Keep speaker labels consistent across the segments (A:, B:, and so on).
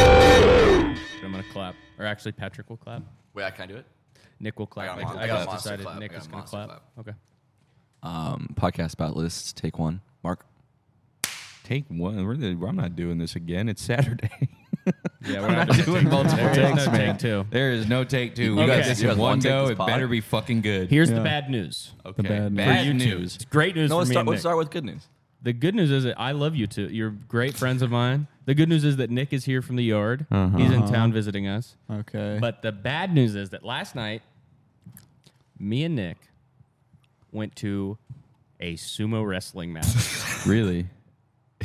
A: I'm gonna clap, or actually Patrick will clap.
B: Wait, I can I do it?
A: Nick will clap.
B: got a
A: Like,
B: mon-
A: I,
B: I got a
A: just
B: monster
A: decided
B: clap. I
A: Nick
B: got
A: is
B: a
A: gonna
B: monster
A: clap.
B: clap.
A: Okay.
B: Um, podcast about lists. Take one. Mark.
C: Take one. We're the, I'm not doing this again. It's Saturday.
A: Yeah, we're not doing multiple takes, man. Too.
C: There is no take two. We
A: Okay.
C: got this
A: You
C: in
B: guys
C: one
B: wanna take
C: go.
B: this
C: It
B: pod?
C: better be fucking good.
A: Here's the
D: Yeah.
A: bad news.
C: okay.
D: bad
C: bad
A: news.
C: news.
A: It's great news
B: Oh, No,
A: for
B: let's
A: me
B: start,
A: and
B: let's
A: Nick.
B: start with good news.
A: The good news is that I love you two. You're great friends of mine. The good news is that Nick is here from the yard. He's in town visiting us.
D: Uh-huh. Okay.
A: But the bad news is that last night, me and Nick went to a sumo wrestling match.
C: Really?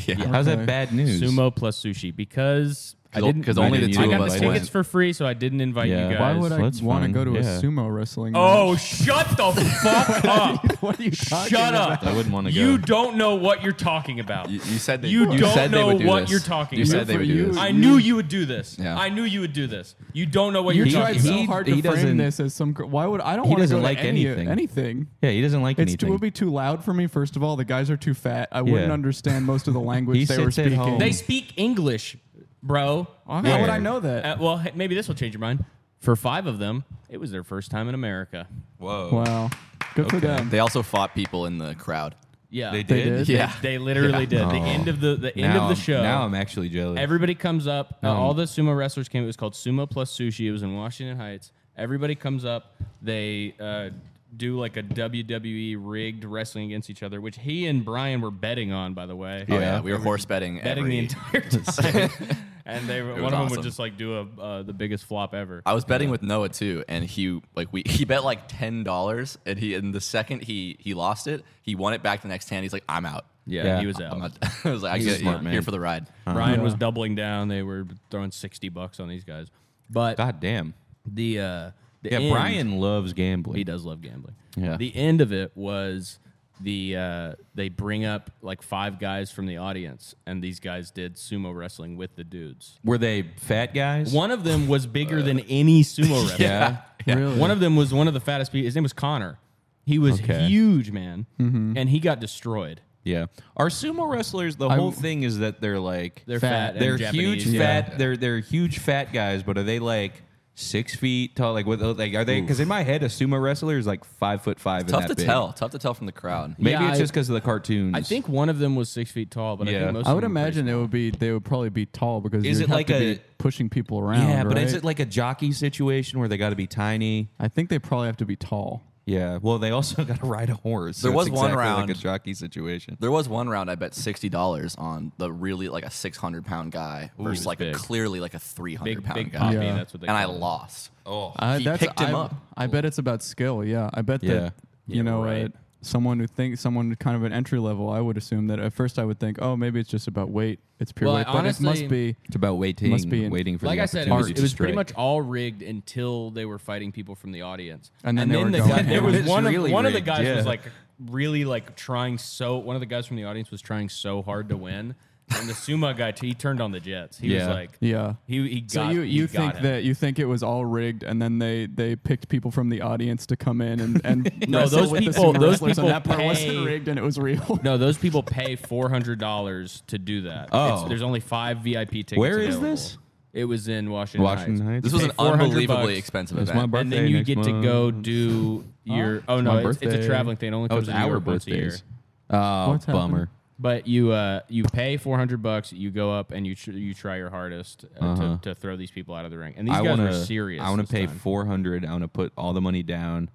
B: Yeah.
C: How's
D: Okay.
C: that bad news?
A: sumo plus sushi because I
B: Because-
A: didn't
B: because only
C: the
A: I
C: two
A: got
C: of
A: the
C: us
A: tickets
B: went.
A: for free, so I didn't invite
C: Yeah.
A: you guys.
C: Why
D: Why would I
C: that's
D: want
C: fine.
D: to go to a
C: Yeah.
D: sumo wrestling?
A: Oh,
D: match?
A: shut the fuck up!
D: what are you talking
A: Shut
D: about?
A: up!
C: I wouldn't wanna
A: You
C: go.
A: don't know what you're talking about.
B: You, you said they,
A: You don't
B: said they
A: know
B: would do
A: what
B: this.
A: you're talking
B: You
A: about.
B: said they would do
D: You-
B: this.
A: I knew you would do this.
B: Yeah.
A: I knew you would do this. You don't know what
D: You
A: you're
D: tried
A: talking
D: so
A: about.
D: hard
C: he
D: to
C: doesn't-
D: frame this as some. cr- Why would I don't
C: He
D: want to
C: doesn't
D: go
C: like
D: to any-
C: anything.
D: anything.
C: Yeah, he doesn't like
D: It's, it
C: anything.
D: would be too loud for me. First of all, the guys are too fat. I wouldn't
C: Yeah.
D: understand most of the
C: He
D: language they were
C: sits at
D: speaking.
C: home.
A: They speak English, bro.
D: How would
C: Yeah.
D: I know that?
A: Uh, well, hey, maybe this will change your mind. For five of them, it was their first time in America.
C: Whoa.
D: wow, good for them.
B: They also fought people in the crowd.
A: Yeah,
C: They
D: They
C: did?
D: did?
B: Yeah.
A: They literally did. The
C: Oh.
A: end of the the end
C: now
A: of the
C: I'm-
A: show.
C: Now I'm actually jealous.
A: Everybody comes up. uh, all the sumo wrestlers came. It was called Sumo Plus Sushi. It was in Washington Heights. Everybody comes up. They uh, do like a WWE rigged wrestling against each other, which he and Brian were betting on, by the way.
B: Oh, yeah. We were horse betting.
A: betting
B: every,
A: the entire time. and they were,
B: was
A: one of them
B: awesome.
A: would just like do a uh, the biggest flop ever.
B: I was betting with Noah too, and he like we he bet like ten dollars, and he and the second he he lost it, he won it back the next hand. He's like, I'm out.
A: yeah,
C: Yeah.
A: he was out.
B: I'm uh, out. I was like, I
C: He's a
B: get it.
C: smart
B: I'm
C: man.
B: here for the ride.
A: Brian was
D: Yeah.
A: doubling down. They were throwing sixty bucks on these guys. But
C: God damn.
A: the uh, the
C: Yeah,
A: end-
C: Brian loves gambling.
A: He does love gambling.
C: Yeah.
A: The end of it was the uh, they bring up like five guys from the audience, and these guys did sumo wrestling with the dudes.
C: Were they fat guys?
A: One of them was bigger than any sumo wrestler.
C: Yeah.
D: Really?
A: One of them was one of the fattest people. His name was Connor. He was
C: Okay.
A: huge, man, and he got destroyed.
C: Yeah. Are sumo wrestlers the whole thing is that they're like
A: They're fat.
D: Fat.
A: and
C: they're
A: Japanese.
C: huge fat they're they're huge fat guys, but are they like six feet tall? Like what like are they because in my head a sumo wrestler is like five foot five and
B: Tough
C: that
B: to
C: big.
B: tell. Tough to tell from the crowd.
C: Maybe
A: Yeah,
C: it's
A: I-
C: just because of the cartoons.
A: I think one of them was six feet tall, but I
C: Yeah.
A: think most.
D: I
A: of
D: would
A: them were pretty
D: imagine it would be they would probably be tall because
C: Is
D: you'd
C: it
D: have
C: like
D: to
C: a-
D: be pushing people around.
C: Yeah, but is
D: right?
C: it like a jockey situation where they gotta be tiny?
D: I think they probably have to be tall.
C: Yeah. Well they also gotta ride a horse. so
B: There was
C: it's
B: one
C: exactly
B: round-
C: like a jockey situation.
B: There was one round I bet sixty dollars on the really like a six hundred pound guy versus
A: was
B: like
A: big.
B: clearly like a three
A: big, big,
B: hundred pound guy,
A: poppy.
D: Yeah.
A: That's what they.
B: and I
A: call it.
B: lost. Oh,
D: I,
B: he
D: that's,
B: picked him
D: I,
B: up.
D: I bet it's about skill. Yeah, I bet
C: Yeah.
D: that you know
A: right.
D: uh, someone who thinks someone kind of an entry level. I would assume that at first I would think, oh, maybe it's just about weight. It's pure
A: Well,
D: weight,
A: I
D: but it
A: honestly-
D: must be.
C: It's about waiting
D: Must be in-
C: waiting for
A: like
C: the
A: I said, it was,
C: opportunity
A: it
C: to
A: was pretty
C: strike. Oh,
A: much all rigged until they were fighting people from the audience.
D: And then they were
A: the
D: going
A: guy,
D: for
A: there
D: it.
A: was
C: It's
A: one
C: really
A: of one of the
C: rigged,
A: guys was
C: yeah.
A: like really like trying so. One of the guys from the audience was trying so hard to win, and the sumo guy he turned on the Jets. He
C: Yeah.
A: was like,
D: Yeah.
A: he he got
D: So you,
A: he
D: you
A: got
D: think
A: him.
D: that you think it was all rigged, and then they they picked people from the audience to come in and and
A: No,
D: wrestle
A: those
D: with the
A: people-
D: sumo
A: those
D: wrestlers,
A: people
D: and that part
A: pay-
D: wasn't rigged and it was real.
A: No, those people pay four hundred dollars to do that.
C: Oh.
A: it's, there's only five VIP tickets.
C: Where is
A: available.
C: this?
A: It was in Washington.
C: Washington
A: Heights.
C: Heights?
B: This
A: You
B: was
A: pay
B: an
A: 400
B: unbelievably
A: bucks.
B: expensive
C: It's
B: event.
C: my birthday.
A: and then you
C: next
A: get to
C: month.
A: go do your. Oh
C: my
A: no, it's, it's a
C: birthday.
A: traveling thing. It only
C: Oh,
A: comes
C: it's
A: to New
C: our
A: York once a year.
C: birthdays. Oh,
D: What's happened?
C: bummer.
A: But you uh, you pay four hundred bucks. You go up and you tr- you try your hardest uh, to, to throw these people out of the ring. And these
C: Uh-huh. I
A: guys
C: wanna,
A: were serious.
C: I want
A: this
C: to pay
A: time.
C: four hundred. I want to put all the money down,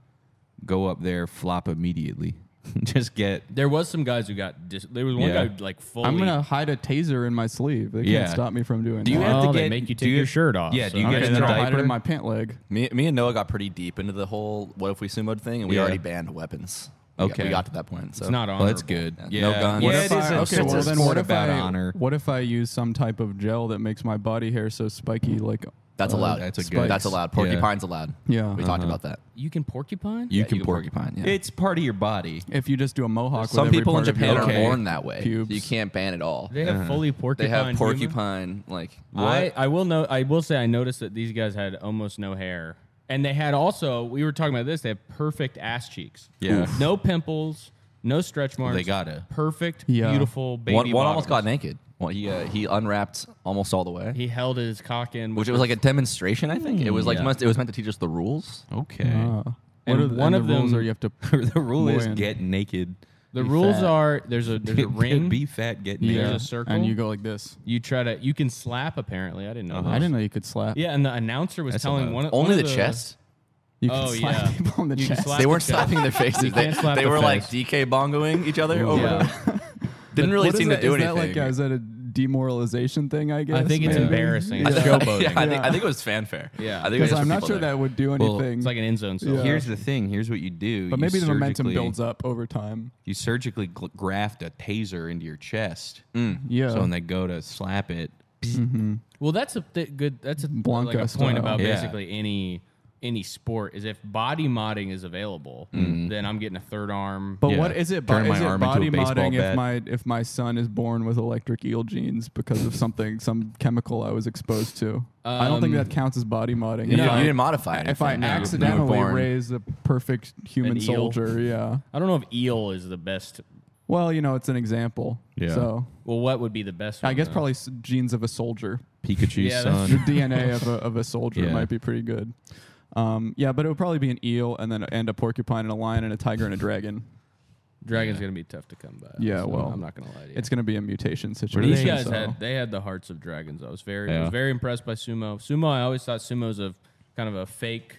C: go up there, flop immediately, just get.
A: there was some guys who got. Dis- there was one
C: Yeah.
A: guy who, like fully.
D: I'm gonna hide a taser in my sleeve. They
C: Yeah.
D: can't stop me from doing.
C: Do you
D: that.
C: have
A: Well,
C: to
A: they
C: get?
A: make you
C: do
A: take your shirt off,
C: Yeah,
A: so
C: do you
A: I'm
C: get
A: just
C: in a
D: I'll hide it
C: diaper?
D: in my pant leg.
B: Me, me and Noah got pretty deep into the whole "what if we sumoed" thing, and we
C: Yeah.
B: already banned weapons. We got-
C: Okay.
B: we got to that point. So
A: It's not on.
C: well, Oh, that's good.
B: Yeah.
C: Yeah,
B: No guns.
C: Yeah,
B: What
C: it
B: if
C: is.
B: I-
C: a-
B: okay,
C: it's a
B: well, then
C: sport
D: if
C: about
D: I,
C: honor.
D: What if I use some type of gel that makes my body hair so spiky? Like
B: That's
D: uh,
B: allowed.
C: that's a good-
B: That's
C: Spikes.
B: allowed.
C: Yeah.
B: Porcupine's allowed.
D: Yeah.
B: we talked about that.
A: You can porcupine.
C: You
B: Yeah,
C: can porcupine.
B: yeah.
C: It's part of your body.
D: If you just do a mohawk,
B: Some
D: with every
B: people in
D: part of your
B: Japan are
D: body.
C: Okay.
B: born that way. so
D: Pubes.
B: you can't ban it all.
A: They have
C: Uh-huh.
A: fully
B: They
A: porcupine.
B: have
A: humor.
B: porcupine. Like
A: I, I will know I will say I noticed that these guys had almost no hair. And they had also we were talking about this, they have perfect ass cheeks.
C: Yeah. Oof.
A: No pimples, no stretch marks.
C: They gotta.
A: perfect,
D: Yeah.
A: beautiful baby.
B: One, one almost got
A: bottoms.
B: naked. One, he uh, he unwrapped almost all the way,
A: He held his cock in,
B: which it was like a demonstration. I think it was like
D: Hmm,
C: yeah.
B: must, it was meant to teach us the rules.
C: Okay.
D: Ah.
A: And
D: what are the,
A: one
D: and
A: of
D: the rules
A: them-
D: are you have to
C: the rule is
D: Moin.
C: get naked.
A: the
D: be
A: rules
D: fat.
A: are there's a there's a ring.
C: Be fat, get
A: There's
C: naked.
A: a circle.
D: and you go like this.
A: You try to you can slap apparently. I didn't know.
D: Uh-huh. I
A: this.
D: didn't know you could slap.
A: Yeah, and the announcer was
C: That's
A: telling
C: allowed.
A: one of
B: Only
A: one
B: the,
A: of
B: chest.
D: You can
A: Oh,
D: slap
A: yeah.
D: people on the
A: You can
D: chest.
A: slap
B: They
A: the
B: weren't
A: chest.
B: slapping their faces. they
A: can't slap
B: they
A: the
B: were like
A: face.
B: DK bongoing each other over.
A: Yeah.
B: Didn't really
D: What is
B: seem
D: it-
B: to do
D: is
B: anything.
D: That like, uh, is that a demoralization thing? I guess.
A: I think it's
D: maybe?
A: embarrassing.
B: I
A: It's
B: think-
A: showboating.
B: yeah, I, think, I
D: Yeah.
B: think it was fanfare.
A: Yeah.
B: I think it was
D: Because
B: just
D: I'm
B: for
D: not
B: people
D: sure
B: there.
D: that would do
C: Well,
D: anything.
A: It's like an end zone. So
D: Yeah.
C: Here's the thing. Here's what you do.
D: but
C: you
D: maybe the momentum
C: surgically-
D: builds up over time.
C: You surgically gl- graft a taser into your chest.
D: Yeah.
C: So when they go to slap it,
A: Well, that's a th- good. That's a
D: Blanca
A: like a
D: style.
A: point about
C: Yeah.
A: basically any any sport is if body modding is available, then I'm getting a third arm.
D: Mm-hmm. but
C: Yeah.
D: what is it? bo-
C: Turn my
D: is it
C: arm into a
D: body
C: baseball
D: modding
C: bat.
D: if my if my son is born with electric eel genes because of something some chemical I was exposed to? I don't think
A: Um,
D: that counts as body modding.
B: You,
D: If
B: didn't-
D: I-
B: you didn't modify it.
D: if I accidentally raise a perfect human
A: An eel.
D: soldier, yeah.
A: I don't know if eel is the best.
D: Well, you know, it's an example.
C: Yeah.
D: So
A: Well, what would be the best?
D: I
A: one,
D: guess
A: though?
D: probably s- genes of a soldier.
C: Pikachu's
A: Yeah, that's
D: The
C: son.
D: DNA of a, of a soldier
C: Yeah.
D: might be pretty good. Um, yeah, but it would probably be an eel and then and a porcupine and a lion and a tiger and a dragon.
A: dragon's gonna be tough to come by.
D: Yeah,
A: so
D: well,
A: I'm not gonna lie to you.
D: It's going to be a mutation situation.
A: These guys
D: so-
A: had they had the hearts of dragons. I was very I
C: Yeah.
A: was very impressed by sumo. Sumo, I always thought sumo's a kind of a fake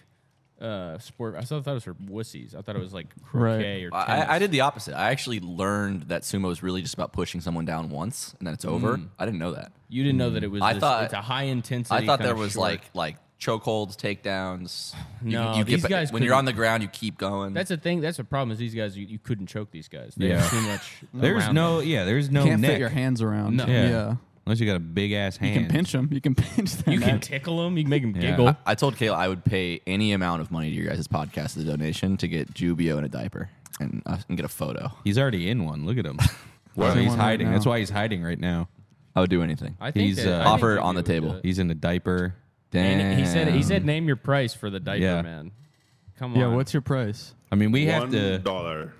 A: uh, sport. I thought thought it was for wussies. I thought it was like croquet or tennis.
B: I, I did the opposite. I actually learned that sumo is really just about pushing someone down once and then
D: Hmm.
B: it's over. I didn't know that.
A: You didn't know that it was.
B: I
A: this-
B: thought-
A: it's a high intensity.
B: I thought
A: kinda
B: there was
A: short-
B: like like chokeholds, takedowns. You-
A: No,
B: you, get
A: these
B: ba-
A: guys
B: When you're
A: couldn't-
B: on the ground, you keep going.
A: That's the thing. That's the problem. Is these guys you, you couldn't choke these guys. They
C: Yeah.
A: have too much.
C: There's
A: around
C: no. Yeah. There's no
D: Can't
C: neck.
D: fit your hands around.
A: No.
C: Oh, Yeah.
D: Yeah.
C: Unless you got a big ass
D: You
C: hand.
D: can pinch them. You can pinch them.
A: them. You can tickle them. You can make them
C: Yeah.
A: giggle.
C: I-
B: I told Kayla I would pay any amount of money to your guys' podcast as a donation to get Jubio in a diaper and, uh, and get a photo.
C: He's already in one. Look at him.
D: He's
C: Wow,
D: in
C: he's
D: one right
C: hiding.
D: now.
C: That's why he's hiding right now.
B: I would do anything.
A: I think
C: He's,
A: that-
C: uh,
A: I think
B: offer
A: you
B: on the
A: would do
B: table.
A: it.
C: He's in a diaper.
A: And he said he
B: Damn.
A: said name your price for the diaper
C: Yeah.
A: man. Come on.
D: yeah, what's your price?
C: I mean, we
E: One
C: have to.
E: dollar.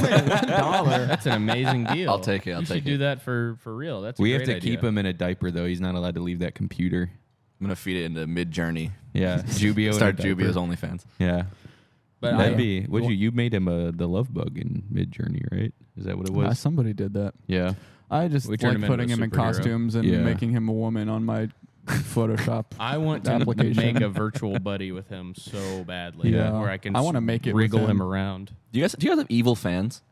D: Dollar.
A: That's an amazing deal.
B: I'll take it, I'll
A: you
B: take
A: should do
B: it.
A: that for for real. That's a
C: We have to
A: great
C: keep
A: idea.
C: him in a diaper though. He's not allowed to leave that computer.
B: I'm gonna feed it into Mid Journey.
C: Yeah, Jubio. in a
B: Start
C: diaper.
B: Jubio's OnlyFans.
C: Yeah,
A: But
C: that'd
A: I,
C: be. What you you made him a the love bug in Mid Journey, right? Is that what it
D: Ah,
C: was?
D: somebody did that.
C: Yeah.
D: I just
A: We
D: like
A: turned him into
D: putting
A: a
D: him in
A: superhero.
D: costumes and
C: Yeah.
D: making him a woman on my Photoshop.
A: I want to
D: Application.
A: make a virtual buddy with him so badly.
D: Yeah.
A: Where I can.
D: I wanna make it with
A: wriggle him
D: him.
A: around.
B: Do you guys do you guys have evil fans?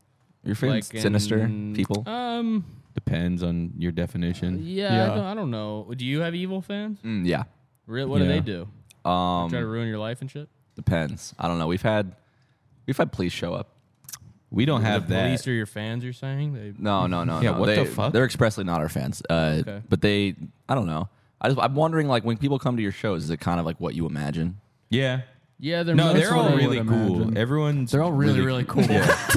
B: Your fans,
A: Like
B: sinister
A: in-
B: people.
A: Um.
C: Depends on your definition.
A: Yeah. I,
D: Yeah.
A: don't, I don't know. Do you have evil fans?
B: Mm, yeah,
A: Really? What do
C: Yeah.
A: they do?
B: um,
A: Try to ruin your life and shit.
B: depends. I don't know. We've had we've had police show up.
C: We don't have
A: the police
C: that.
A: or your fans are saying they
B: No, no, no.
C: Yeah,
B: no.
C: what
B: they,
C: the fuck?
B: They're expressly not our fans. Uh,
A: Okay.
B: But they, I don't know. I just, I'm wondering, like, when people come to your shows, is it kind of like what you imagine?
C: Yeah.
A: yeah they're
C: No,
A: mostly-
C: they're all
D: what I
C: really
D: would
C: cool.
D: imagine.
C: Everyone's
D: They're all really, really cool.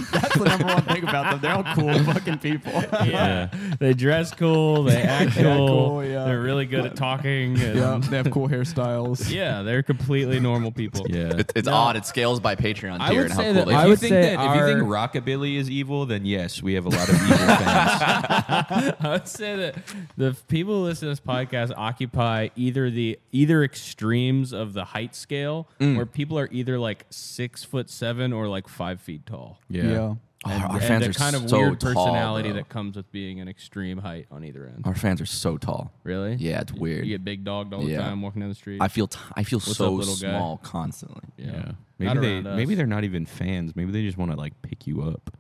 D: That's the number one thing about them. They're all cool fucking people.
A: yeah. they dress cool they act cool,
D: Yeah, cool, yeah.
A: they're really good at talking and-
D: yeah,
A: yeah.
D: they have cool hairstyles.
A: they're completely normal people
C: Yeah.
B: It's, it's odd. It scales by Patreon
A: I
B: tier
A: would
B: and how
A: say
B: cool
A: that
B: they
A: I
B: are.
A: would
C: you think
A: say
C: that if you think
A: our-
C: rockabilly is evil, then yes, we have a lot of evil fans.
A: I would say that the people who listen to this podcast occupy either the either extremes of the height scale, where people are either like six foot seven or like five feet tall.
C: Yeah.
D: Yeah.
B: Oh, Our, our
A: and
B: fans
A: the
B: are
A: kind of
B: so
A: weird
B: tall,
A: personality
B: bro.
A: that comes with being an extreme height on either end.
B: our fans are so tall.
A: Really?
B: Yeah, it's weird.
A: You get big dogged all the
B: Yeah.
A: time walking down the street.
B: I feel t- I feel
A: up,
B: so
A: little guy?
B: small constantly.
C: Yeah.
A: Not
C: Maybe they
A: around us.
C: maybe they're not even fans. Maybe they just want to like pick you up.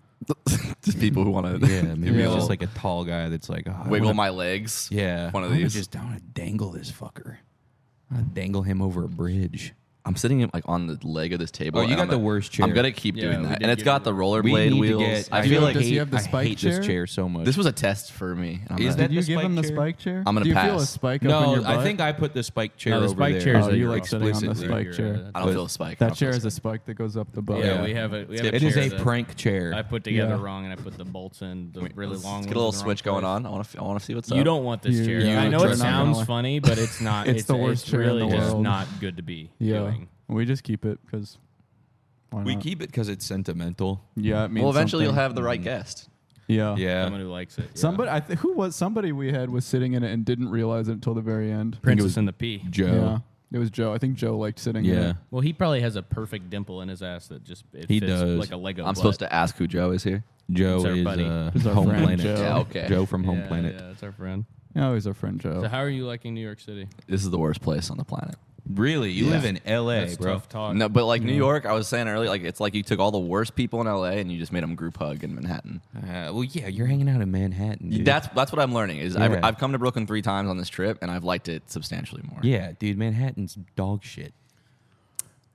B: just people who want to
C: Yeah, maybe it's just like a tall guy that's like oh, I
B: wiggle
C: wanna-
B: my legs.
C: yeah.
B: one of
C: I wanna
B: these.
C: Just I want to dangle this fucker. I wanna dangle him over a bridge.
B: I'm sitting like on the leg of this table.
C: Oh, you
B: and
C: got
B: I'm
C: the
B: like-
C: worst
B: I'm
C: chair.
B: gonna keep
A: Yeah,
B: doing
A: we
B: that,
A: did
B: and it's
A: get
B: got the rollerblade
C: need to
B: wheels.
C: get-
B: I feel like
D: Does he
C: hate-
D: have the
C: I
D: spike
C: hate
D: chair?
C: this chair so much.
B: this was a test for me. and I'm
C: Is
B: gonna-
C: that
D: Did you
C: the
D: give
C: spike
D: him the
C: chair?
D: spike chair?
B: I'm gonna
D: Do you feel a
B: pass.
D: spike up in
C: no,
D: your butt?
C: I think I put the spike chair
A: No, the
C: over
A: spike
C: there.
A: chair is
D: Oh,
A: that
D: you
A: you're
D: like sitting on the
A: explicitly-
D: spike chair.
B: I don't feel a spike. I
D: That
B: don't feel
D: chair
B: a
D: is a
B: spike.
D: spike that goes up the butt.
A: Yeah,
C: Yeah.
A: we have a we have
C: It
A: a
C: is
A: chair
C: a
A: that
C: prank chair.
A: I put together
D: Yeah.
A: wrong, and I put the bolts in the really
B: Let's
A: long. ones
B: Get a little
A: in the wrong
B: switch going
A: place.
B: on. I want to. I want to see what's
A: You
B: up.
A: don't want this
D: You-
A: chair.
D: you
A: I know it
D: trust me.
A: sounds funny, but it's not.
D: It's the
A: it's
D: worst chair in
A: really
D: the
A: just
D: world.
A: not good to be
D: Yeah.
A: doing.
D: We just keep it because Why
C: We
D: not?
C: keep it because it's sentimental.
D: yeah, it means
B: well, eventually you'll
D: something.
B: have the right guest.
A: Oh,
D: Yeah.
C: Yeah.
A: Someone who likes it. yeah.
D: Somebody, I th- who was somebody we had was sitting in it and didn't realize it until the very end.
A: Princess
C: was-
A: and the Pea.
D: Yeah,
C: Joe.
D: it was Joe. I think Joe liked sitting.
C: Yeah.
D: in it.
A: Well, he probably has a perfect dimple in his ass that just it
C: He
A: fits
C: does.
A: like a Lego.
B: I'm supposed to ask who Joe is here.
C: Joe
A: It's our
C: is
A: buddy.
C: uh,
D: It's our
C: home
D: friend,
C: planet.
D: Joe.
B: Yeah, okay.
C: Joe from home planet.
A: Yeah, that's our friend.
D: Oh, he's our friend Joe.
A: So, how are you liking New York City?
B: This is the worst place on the planet.
C: Really? You
B: Yeah.
C: live in L.A.,
A: That's
C: bro.
A: tough talk.
B: No, but like New York, I was saying earlier, like it's like you took all the worst people in LA and you just made them group hug in Manhattan.
C: Uh, well, yeah, you're hanging out in Manhattan. Dude.
B: That's that's what I'm learning. Is
C: Yeah.
B: I've, I've come to Brooklyn three times on this trip and I've liked it substantially more.
C: yeah, dude. Manhattan's dog shit.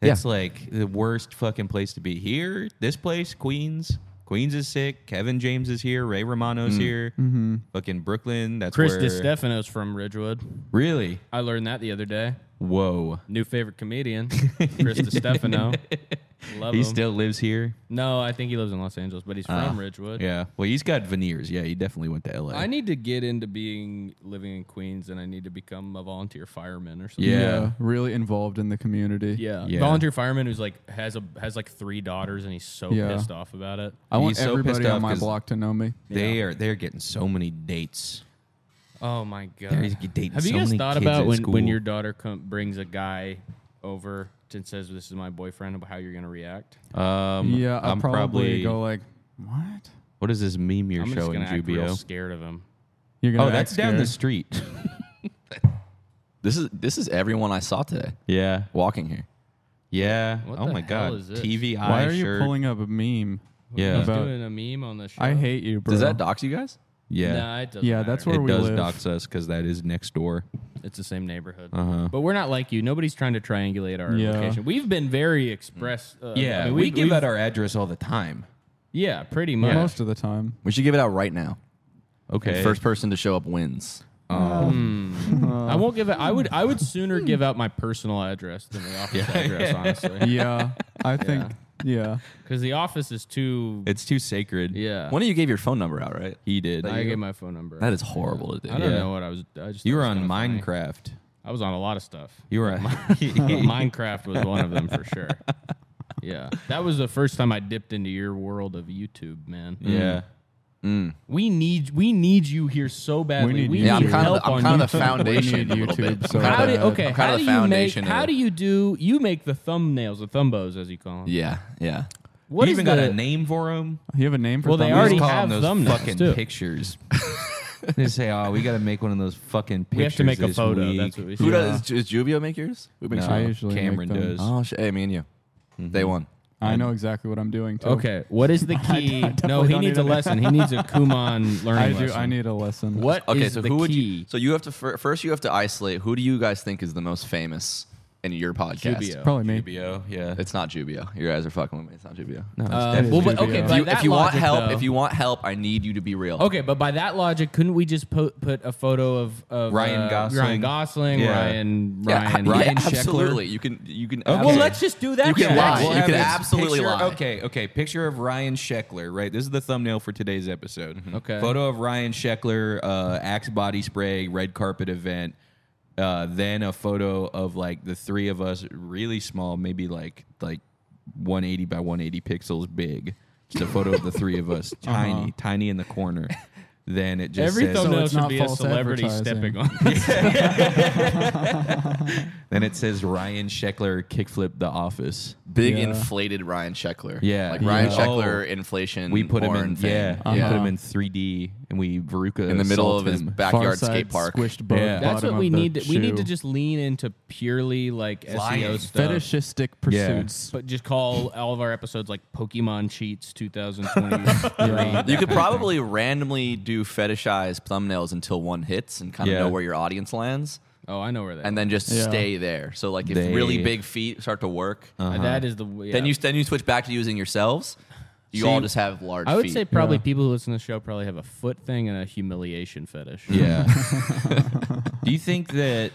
B: Yeah.
C: It's like the worst fucking place to be. Here, this place, Queens. Queens is sick. Kevin James is here. Ray Romano's here. Mm-hmm. Fucking Brooklyn. That's
A: Chris
C: where.
A: DiStefano's from Ridgewood.
C: Really?
A: I learned that the other day.
C: Whoa.
A: New favorite comedian, Chris DiStefano. Love
C: he
A: him.
C: still lives here.
A: no, I think he lives in Los Angeles, but he's from Ridgewood.
C: Yeah. Well, he's got veneers. Yeah, he definitely went to L.A.
A: I need to get into being living in Queens, and I need to become a volunteer fireman or something.
C: Yeah.
D: really involved in the community.
A: Yeah.
C: Yeah.
A: volunteer fireman who's like has a has like three daughters, and he's so
D: Yeah.
A: pissed off about it.
D: I want
C: He's so pissed
D: everybody
C: off
D: on my
C: 'cause-
D: block to know me.
C: They are. They're getting so many dates.
A: Oh my god!
C: They're just dating
A: Have you
C: so
A: guys
C: many
A: thought
C: kids
A: about
C: at
A: when, when
C: school.
A: your daughter come, brings a guy over and says, "This is my boyfriend," about how you're gonna react?
C: Um,
D: Yeah, I'll
C: I'm
D: probably, go like, what?
C: What is this meme you're
A: I'm just
C: showing,
A: gonna act real
C: Jubio?
A: scared of him.
D: You're
C: Oh,
D: act
C: that's down the
D: scared?
C: street.
B: This is this is everyone I saw today
C: yeah,
B: walking here.
C: yeah.
A: What
C: oh
A: the
C: my
A: hell
C: god,
A: is this?
C: TVI
D: Why are you
C: shirt.
D: pulling up a meme?
C: yeah,
A: He's
D: about-
A: doing a meme on the show.
D: I hate you, bro.
B: Does that dox you guys?
C: yeah.
A: Nah, it doesn't
D: Yeah, that's
A: matter.
D: where
C: it
D: we
C: does
D: live.
C: dox us because that is next door.
A: it's the same neighborhood.
C: Uh-huh.
A: But we're not like you. Nobody's trying to triangulate our
D: Yeah.
A: location. We've been very express. Uh,
C: Yeah,
A: I mean,
C: we,
A: we-
C: give
A: we've-
C: out our address all the time.
A: Yeah, pretty much.
D: Most of the time.
B: We should give it out right now.
C: Okay,
B: First person to show up wins.
A: I won't give it. I would. I would sooner
C: Hmm.
A: give out my personal address than the office address, honestly,
D: Yeah, I think. Yeah.
A: because the office is too.
C: it's too sacred.
A: yeah,
B: One of you gave your phone number out, right?
C: He did.
A: I gave my phone number.
B: That is horrible to do.
A: I don't
C: Yeah.
A: know what I was. I just
C: you
A: thought
C: were
A: it was
C: on
A: kinda funny.
C: Minecraft.
A: I was on a lot of stuff.
C: You were. on
A: Minecraft was one of them for sure. Yeah, that was the first time I dipped into your world of YouTube, man.
C: yeah.
A: We need we need you here so badly.
D: need
A: We
D: you.
A: need
B: Yeah, I'm kind of
A: help
B: the, I'm
A: on
B: kind of the
A: YouTube.
B: foundation a
D: We need
B: little
D: YouTube
B: bit.
D: so
B: I'm
A: How
B: kinda
A: do
B: the-
A: okay?
B: I'm kinda
A: How
B: the
A: do you make?
B: foundation
A: How
B: of-
A: do you do? You make the thumbnails, the thumbos, as you call them.
B: Yeah, yeah.
A: What
C: you
A: is
C: even got
A: the-
C: a name for him?
D: You have a name for
A: Well, they
D: thumbnails?
A: already
C: call
A: have
C: them
A: thumbnails,
C: those fucking
A: too.
C: pictures. they say, "Oh, we got to make one of those fucking pictures."
A: We have to make a
C: this
A: photo.
C: week."
A: That's what we
B: Who
A: should.
B: does? Does Jubio make yours? Who makes
C: No,
D: I
B: yours?
D: usually make
C: Cameron
D: them.
C: does.
B: Oh shit! Hey, me and you. They won.
D: I know exactly what I'm doing too.
A: Okay, what is the key? no,
D: definitely
A: he
D: don't
A: needs
D: need
A: a
D: a-
A: lesson. he needs a Kumon
D: I
A: learning
D: do.
A: lesson.
D: I need a lesson.
A: What
B: Okay,
A: is
B: so
A: the
B: who
A: key?
B: would you? So you have to fir- first. You have to isolate. Who do you guys think is the most famous in your podcast?
A: Jubio.
D: Probably me.
C: BBO, oh, yeah.
B: It's not Jubio. You guys are fucking with me. It's not Jubio.
C: No, it's
A: Uh,
C: definitely-
A: well, but
D: Jubio.
A: okay,
D: If
A: by
B: You-
A: that
B: if you want
A: logic,
B: help,
A: though-
B: if you want help, I need you to be real.
A: Okay, but by that logic, couldn't we just put put a photo of, of
C: Ryan
A: uh,
C: Gosling.
A: Ryan Gosling,
C: Yeah.
A: Ryan
B: Yeah,
A: Ryan
B: yeah,
A: Ryan Sheckler?
B: absolutely. You can. You can.
C: Okay.
A: Well,
B: absolutely-
A: let's just do that.
B: You can
A: then.
B: lie.
C: We'll
B: You
C: have
B: can
C: this
B: absolutely
C: picture-
B: lie.
C: Okay, okay. Picture of Ryan Sheckler, right? This is the thumbnail for today's episode.
B: Mm-hmm.
A: Okay.
C: Photo of Ryan Sheckler, uh, Axe body spray, red carpet event. Uh, then a photo of like the three of us, really small, maybe like like 180 by 180 pixels big. Just a photo of the three of us,
B: Uh-huh.
C: tiny, tiny in the corner. Then it just
A: Every
C: says,
D: So
A: thumbnail
D: it's
A: should
D: not
A: be a
D: false
A: celebrity
D: advertising.
A: stepping on.
C: then it says Ryan Sheckler kickflip the office.
B: Big
D: Yeah.
B: inflated Ryan Scheckler.
C: Yeah.
B: like Ryan
C: Yeah.
B: Scheckler inflation.
C: We put him in,
B: porn thing.
C: yeah, we
B: yeah.
C: put him in 3D, and we Veruca
B: in the middle
C: assault
B: of his
C: him.
B: backyard skate
D: Far side
B: park.
D: Squished bo-
C: Yeah.
A: That's
D: bottom
A: what
D: of
A: we
D: the
A: need. To, we need to
D: shoe.
A: just uh, lean into purely like
C: Flying.
A: SEO stuff.
D: fetishistic pursuits.
A: But just call all of our episodes like Pokemon cheats 2023.
B: You could probably randomly do fetishized thumbnails until one hits and kind of
C: Yeah.
B: know where your audience lands,
A: oh, I know where that.
B: and then just
D: Yeah.
B: stay there. So like if
C: They-
B: really big feet start to work,
A: is. that is the. Yeah.
B: uh-huh. then you then you switch back to using yourselves. You
A: See,
B: all just have large.
A: I would
B: feet.
A: say probably people who listen to the show probably have a foot thing and a humiliation fetish.
C: Yeah. Do you think that?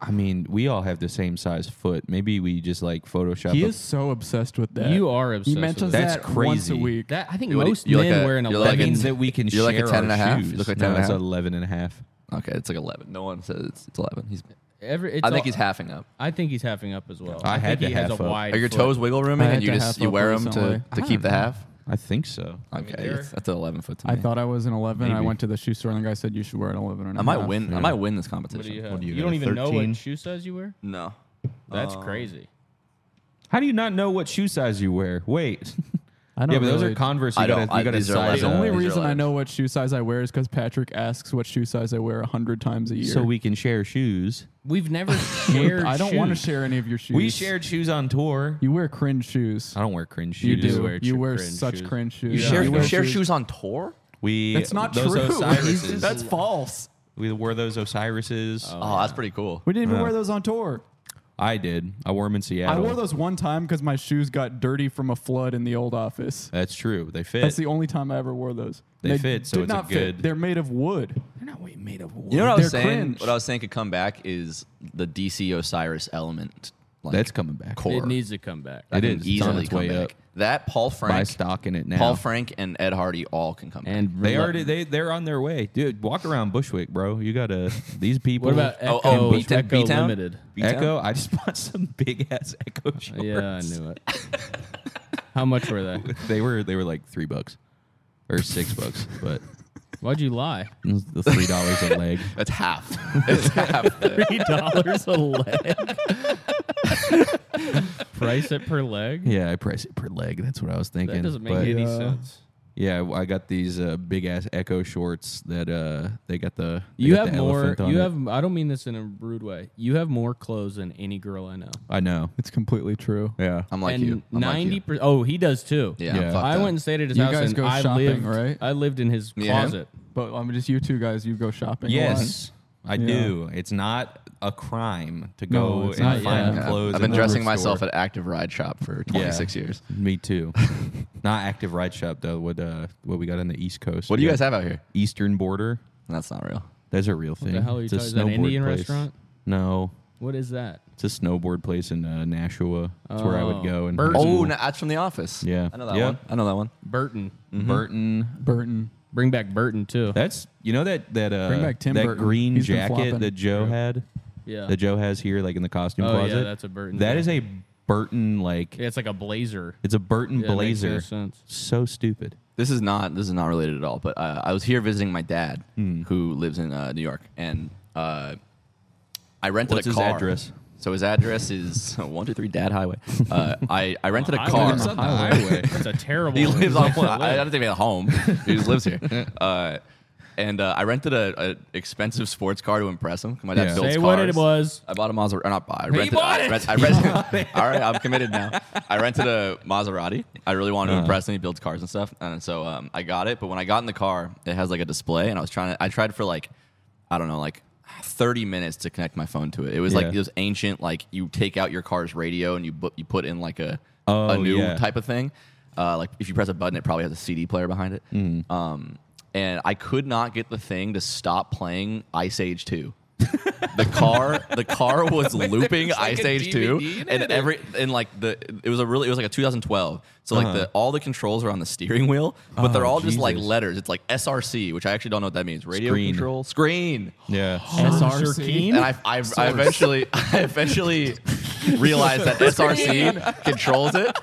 C: I mean, we all have the same size foot. Maybe we just like Photoshop.
D: He
C: a-
D: is so obsessed with that.
A: You are obsessed
D: He mentions
A: with
C: that.
D: that
C: That's
D: once a
C: crazy.
D: week.
A: That I think
B: You're like-
A: most
B: you're like
A: men
B: a-
A: wear an
B: you're
C: that
B: like a-
A: eleven.
C: means that we can
B: you're
C: share
B: like a 10
C: our
B: and a half? You
C: shoes.
B: look like
C: no,
B: 10 and a
C: it's
B: half?
C: 11 and a half.
B: okay, it's like eleven. No one says it's, it's eleven. He's
A: every. It's
B: I think
A: all-
B: he's halving up.
A: I think he's halving up as well.
C: I had
A: think
C: to
A: he has
C: half
A: a
C: up.
A: wide.
B: Are your
A: foot.
B: toes wiggle rooming
D: I
B: and
D: had
B: you
D: to
B: just
D: half
B: you
D: up
B: wear them
D: recently.
B: to,
D: I
B: to
D: don't
B: keep the
D: know.
B: half?
C: I think so.
B: Okay,
A: they're-
B: that's an eleven foot. To
D: I
B: me.
D: thought I was an 11. I
C: Maybe.
D: went to the shoe store and the guy said you should wear an 11. And
B: I
D: a
B: might
D: half."
B: win. I might win this competition.
A: What do you have?
C: What do you
A: you,
C: got,
A: don't
C: a
A: even know what
C: 13?
A: shoe size you wear.
B: No, Oh.
A: That's crazy.
C: How do you not know what shoe size you wear? Wait.
D: I don't
C: Yeah, but those are
D: really-
C: Converse.
B: I
C: You
B: don't-
C: got
B: I-
C: to got to
B: these are
C: size
D: The
B: leather.
D: only
B: these are
C: up
D: reason I
B: letters.
D: know what shoe size I wear is because Patrick asks what shoe size I wear 100 times a year.
C: so we can share shoes.
A: We've never shared.
D: I don't want to
A: shoes.
D: share any of your shoes.
C: We shared shoes on tour.
D: You wear cringe shoes.
C: I don't wear cringe
D: You
C: shoes.
D: do.
A: wear
D: you
A: tr-
D: wear
A: cringe
D: such
A: shoes.
D: cringe shoes.
B: You share,
C: Yeah.
B: you share
D: shoes-
B: shoes on tour?
C: We
D: That's not
C: those
D: true.
C: Osiris's.
D: That's false.
C: we wore those Osiris's.
B: Oh, that's pretty cool.
D: We didn't even wear those on tour.
C: I did. I wore them in Seattle.
D: I wore those one time because my shoes got dirty from a flood in the old office.
C: That's true. They fit.
D: That's the only time I ever wore those.
C: They fit, so
D: did
C: it's a
D: not
C: good-
D: Fit. They're made of wood.
C: They're not way made of wood.
B: You know what I was
D: They're
B: saying?
D: cringe.
B: What I was saying could come back is the DC Osiris element. Like,
C: That's coming back.
B: core.
A: It needs to come back.
B: That
C: It
B: can
C: is. It's on
B: easily
C: its
B: come
C: way
B: back.
C: up.
B: That Paul
C: Buy
B: Frank,
C: stock in it now.
B: Paul Frank, and Ed Hardy all can come back.
A: And
C: they
A: rela-
C: already they they're on their way, dude. Walk around Bushwick, bro. You gotta these people.
A: What about
B: Oh,
A: Echo?
B: oh, B-
A: Echo
B: B-Town?
A: Limited.
B: B-Town?
C: Echo? I just bought some big ass Echo shorts.
A: Yeah, I knew it. How much were they?
C: They were they were like three bucks or six bucks, but
A: Why'd you lie?
C: it was the three dollars a leg.
B: That's half. It's half. the-
A: Three dollars a leg. Price it per leg.
C: Yeah, I price it per leg. That's what I was thinking.
A: That doesn't make
C: But-
A: any
D: Yeah.
A: sense.
C: Yeah, w- I got these uh, big ass Echo shorts that uh, they got the. they
A: You
C: got
A: have
C: the
A: more.
C: elephant on
A: You
C: it.
A: have. I don't mean this in a rude way. You have more clothes than any girl I know.
C: I know.
D: It's completely true.
C: Yeah.
B: I'm like
A: and
B: you. I'm like you.
A: ninety percent. Oh, he does too.
B: Yeah, I'm
C: Yeah.
B: fucked
A: I
B: up.
A: went and stayed at his
D: You
A: house,
D: guys
A: and
D: go
A: I
D: shopping,
A: lived.
D: right?
A: I lived in his
B: Yeah.
A: closet.
D: But I'm just you two guys. You go shopping. a lot.
C: Yes, I do. It's not a crime to
D: No,
C: go
D: it's
C: and
D: not,
C: find
D: yeah.
B: Yeah.
C: clothes.
B: I've
C: in
B: been
C: the
B: dressing
C: thrift
B: myself
C: store.
B: at Active Ride Shop for 26
C: Yeah.
B: years.
C: Me too. not active ride shop though. What uh, what we got on the East Coast?
B: What do you
C: We
B: guys
C: got
B: have out here?
C: Eastern Border.
B: That's not real.
C: That's a real thing.
A: hell are you
C: it's a
A: talking- is that an
C: snowboard
A: Indian
C: place.
A: restaurant?
C: No,
A: What is that?
C: it's a snowboard place in uh, Nashua. That's where I
A: Oh.
C: would go. And
A: Burton.
B: Oh, no, that's from The Office.
C: Yeah.
B: I know that
C: Yeah.
B: one. I know that one.
A: Burton.
B: Mm-hmm.
C: Burton.
D: Burton.
A: Bring back Burton too.
C: That's you know that that uh
D: Bring back Tim
C: that
D: Burton.
C: green
D: He's been flopping.
C: jacket that Joe had
A: yeah.
C: that Joe has here like in the costume
A: Oh, yeah,
C: closet.
A: that's a Burton
C: That
A: thing.
C: is a Burton like
A: Yeah, it's like a blazer.
C: it's a Burton
A: Yeah, it makes no
C: blazer.
A: sense.
C: So stupid.
B: This is not this is not related at all. But uh, I was here visiting my dad,
C: Hmm.
B: who lives in uh, New York, and uh, I rented
C: What's
B: a
C: his
B: car.
C: address?
B: So his address is one two three Dad Highway. Uh, I I rented a
A: Highway.
B: car.
A: It's
C: on the highway.
A: It's a terrible.
B: He lives on.
A: place to
B: One, I, I
A: live.
B: don't think he has a home. He just lives here. Uh, and uh, I rented a, a expensive sports car to impress him. 'cause My dad
C: Yeah.
B: builds
A: Say what
B: cars.
A: it was.
B: I bought a Maserati. Or not buy. I rented.
A: bought
B: I,
A: it!
B: rent- I rented. all right, I'm committed now. I rented a Maserati. I really wanted
A: Uh-huh.
B: to impress him. He builds cars and stuff, and so um, I got it. But when I got in the car, it has like a display, and I was trying to. I tried for like, I don't know, like. 30 minutes to connect my phone to it. It was like
C: Yeah.
B: it was ancient like you take out your car's radio and you bu- you put in like a a
C: Oh,
B: new
C: yeah.
B: type of thing. Uh, like if you press a button, it probably has a CD player behind it.
A: Hmm.
B: Um, and I could not get the thing to stop playing Ice Age Two. the car, the car was looping Ice Age Two, and every and like the it was a really it was like a 2012. So like the all the controls are on the steering wheel, but they're
C: Uh-huh. Oh,
B: all just like
C: Jesus.
B: letters. It's like SRC, which I actually don't know what that means. Radio
C: Screen.
B: control screen.
C: Yeah.
B: And I, I, I eventually, I eventually realized that SRC controls it.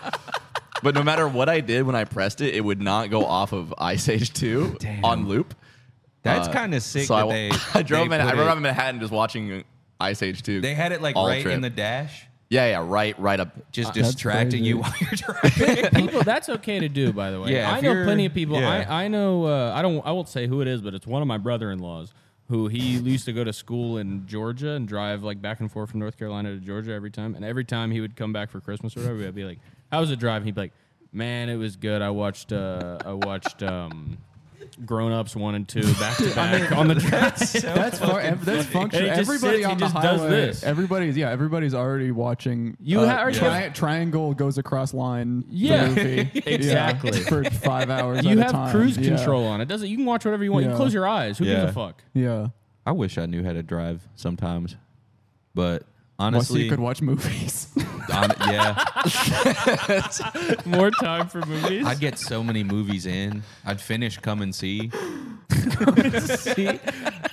B: But no matter what I did when I pressed it, it would not go off of Ice Age 2 on loop.
C: That's
B: Uh,
C: kind of sick.
B: So
C: that
B: I,
C: they,
B: I drove.
C: they
B: Man- I
C: put
B: remember
C: it-
B: in Manhattan just watching Ice Age 2.
C: They had it like
B: all
C: right
B: trip.
C: in the dash,
B: Yeah, yeah, right, right up.
C: just
B: Uh,
C: distracting you while you're driving.
A: people that's okay to do by the way
C: Yeah,
A: i
C: if
A: know
C: you're-
A: plenty of people
C: yeah.
A: I, I know uh, i don't i won't say who it is but it's one of my brother-in-laws who he used to go to school in georgia and drive like back and forth from north carolina to georgia every time and every time he would come back for christmas or whatever i'd be like how was the drive and he'd be like man it was good i watched uh i watched um grown ups one and two back to back on the drive
D: That's fu- ev- that's function.
A: And he just
D: Everybody
A: sits, he
D: on the
A: just does
D: highway.
A: this.
D: Everybody's yeah. Everybody's already watching. uh,
A: You ha- already
D: tri-
A: have-
D: triangle goes across line. the
A: Yeah.
D: movie. Yeah,
A: Exactly.
D: for five hours.
A: you
D: at a
A: have
D: time.
A: cruise
D: Yeah.
A: control on it doesn't you can watch whatever you want you
D: Yeah.
A: can close your eyes who gives
C: Yeah.
A: a fuck
D: Yeah.
C: I wish I knew how to drive sometimes, but
D: Well, so
C: honestly,
D: you could watch movies.
C: hon- yeah.
A: more time for movies
C: I'd get so many movies in. I'd finish come and see.
A: See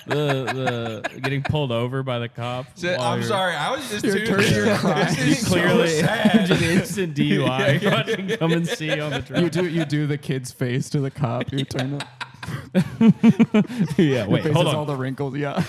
A: the, the getting pulled over by the cop.
C: So-
A: while
C: I'm
A: you're-
C: sorry. I was just
D: You're
C: too.
D: turning your
C: This is so
A: Clearly,
C: sad.
A: an instant DUI. Fucking Come and see on the track.
D: You do you do the kid's face to the cop. You turn up.
A: yeah, wait,
D: Faces
A: hold on.
D: all the wrinkles. Yeah.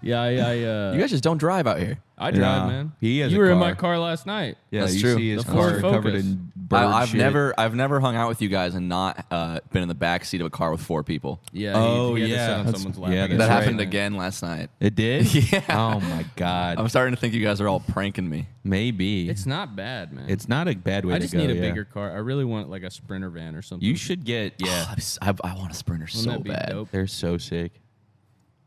A: yeah, I, I, uh,
B: You guys just don't drive out here.
A: I drive,
C: Nah,
A: man.
C: he has
A: You
C: a
A: were in my
C: car.
A: car last night.
C: Yeah,
B: That's
C: you
B: true.
C: see his
A: The
C: car
A: Ford
C: covered
A: Focus.
C: in bird
B: I, I've
C: shit.
B: never, I've never hung out with you guys and not uh, been in the back seat of a car with four people.
A: Yeah.
C: Oh,
A: he, he had to
C: yeah.
A: sit on
C: That's-
A: someone's lap.
C: yeah,
A: I guess.
B: That
C: That's right.
B: happened again last night.
C: It did?
B: Yeah.
C: Oh my god.
B: I'm starting to think you guys are all pranking me.
C: Maybe.
A: It's not bad, man.
C: It's not a bad way
A: I
C: to
A: just
C: go,
A: need a
C: yeah.
A: bigger car. I really want like a sprinter van or something.
C: You should get yeah.
B: I'm s- I, I want a sprinter
A: Wouldn't
B: so
A: that be
B: bad.
A: dope?
C: They're so sick.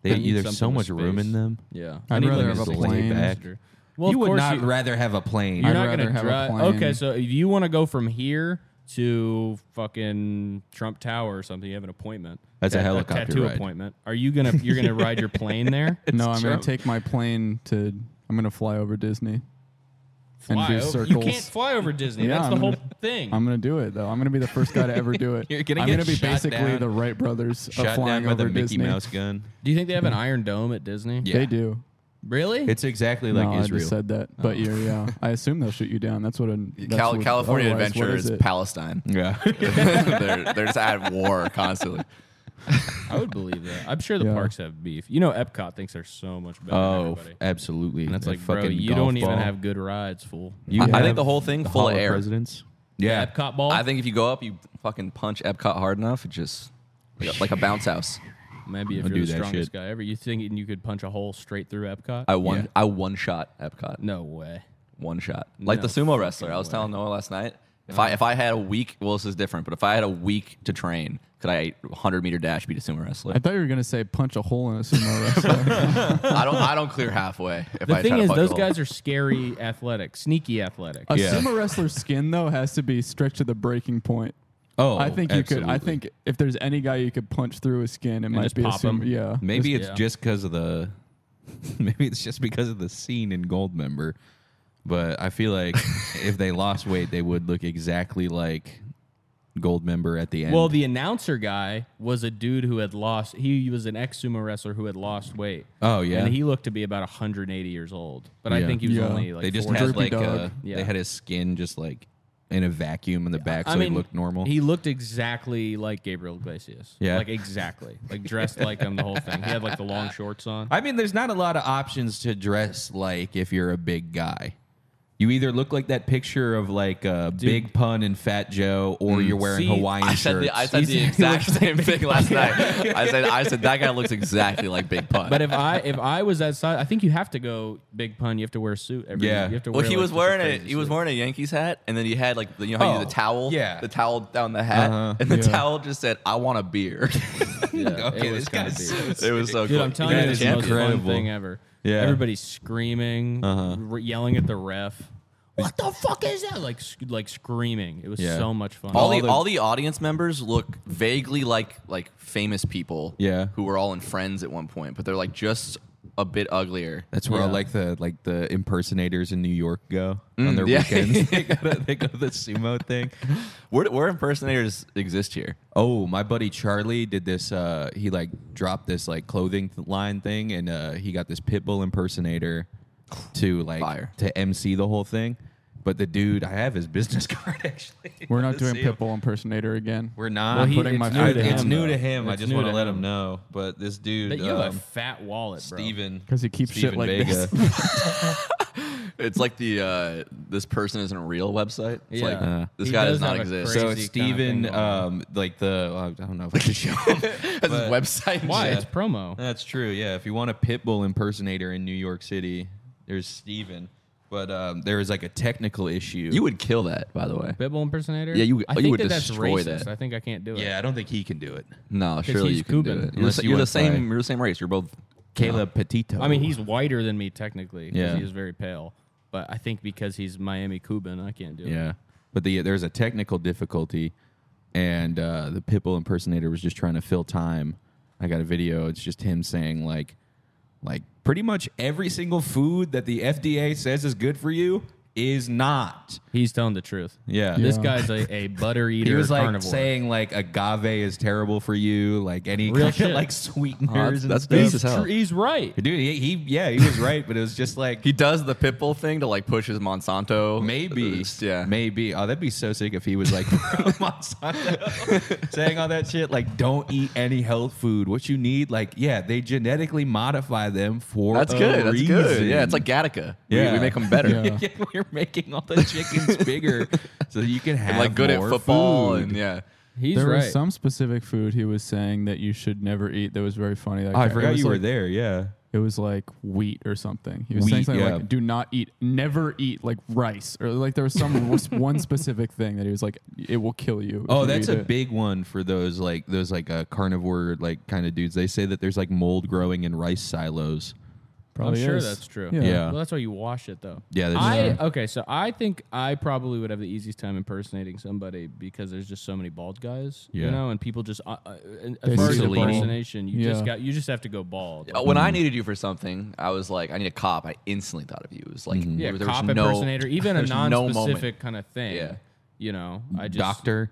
A: I
C: They
A: need
C: there's so
A: something with
C: much room
A: space.
C: in them.
A: Yeah.
D: I'd
A: I need,
D: rather
A: like,
D: have a
A: a sleek
D: plane.
A: passenger. Well,
C: you
A: of
C: would
A: course
C: not
A: you-
C: rather have a plane.
A: You're
D: I'd
A: not
D: rather
A: gonna
D: have a
A: drive.
D: plane.
A: Okay, so if you want to go from here to fucking Trump Tower or something, you have an appointment.
C: That's a
A: Ta-
C: helicopter
A: tattoo
C: ride.
A: appointment. Are you gonna you're gonna ride your plane there?
D: no, I'm gonna
C: true.
D: take my plane to. I'm gonna fly over Disney.
A: Fly
D: do
A: over- You
D: circles.
A: can't fly over Disney.
D: Yeah,
A: That's
D: I'm
A: the whole
D: gonna-
A: thing.
D: I'm gonna do it though. I'm gonna be the first guy to ever do it.
C: You're gonna
D: I'm
C: get
D: gonna be
C: shot
D: basically
C: down-
D: the Wright brothers of
C: Shot down
D: flying
C: by
D: over
C: the Mickey
D: Disney.
C: Mouse gun.
A: do you think they have an Iron Dome at Disney?
C: Yeah.
D: They do.
A: Really?
C: It's exactly like
D: no, I
C: Israel. Oh.
D: just said that, but you're, yeah, I assume they'll shoot you down. That's what a that's
B: Cal-
D: what-
B: California
D: otherwise, what
B: Adventure is,
D: it?
B: Palestine.
C: yeah.
B: they're, they're just at war constantly.
A: I would believe that. I'm sure the
D: Yeah.
A: parks have beef. You know, Epcot thinks they're so much better. than
C: oh,
A: everybody.
C: absolutely.
A: and it's
C: That
A: like, bro,
C: fucking
A: you
C: golf
A: don't
C: ball.
A: even have good rides, fool.
C: You
B: I- I think
C: have
B: the whole thing full
C: Hall
B: of air.
C: Presidents. Yeah.
A: Epcot ball.
B: I think if you go up, you fucking punch Epcot hard enough, it just like a, like a bounce house.
A: Maybe if
C: I'll
A: you're
C: do
A: the
C: that
A: strongest
C: shit.
A: guy ever, you think you could punch a hole straight through Epcot?
B: I one
C: Yeah.
B: I one shot Epcot,
A: no way.
B: one shot. Like
A: No
B: the sumo wrestler, I was telling Noah last night. If I if I had a week, well, this is different. But if I had a week to train, could I 100 meter dash beat a sumo wrestler?
D: I thought you were gonna say punch a hole in a sumo wrestler.
B: I don't I don't clear halfway. If
A: The
B: I
A: thing
B: try to
A: is,
B: punch a
A: those
B: hole.
A: guys are scary athletic, sneaky athletic.
D: a
C: Yeah.
D: sumo wrestler's skin though has to be stretched to the breaking point.
C: Oh,
D: I think you could. I
C: absolutely.
D: think if there's any guy you could punch through his skin, it might
A: just
D: be
A: pop
D: a
A: him.
D: sumo. Yeah,
C: Maybe
A: Just-
C: it's
A: yeah.
C: just because of the. Maybe it's just because of the scene in Goldmember, but I feel like if they lost weight, they would look exactly like Goldmember at the end.
A: Well, the announcer guy was a dude who had lost. He was an ex sumo wrestler who had lost weight.
C: Oh, yeah?
A: and he looked to be about 180 years old, but I
C: Yeah.
A: think he was
D: Yeah.
A: only like.
C: they just
A: 40.
C: had
D: Droopy
C: like
D: dog.
C: uh
A: Yeah.
C: they had his skin just like in a vacuum in the back, so
A: I mean,
C: he looked normal.
A: He looked exactly like Gabriel Iglesias.
C: Yeah.
A: like exactly, like dressed like him the whole thing. He had like the long shorts on.
C: I mean, there's not a lot of options to dress like if you're a big guy. You either look like that picture of like uh, Big Pun and Fat Joe, or you're wearing
A: Mm. See,
C: Hawaiian
B: I
C: shirts.
B: said, the, I said the exact same thing last night. I said I said that guy looks exactly like Big Pun.
A: But if I if I was that size, I think you have to go big pun. You have to wear a suit. Every,
C: Yeah.
A: You have to
B: well,
A: wear,
B: he
A: like,
B: was
A: just a
B: wearing a
A: crazy
B: he was
A: suit.
B: wearing a Yankees hat, and then he had like the, you know how you do
C: Oh,
B: the towel,
C: yeah.
B: the towel down the hat,
C: Uh-huh.
B: and the
D: Yeah.
B: towel just said, "I want a beer."
A: Yeah,
C: okay,
A: it was
C: this
A: kinda
C: guy's
A: big.
C: so
B: it was so
A: Dude,
B: cool.
A: I'm telling
C: That
A: you, it's
C: is
A: the most fun
C: incredible.
A: thing ever.
C: Yeah. Uh-huh.
A: everybody's screaming, re- yelling at the ref. What the fuck is that? Like, sc- like screaming. It was
C: Yeah.
A: so much fun.
B: all,
C: all
B: the,
C: the-
B: all the audience members look vaguely like like famous people,
C: Yeah.
B: who were all in Friends at one point, but they're like just a bit uglier.
C: That's where all
A: Yeah.
C: like the like the impersonators in New York go on their
B: yeah.
C: weekends. Mm, they, go to, they go to the sumo thing.
B: Where, where impersonators exist here?
C: Oh, my buddy Charlie did this. Uh, he like dropped this like clothing th- line thing, and uh, he got this pit bull impersonator to like
B: Fire.
C: to MC the whole thing. But the dude, I have his business card actually.
D: we're not
C: Let's
D: doing
C: see him.
D: Pitbull impersonator again.
C: We're not.
A: Well,
D: he- putting
A: it's
D: my-
A: new
C: I-
A: to
C: it's
A: him,
C: new
A: though.
C: to him. I
A: It's
C: just
A: new
C: want to let
A: him.
C: him know. But this dude,
A: But you have a
C: um,
A: fat wallet, bro.
C: Steven,
D: 'Cause he keeps shit
C: Steven
D: like
C: Vega.
D: this.
B: It's like the uh, this person isn't a real website. It's
A: Yeah.
B: like
A: Uh.
B: this
A: He
B: guy does
A: does
B: not
A: have a
B: exist.
A: crazy
C: so
A: kinda
C: it's Steven,
A: thing going on.
C: um, like the I don't know if I should show him.
B: Has his website.
A: Why?
B: Yeah.
A: It's promo.
C: That's true. Yeah, if you want a pit bull impersonator in New York City, there's Steven. But um, there is like a technical issue.
B: You would kill that, by the way.
A: Pitbull impersonator.
B: Yeah, you-
A: I
B: you
A: think
B: would
A: that that's
B: destroy
A: racist.
B: that.
A: I think I can't do it.
C: yeah, I don't think he can do it.
B: No, surely
A: he's
B: you can do
A: Cuban.
B: it. You're,
C: Unless
B: the,
C: you
B: you're
C: wanna
B: the same.
C: play-
B: You're the same race. You're both.
C: Caleb Petito.
A: I mean, he's whiter than me technically because
C: Yeah.
A: he is very pale. But I think because he's Miami Cuban, I can't do it.
C: yeah. But the there's a technical difficulty, and uh, the pit bull impersonator was just trying to fill time. I got a video. It's just him saying like, like pretty much every single food that the FDA says is good for you is not.
A: He's telling the truth.
C: Yeah.
A: This
D: Yeah.
A: guy's a, a butter eater
C: He was like
A: carnivore.
C: saying like agave is terrible for you, like any
A: Real
C: kind
A: shit.
C: of like
B: that's-
C: sweeteners. and
B: that's
C: stuff.
A: he's,
B: This is hell.
A: tr- he's right.
C: dude. He, he yeah, he was right, but it was just like
B: He does the pitbull thing to like push his Monsanto.
C: maybe
B: It's- yeah.
C: maybe. Oh, that'd be so sick if he was like Monsanto saying all that shit like don't eat any health food. What you need, like yeah, they genetically modify them for
B: That's
C: a
B: good. That's good.
C: reason.
B: Yeah, it's like Gattaca.
C: Yeah.
B: We, we make them better.
D: Yeah.
C: Yeah, we're making all the chickens bigger so you can have
B: Like good at
C: more
B: football
C: food.
B: and yeah.
A: He's
D: there
A: right.
D: was some specific food he was saying that you should never eat that was very funny. Like,
C: Oh, I
D: it
C: forgot
D: was
C: you were
D: like-
C: there. Yeah.
D: It was like wheat or something. He was saying
C: Wheat,
D: something
C: yeah.
D: like, "Do not eat, never eat like rice," or like there was some was one specific thing that he was like, "It will kill you." if
C: Oh,
D: you
C: that's
D: eat
C: a
D: it."
C: big one for those like those like uh, carnivore like kind of dudes. They say that there's like mold growing in rice silos.
A: I'm
D: Probably
A: sure
D: is.
A: that's true.
D: Yeah.
C: Yeah.
A: Well, that's why you wash it though.
C: Yeah, that's
A: I okay. So I think I probably would have the easiest time impersonating somebody because there's just so many bald guys, you
C: Yeah.
A: know, and people just uh, uh, and
D: They
A: as far as
C: see the bald.
A: impersonation, you just
D: Yeah.
A: got you just have to go bald.
B: Uh, When I needed you for something, I was like, I need a cop. I instantly thought of you. It was like,
A: yeah,
B: there was
A: cop
B: no-
A: impersonator, even a
B: there's no moment.
A: non-specific kind of thing.
B: Yeah.
A: You know, I just
C: Doctor,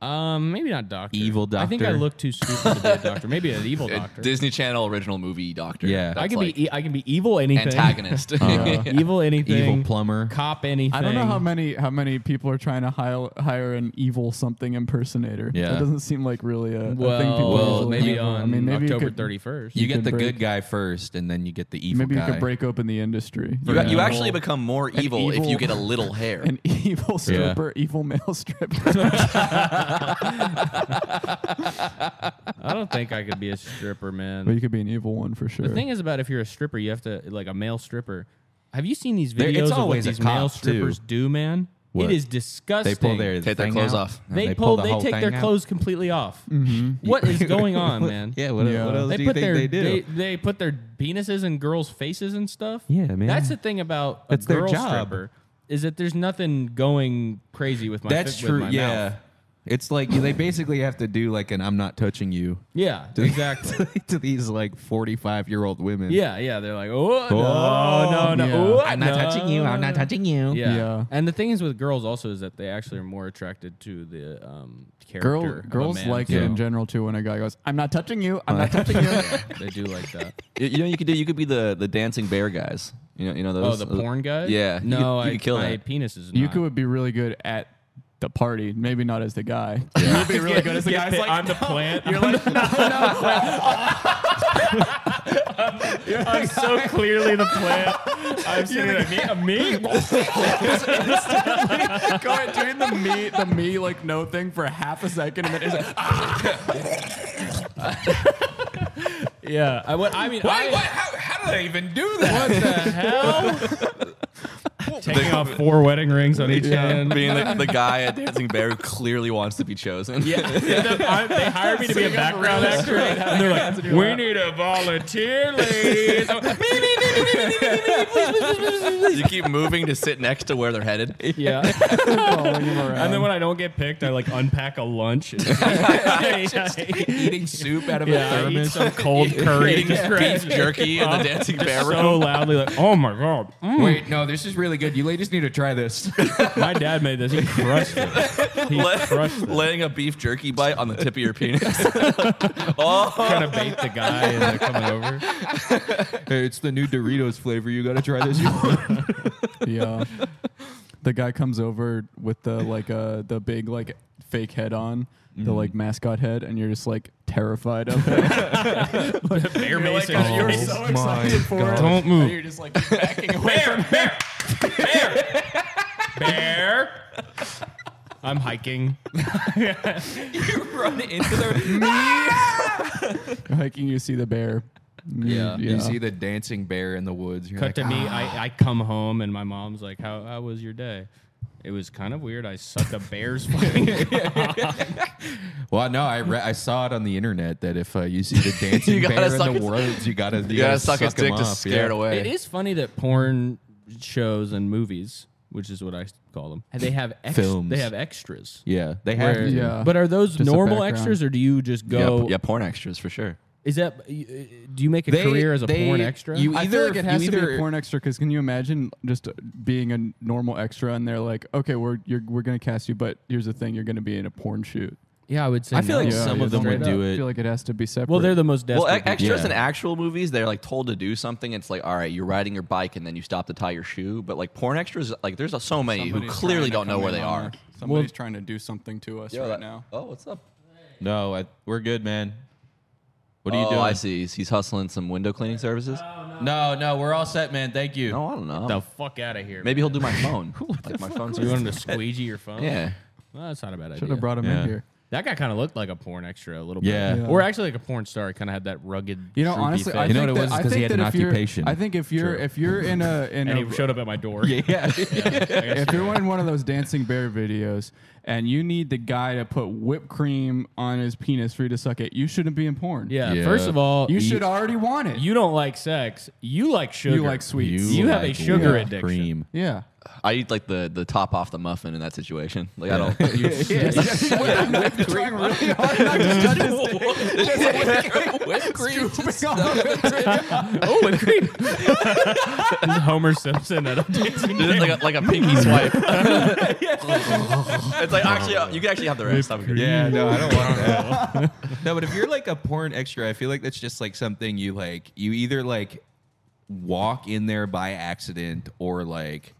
A: Um, maybe not doctor.
C: Evil
A: I think I
C: doctor.
A: look too stupid to be a doctor. Maybe an evil
B: A
A: doctor.
B: Disney Channel original movie doctor.
C: Yeah.
B: That's
A: I can
B: like
A: be e- I can be evil anything.
B: antagonist.
A: evil anything.
C: evil plumber.
A: Cop anything.
D: I don't know how many how many people are trying to hire hire an evil something impersonaper.
C: Yeah.
D: that doesn't seem like really a, a thing.
A: Well,
D: People
A: well
D: usually
A: maybe
D: do.
A: on
D: I mean, maybe you
A: October
D: could-
A: thirty first.
C: you, get
D: can
C: the
D: break-
C: good guy first, and then you get the evil
D: Maybe
C: guy.
D: you could break open the industry.
B: You,
D: Yeah.
B: you actually become more evil, if
D: evil-
B: you get a little hair.
D: an evil stripper, evil male stripper.
A: I don't think I could be a stripper, man.
D: but you could be an evil one for sure.
A: the thing is about if you're a stripper, you have to like a male stripper. Have you seen these
C: There- it's
A: videos of what
C: always a
A: these male
C: cop,
A: strippers do, man?
C: What?
A: It is disgusting.
C: they pull their
B: Take their
C: thing
B: clothes
C: out.
B: off.
C: and
A: they, pull,
C: the
A: they
C: whole
A: take
C: thing
A: their
C: out. Mm-hmm.
A: clothes completely off. What is going on, man?
C: Yeah. What,
D: Yeah.
C: what else
A: They
C: do you
A: put
C: think
A: their
C: they do?
A: They, they put their penises in girls' faces and stuff.
C: Yeah, man.
A: That's the thing about a
C: That's their
A: girl
C: job.
A: stripper is that there's nothing going crazy with my.
C: That's
A: with
C: true.
A: my
C: yeah.
A: mouth.
C: It's like they basically have to do like an "I'm not touching you"
A: yeah, exactly.
C: to these like 45 year old women.
A: Yeah, yeah. They're like, oh, no, no, no.
D: yeah.
A: oh,
D: I'm
A: no."
C: touching you.
A: Yeah.
D: Yeah.
A: and the thing is with girls also is that they actually are more attracted to the um, character.
D: Girl,
A: of a
D: girls
A: man,
D: like
A: so
D: it in general too. When a guy goes, "I'm not touching you," I'm not touching you.
A: They do like that.
B: you, you know, you could do. You could be the the dancing bear guys. You know, you know
A: Oh,
B: those. uh,
A: the porn guys.
B: Yeah, you
A: no,
B: could- you
A: I
B: could kill
A: my
B: that.
A: penis is.
D: You
A: not.
D: could be really good at the party, maybe not as the guy. You'd be really good as the guy. It's like, "Oh
A: I'm the plant. I'm so clearly the plant. I'm sitting there, me, me.
D: Go ahead, doing the me, the me like no thing for half a second, and then it's like,
A: Yeah, I, what, I mean, I,
C: How, how do they even do that?
A: what the hell? Taking off four wedding rings on each hand.
B: Being the, the guy at dancing bear who clearly wants to be chosen. Yeah,
A: I- they hired me to be a background actor, and they're like, "We need a volunteer, ladies." I'm like, "Me, me, me, me, me, me, me, me, me, please, please, please, please, please."
B: you keep moving to sit next to where they're headed.
A: Yeah,
D: following him around.
A: and then when I don't get picked, I like unpack a lunch.
C: Eating soup out of
A: Yeah, I eat some cold curry,
B: Eating beef jerky and the dancing bear. room.
A: so loudly, like, "Oh my god!"
C: Wait, no, this is really good. You ladies need to try this.
A: My dad made this. He crushed it. He crushed it.
B: Laying a beef jerky bite on the tip of your penis.
A: Trying to bait the guy into coming over.
C: hey, it's the new Doritos flavor. You got to try this.
D: yeah, the guy comes over with the like uh the big like fake head on. The like mascot head, and you're just like terrified of it.
A: Bear Mason.
D: oh, you're so excited for it.
A: Don't move.
D: And you're just like backing away.
A: bear, bear, bear, bear. I'm hiking.
B: Run into the.
D: Hiking, you see the bear.
A: Yeah.
C: You see the dancing bear in the woods. You're
A: Cut
C: like,
A: to me. I, I come home and my mom's like, "How how was your day?" It was kind of weird. I sucked a bear's fucking.
C: "Ah." Well, no, I re- I saw it on the internet that if uh, you see the dancing
B: You gotta
C: bear in
B: suck
C: the
B: its-
C: woods, you gotta you,
B: You gotta suck his
C: him
B: dick to
C: up,
B: scare it
C: yeah.
B: away.
A: It is funny that porn shows and movies, which is what I call them, they have ex-
C: Films.
A: They have extras.
C: Yeah, they have. to.
D: Yeah.
A: But are those
D: a
A: normal
D: background.
A: extras, or do you just
B: Oh. Yeah,
A: go?
B: p- yeah, porn extras for sure.
A: Is that uh, do you make a
C: They-
A: career as a
C: they-
A: porn extra?
C: you-
D: I
C: Either-
D: feel like it has
C: you
D: to be
C: either-
D: a porn extra because can you imagine just uh, being a normal extra and they're like, okay, we're you're, we're gonna cast you, but here's the thing, you're gonna be in a porn shoot.
A: yeah, I would say.
C: I feel
A: no.
C: like some
D: yeah,
C: of them would
D: straight
C: do
D: up.
C: it.
D: I feel like it has to be separate.
A: Well, they're the most desperate.
B: Well, e- extras
C: Yeah.
B: in actual movies, they're like told to do something. It's like, all right, you're riding your bike and then you stop to tie your shoe. But like porn extras, like there's so many who clearly don't know where they are.
D: Somebody's trying to do something to us
B: Yo,
D: right
B: that-
D: now.
B: Oh, what's up?
C: No, I, we're good, man. What are you
B: oh,
C: doing?
B: I see. He's, he's hustling some window cleaning services.
C: No, no, we're all set, man. Thank you.
B: no, I don't know.
A: the fuck out of here.
B: Maybe he'll do my phone. like my phone's.
A: you want him to squeegee your phone.
B: Yeah.
A: Well, that's not a bad
D: Should
A: idea.
D: have brought him
C: Yeah.
D: in here.
A: that guy kind of looked like a porn extra a little
C: Yeah.
A: bit.
C: Yeah.
A: Or actually like a porn star. Kind of had that rugged.
D: You know,
A: droopy
D: honestly,
A: face.
D: I
C: You know
D: think
C: what it was?
D: that-
C: It's
D: I
C: 'cause he
D: think
C: had
D: that
C: an
D: if you're-
C: occupation.
D: I think if you're if you're in a in
A: and
D: a
A: he showed up at my door.
C: Yeah.
D: if you're in one of those dancing bear videos and you need the guy to put whipped cream on his penis for you to suck it, you shouldn't be in porn.
A: Yeah,
C: Yeah.
A: First of all,
D: You should already want it.
A: You don't like sex. You like sugar.
D: You like sweets.
A: You have a sugar
C: whipped
A: addiction.
C: Cream.
D: yeah.
B: I eat like the, the top off the muffin in that situation. Like I don't. You,
D: You're trying really hard not to touch his dick.
A: Oh, and cream. this is Homer Simpson at a dancing
B: It's
A: game.
B: like a, like a pinky swipe. it's like actually, uh, you can actually have the rest. I'm good.
C: Yeah,
D: Mm.
C: no, I don't want that. no, but if you're like a porn extra, I feel like that's just like something you like. You either like walk in there by accident or like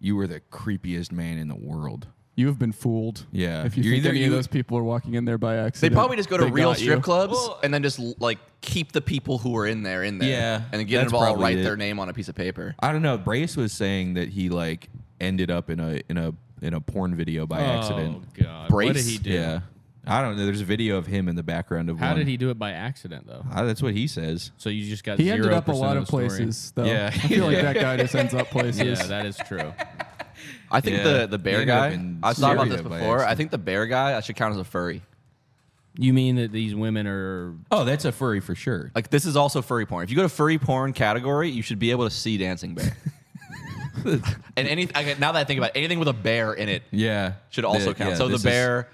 C: you were the creepiest man in the world.
D: You have been fooled.
C: Yeah.
D: If you
C: You're
D: think
C: either-
D: any
C: you-
D: of those people are walking in there by
B: They
D: accident,
B: probably just go to
D: they
B: real
D: got you.
B: strip clubs
C: Well-
B: and then just like keep the people who are in there in there.
C: Yeah,
B: And then get
C: that's
B: them all
C: probably
B: write
C: it.
B: their name on a piece of paper.
C: I don't know. Brace was saying that he like ended up in a in a in a porn video by
A: Oh
C: accident.
A: God! What did
B: Brace?
A: he do?
C: Yeah. I don't know. There's a video of him in the background of
A: How
C: one.
A: did he do it by accident though?
C: Ah, that's what he says.
A: So you just got
D: He
A: zero
D: ended up a lot
A: of,
D: of
A: the story.
D: places, though.
C: Yeah.
D: I feel like that guy just ends up places.
A: Yeah, that is true.
B: I think
C: Yeah.
B: the, the bear
C: They ended up
B: guy.
C: in
B: I've thought about
C: Syria
B: this
C: by
B: before. I
C: accident.
B: think the bear guy. I should count as a furry.
A: You mean that these women are?
C: Oh, that's a furry for sure.
B: Like this is also furry porn. If you go to furry porn category, you should be able to see dancing bear. and any I get- now that I think about it, anything with a bear in it
C: Yeah.
B: should also
C: The-
B: count.
C: yeah,
B: so the
C: this is-
B: bear,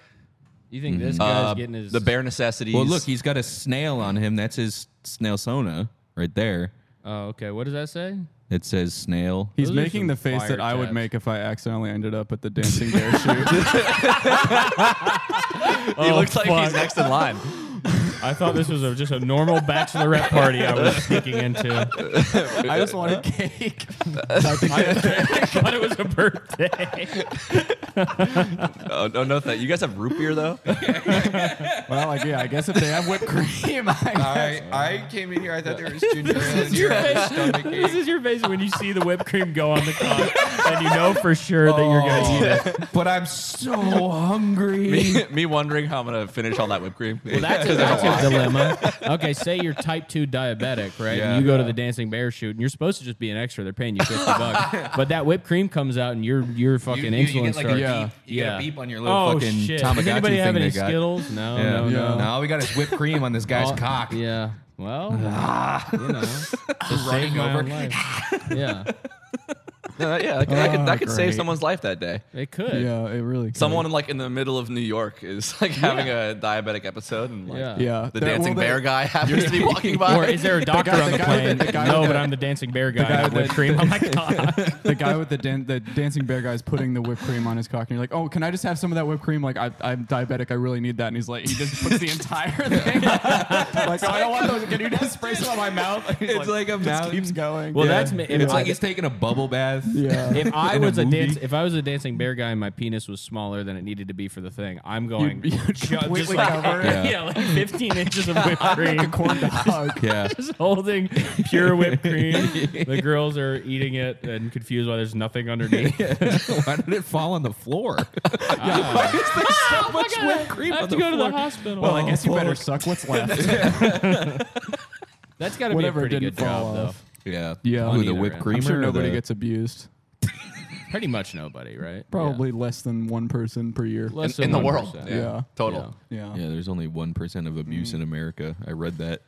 A: You think
C: Mm-hmm.
A: this guy's
B: uh,
A: getting his
B: the bear necessities.
C: Well, look, he's got a snail on him. That's his snail sona right there.
A: Oh, okay. What does that say?
C: It says snail.
D: He's
A: Those are some
D: making the face
A: fire
D: that I would
A: tabs.
D: make if I accidentally ended up at the dancing bear shoot.
B: he
A: Oh,
B: looks like
A: fuck.
B: he's next in line.
A: I thought this was a, just a normal bachelorette party I was sneaking into.
D: I just wanted cake.
A: I thought it was a birthday.
B: Oh no, no, thank you guys have root beer though.
D: Well, like yeah, I guess if they have whipped cream, I
C: I I came in here. I thought there was ginger ale.
A: your face. This is your face when you see the whipped cream go on the top, and you know for sure that you're gonna eat
C: Oh.
A: it.
C: But I'm so hungry.
B: me, me wondering how I'm gonna finish all that whipped cream.
A: Well, that's a, that's a dilemma. Okay, say you're type two diabetic, right?
C: Yeah.
A: and you go to the dancing bear shoot, and you're supposed to just be an extra. They're paying you fifty bucks, but that whipped cream comes out, and your your fucking insulin starts.
D: Yeah.
C: You
A: Yeah.
C: got a beep on your little
A: oh
C: fucking
A: shit!
C: Tamagotchi
A: Does anybody
C: thing
A: have any
C: they got.
A: Skittles? No,
C: Yeah.
A: Oh, no,
D: Yeah.
A: no.
C: No, we got his whipped cream on this guy's
A: Oh,
C: cock.
A: Yeah. Well, you know, just
C: Running
A: saved my
C: over.
A: own life. yeah,
B: No, Uh, yeah, like, I could, that could save
D: great.
B: someone's life that day.
A: it could.
D: yeah, it really. could.
B: Someone like in the middle of New York is like having a diabetic episode, and like
A: Yeah.
D: yeah,
B: Uh, the
D: That-
B: dancing
D: well,
B: bear
D: that-
B: guy happens to be walking by.
A: Or is there a doctor
D: guy-
A: on
D: the
A: the,
D: guy with
A: plane?
D: the- the guy
A: no,
D: with
A: but
D: the-
A: I'm the dancing bear guy.
D: guy
A: not
D: with
A: whipped
D: the-
A: cream on my
C: Oh
A: cock.
D: the guy with the dan- the dancing bear guy's putting the whipped cream on his cock, and you're like, "Oh, can I just have some of that whipped cream? Like, I, I'm diabetic, I really need that." And he's like, he just puts the entire thing. like, "Oh, I don't want those. Can you just spray some on my mouth? And he's
C: It's like a
D: just
C: mountain.
D: keeps going.
A: Well,
D: yeah.
A: that's me.
C: It's like he's taking a bubble bath.
D: yeah.
A: if I
C: In a
A: was a
C: movie.
A: dance, if I was a dancing bear guy and my penis was smaller than it needed to be for the thing, I'm going
D: You'd- you'd
A: ju- just
D: completely
A: like,
D: cover it.
A: yeah. like 15 inches of whipped cream,
D: Like a corn dog.
C: Yeah.
A: just holding pure whipped cream. the girls are eating it and confused why there's nothing underneath.
C: Why did it fall on the floor?
A: Much whipped cream. I have to go to the hospital.
D: Well, I guess you better suck what's left.
A: that's got to be a
D: Whatever
A: pretty
D: didn't
A: good
D: fall
A: job,
D: off.
C: Yeah.
D: Yeah.
C: Ooh,
D: On
C: the
A: either
C: whipped
A: end.
C: cream.
D: I'm sure
C: or
D: nobody
C: the-
D: gets abused.
A: though. Pretty much nobody, right?
D: Probably less than one person per year.
A: Yeah. Less
B: in, in
A: than
B: the world?
A: 1%.
D: Yeah.
B: total.
A: Yeah.
D: Yeah.
C: Mm. Yeah, there's only one percent of abuse in America. I read that.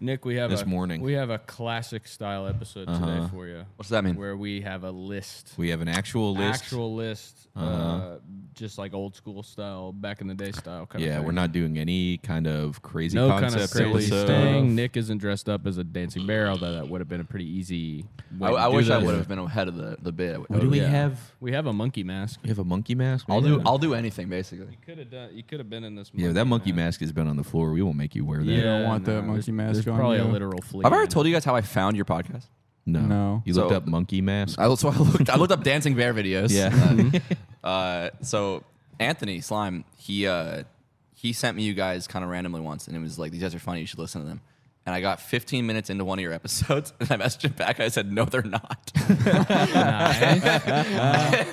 A: Nick, we have
C: This
A: a,
C: morning.
A: We have a classic style episode today for you.
B: What's that mean?
A: Where we have a list,
C: We have an actual list.
A: actual list, uh just like old school style, back in the day style. Kind
C: yeah,
A: of
C: we're not doing any kind of crazy
A: no kind of
C: concept
A: crazy
C: episode.
A: thing. Nick isn't dressed up as a dancing bear, although that would have been a pretty easy. Way
B: I,
A: to
B: I
A: do
B: wish I
A: this.
B: would have been ahead of the, the bit.
C: What do we
A: Yeah.
C: have?
A: We have a monkey mask.
C: We have a monkey mask.
B: I'll
C: Yeah.
B: do I'll do anything basically.
A: Could have done. You could have been in this.
C: Yeah, that monkey mask has been on the floor. We won't make you wear that.
D: You don't want
A: no,
D: that monkey
A: there's-
D: mask
A: There's
D: on
A: probably a
D: you.
A: literal flea.
B: I've already
A: in
B: told you guys how I found your podcast.
C: No.
D: No.
C: You looked
B: So-
C: up monkey mask.
B: I so I looked I looked up dancing bear videos.
C: Yeah.
B: Uh, uh, so Anthony Slime he uh, he sent me you guys kind of randomly once, and it was like these guys are funny. You should listen to them. And I got 15 minutes into one of your episodes, and I messaged him back. I said, "No, they're not." and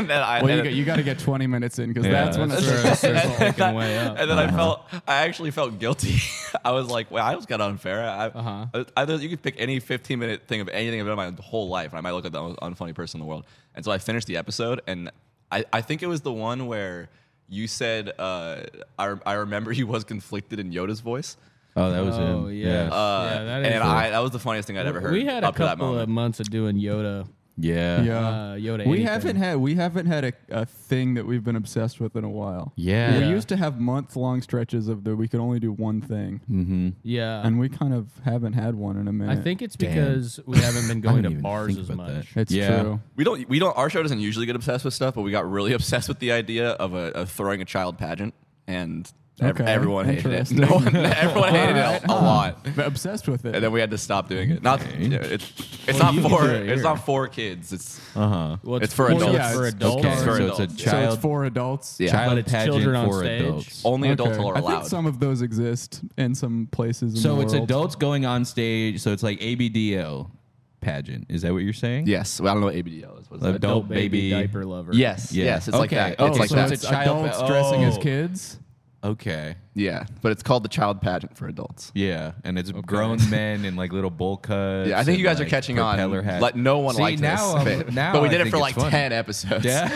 B: then I,
D: Well,
B: and-
D: you got, you got to get 20 minutes in because
C: Yeah,
D: that's when
A: That's
D: it's
A: true. That's all taken way up.
B: And then I felt, I actually felt guilty. I was like, "Well, I was kind of unfair." I,
A: Uh-huh.
B: uh you could pick any 15 minute thing of anything I've done in my whole life, and I might look like the most unfunny person in the world. And so I finished the episode, and I, I think it was the one where you said, uh, I, I remember he was conflicted in Yoda's voice,
C: Oh, that was
A: Oh,
C: him.
A: yeah.
C: Yeah.
B: uh,
A: Yeah, that is-
B: and I, that was the funniest thing I'd ever heard.
A: We had a
B: up to that
A: couple of
B: moment.
A: months of doing Yoda.
C: Yeah.
D: Yeah.
A: Uh, Yoda.
D: we
A: anything.
D: haven't had we haven't had a, a thing that we've been obsessed with in a while.
C: Yeah.
D: We used to have month long stretches of the we could only do one thing,
A: Yeah.
D: and we kind of haven't had one in a
A: I
D: minute.
A: think it's
C: Damn.
A: because we haven't been going to
C: even
A: bars
C: think
A: as
C: about
A: much.
D: it's
C: Yeah.
D: true.
B: we don't, we don't. Our show doesn't usually get obsessed with stuff, but we got really obsessed with the idea of a, of throwing a child pageant, and ev-
D: Okay,
B: everyone hated it.
D: interesting.
B: No one, everyone hated
D: Alright,
B: it a, a lot.
D: But obsessed with it.
B: and then we had to stop doing it. Not
C: Okay.
B: yeah, it's it's
A: Well, you
B: not
A: can
B: for
A: do it
B: it's
A: here.
B: not for kids. It's
C: Uh huh.
A: Well,
B: It's for
A: well,
D: adults.
A: Yeah, it's for
D: Okay.
A: adults.
B: It's for
C: so it's a
B: adults, yeah.
D: so
C: child.
D: it's for adults.
B: Yeah.
C: Child
A: But it's
C: pageant
A: children on
C: for
A: stage.
C: adults.
B: only adults
D: Okay.
B: are
D: I think
B: allowed.
D: some of those exist in some places. In
C: So
D: the
C: it's
D: world.
C: adults going on stage. So it's like ABDL pageant. Is that what you're saying?
B: yes, well, I don't know what ABDL is. What is that?
C: Adult baby-
A: diaper lover.
B: Yes,
C: Yeah.
B: yes, it's like
C: Okay.
B: that. It's
C: Oh,
B: like
D: so
B: that.
D: it's
C: a child-
D: adults dressing as
C: oh.
D: kids.
C: Okay.
B: yeah, but it's called the child pageant for adults.
C: Yeah, and it's grown men in like little bowl cuts.
B: Yeah, I think
C: and,
B: you guys
C: like,
B: are catching on.
C: propeller hats.
B: Let no one
C: See,
B: liked
C: now
B: this,
C: I'm-
B: bit.
C: now
B: but we
C: I
B: did it
C: think
B: for
C: it's
B: like
C: funny.
B: ten episodes.
C: Yeah,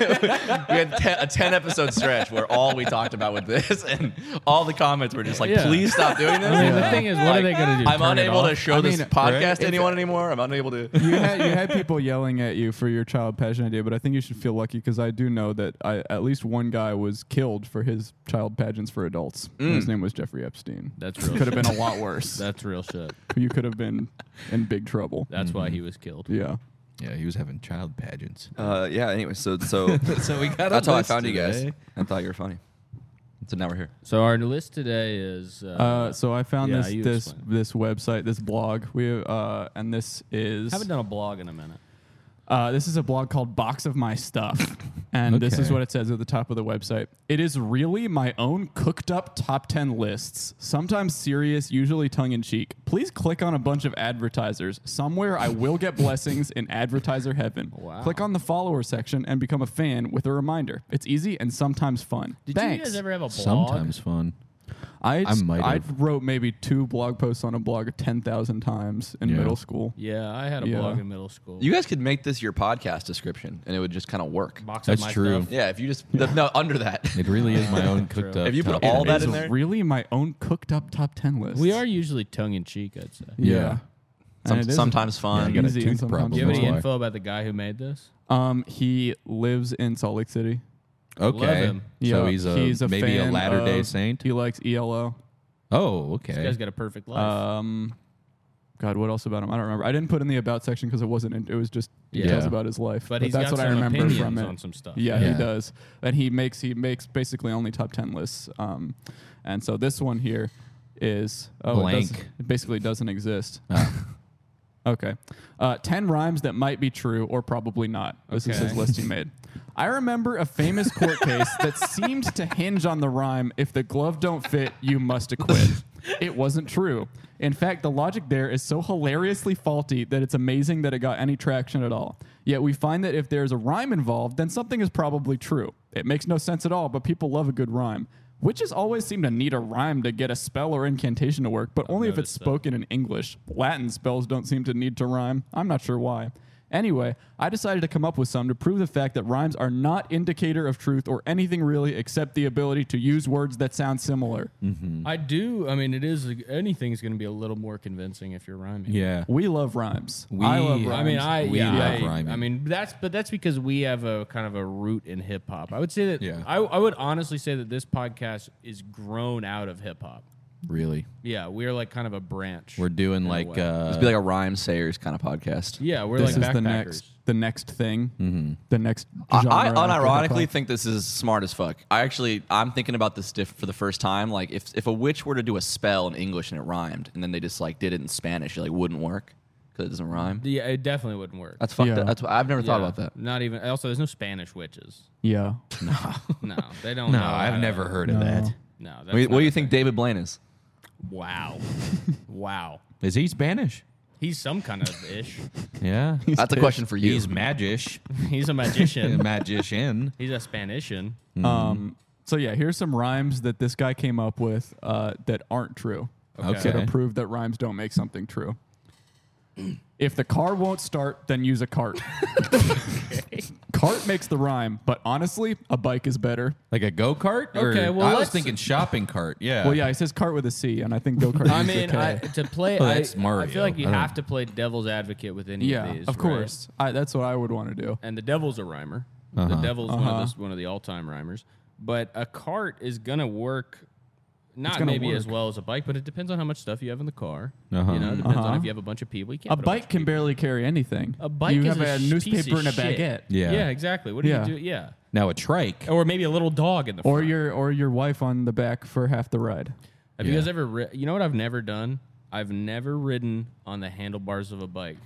B: we had te- a ten episode stretch where all we talked about was this, and all the comments were just like,
A: Yeah.
B: "Please stop doing this."
A: I mean, the thing is, what are they going to do?
B: I'm
A: Turn it
B: unable to
A: off?
B: show
D: I
B: this
D: mean,
B: podcast
C: right?
B: to anyone anymore. I'm unable to.
D: You had you had people yelling at you for your child pageant idea, but I think you should feel lucky because I do know that I, at least one guy was killed for his child pageants for adults. His name was Jeffrey Epstein.
A: Mm. That's real.
D: could have
A: shit.
D: been a lot worse.
A: That's real shit.
D: you could have been in big trouble.
A: That's why he was killed.
D: Yeah.
C: yeah. He was having child pageants.
B: Uh, yeah. Anyway, so so
C: So we got.
B: that's how I found you guys. I thought you were funny. So now we're here.
A: So our list today is uh,
D: Uh, so I found
A: yeah, you
D: this this
A: explain.
D: this website, this blog. We uh, and this is
A: haven't done a blog in a minute.
D: Uh, this is a blog called Box of My Stuff. And this is
C: Okay.
D: what it says at the top of the website. It is really my own cooked up top 10 lists, sometimes serious, usually tongue in cheek. Please click on a bunch of advertisers. Somewhere I will get blessings in advertiser heaven.
A: Wow.
D: Click on the follower section and become a fan with a reminder. It's easy and sometimes fun.
A: Did
D: Thanks.
A: you guys ever have a blog?
C: Sometimes fun.
D: I,
C: I might
D: I
C: have.
D: wrote maybe two blog posts on a blog 10,000 times in
C: Yeah.
D: middle school.
A: Yeah, I had a
D: Yeah.
A: blog in middle school.
B: You guys could make this your podcast description, and it would just kind of work.
A: Box
C: That's
A: up my
C: true.
A: Stuff.
B: Yeah, if you just no under that.
C: It really is my own cooked up.
B: If you put
C: top
B: all
C: ten.
B: that in
D: It's
B: there?
D: really my own cooked up top 10 list.
A: We are usually tongue in cheek, I'd say. Do
D: Yeah.
C: Yeah.
B: Some-
D: And it is-
B: sometimes
C: I
B: fun.
C: got a
D: Easy and
C: tooth
D: sometimes
C: problem.
D: Do
A: you have
C: that's
A: any
C: why.
A: info about the guy who made this?
D: Um, he lives in Salt Lake City.
A: Love
C: Okay.
A: him.
C: So
D: Yeah,
C: he's a, maybe a
D: fan
C: Latter Day
D: of-
C: Saint.
D: He likes E ELO.
C: Oh,
A: This
C: okay.
A: guy's got a perfect life.
D: Um, God, what else about him? I don't remember. I didn't put in the about section because it wasn't. In, it was just details
C: Yeah.
D: about his life.
A: but he's
D: that's
A: got
D: what
A: some
D: I remember
A: opinions
D: from it.
A: on some stuff.
D: yeah,
C: Yeah.
D: he does. And he makes he makes basically only top ten lists. Um, and so this one here is oh, it
C: Blank.
D: doesn't- It, basically doesn't exist. Okay. Uh, 10 rhymes that might be true or probably not. This is
A: Okay.
D: his list he made. I remember a famous court case that seemed to hinge on the rhyme if the glove don't fit, you must acquit. it wasn't true. In fact, the logic there is so hilariously faulty that it's amazing that it got any traction at all. Yet we find that if there's a rhyme involved, then something is probably true. It makes no sense at all, but people love a good rhyme. Witches always seem to need a rhyme to get a spell or incantation to work, but only if it's
A: noticed that.
D: spoken spoken in English. Latin spells don't seem to need to rhyme. I'm not sure why. Anyway, I decided to come up with some to prove the fact that rhymes are not indicator of truth or anything really except the ability to use words that sound similar.
A: Mm.
C: Mm.
A: I do. I mean, it is anything's going to be a little more convincing if you're rhyming.
C: Yeah.
D: We love rhymes. I love
C: We-
D: rhymes.
A: I mean, I
C: We
A: yeah,
C: love
A: I,
C: rhyming.
A: I mean that's but that's because we have a kind of a root in hip hop. I would say that
C: Yeah.
A: I, I would honestly say that this podcast is grown out of hip hop.
C: Really.
A: Yeah, we are like kind of a branch.
C: We're doing
A: in a
C: like
A: way.
B: Just
C: uh,
B: be like a rhyme sayers kind of podcast.
A: yeah, we're
D: this
A: like
D: is
A: backpackers. Mm-hmm.
D: the next the next thing. The next. Genre
B: I, I
D: after
B: unironically
D: hip-hop.
B: think this is smart as fuck. I actually, I'm thinking about this diff for the first time. Like, if if a witch were to do a spell in English and it rhymed, and then they just like did it in Spanish, it like wouldn't work because it doesn't rhyme.
A: Yeah, it definitely wouldn't work.
B: That's fucked.
D: Yeah.
B: Up. That's I've never thought
A: Yeah,
B: about that.
A: Not even. Also, there's no Spanish witches.
D: yeah.
A: No, they don't.
C: no,
A: know how
C: I've
A: to-
C: never heard of that.
A: No, that's
B: What, do- what
A: not
B: do you
A: a
B: think
A: thing.
B: David Blaine is?
A: Wow, wow.
C: Is he Spanish?
A: He's some kind of ish.
C: Yeah.
B: That's a question for you.
C: He's magish.
A: He's a magician.
C: magician.
A: He's a Spanician. Mm-hmm.
D: Um. So yeah, here's some rhymes that this guy came up with uh, that aren't true.
C: Okay.
D: To prove that rhymes don't make something true. If the car won't start, then use a cart. Cart makes the rhyme, but honestly, a bike is better.
C: Like a go kart?
A: Okay, well,
C: I was
A: let's-
C: thinking shopping cart. Yeah.
D: Well, yeah, he says cart with a C, and I think go kart.
A: Uh, I mean, I, to
D: Oh,
A: play,
C: Well,
A: I,
C: that's
A: I feel
C: Mario.
A: like you
C: I don't-
A: have to play devil's advocate with any
D: yeah,
A: of these.
D: of
A: right?
D: course. Uh-huh. I, that's what I would want to do.
A: And the devil's a rhymer. The devil's one of the, one of the all time rhymers. But a cart is gonna work. Not
D: gonna
A: maybe as
D: work.
A: well as a bike, but it depends on how much stuff you have in the car.
C: Uh-huh.
A: You know, it depends on if you have a bunch of people. You can't
D: A
A: put
D: bike can barely carry anything.
A: A bike
D: You
A: is
D: have a,
A: sh- piece
D: newspaper
A: of
D: and a
A: shit.
D: baguette.
C: Yeah.
A: yeah, exactly. What do
D: Yeah.
A: you do? Yeah,
C: Now a trike.
A: or maybe a little dog in the
D: Or
A: front.
D: your or your wife on the back for half the ride.
A: Have you guys
C: Yeah.
A: ever? Ri- you know what I've never done? I've never ridden on the handlebars of a bike.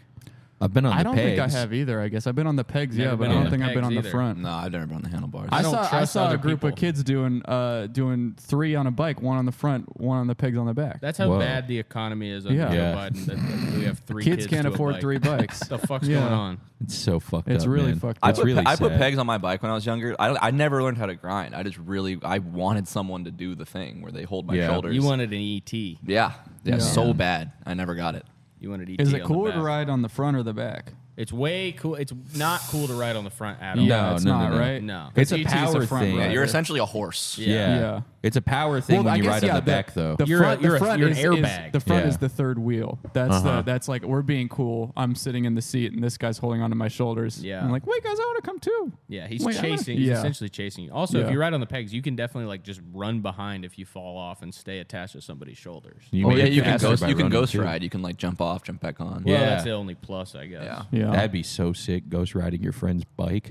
C: I've been on the
D: I don't think I
C: pegs.
D: have either. I guess I've been on the pegs,
A: Never
D: yeah, but
A: been
D: I
A: on
D: don't
A: the
D: think I've been
A: pegs
D: on the
A: either.
D: front.
B: no, I've never been on the handlebars.
D: I,
A: don't
D: saw, I
A: trust
D: saw
A: other
D: a group of
A: people.
D: kids doing uh, doing three on a bike, one on the front, one on the pegs on the back.
A: That's how
C: Whoa.
A: bad the economy is under
D: Yeah.
A: Joe
C: Yeah.
A: Biden. That, that we have three
D: kids,
A: kids
D: can't
A: to a
D: afford
A: bike.
D: three bikes.
A: The fuck's
D: Yeah.
A: going on?
C: It's so fucked up.
D: It's really
C: man.
D: fucked
B: I
D: up.
C: It's
B: put,
C: really
B: I put
C: sad.
B: pegs on my bike when I was younger. I, I never learned how to grind. I just really I wanted someone to do the thing where they hold my
C: Yeah.
B: shoulders.
A: You wanted an E ET. You
B: yeah, yeah,
D: Yeah.
B: so bad. I never got it.
A: wanted ET.
D: Is
A: on
D: it
A: the
D: cooler to
A: back.
D: ride on the front or the back?
A: It's way cool. It's not cool to ride on the front at all.
C: No,
D: Yeah, it's
C: no, no,
D: not
C: no.
D: right.
A: No.
C: It's
D: 'Cause
C: a
D: ET 's
C: power
D: front
C: thing. Yeah,
B: Yeah,
D: rider.
B: you're essentially a horse.
A: Yeah.
C: Yeah.
D: Yeah.
C: It's a power thing
D: Well,
C: when
D: I
C: you ride
D: guess, yeah,
C: on the back, though.
D: The
A: You're a-
D: front,
A: you're
D: the
A: a-
D: front
A: you're an
D: is,
A: airbag.
D: Is, the front
C: Yeah.
D: is the third wheel. That's
C: Uh-huh.
D: the, that's like we're being cool. I'm sitting in the seat and this guy's holding onto my shoulders.
A: Yeah.
D: I'm like, wait, guys, I want to come too.
A: Yeah, he's
D: Wait, I wanna-"
A: chasing. He's
D: yeah.
A: essentially chasing you. Also,
D: Yeah.
A: if you ride on the pegs, you can definitely like just run behind if you fall off and stay attached to somebody's shoulders.
C: You
B: Oh
C: make
B: yeah,
C: it
B: you can
C: faster
B: ghost.
C: by
B: You can
C: running,
B: ghost
C: too.
B: ride. You can like jump off, jump back on.
A: Well,
C: Yeah.
A: that's the only plus, I guess.
B: Yeah.
D: Yeah.
C: That'd be so sick. Ghost riding your friend's bike.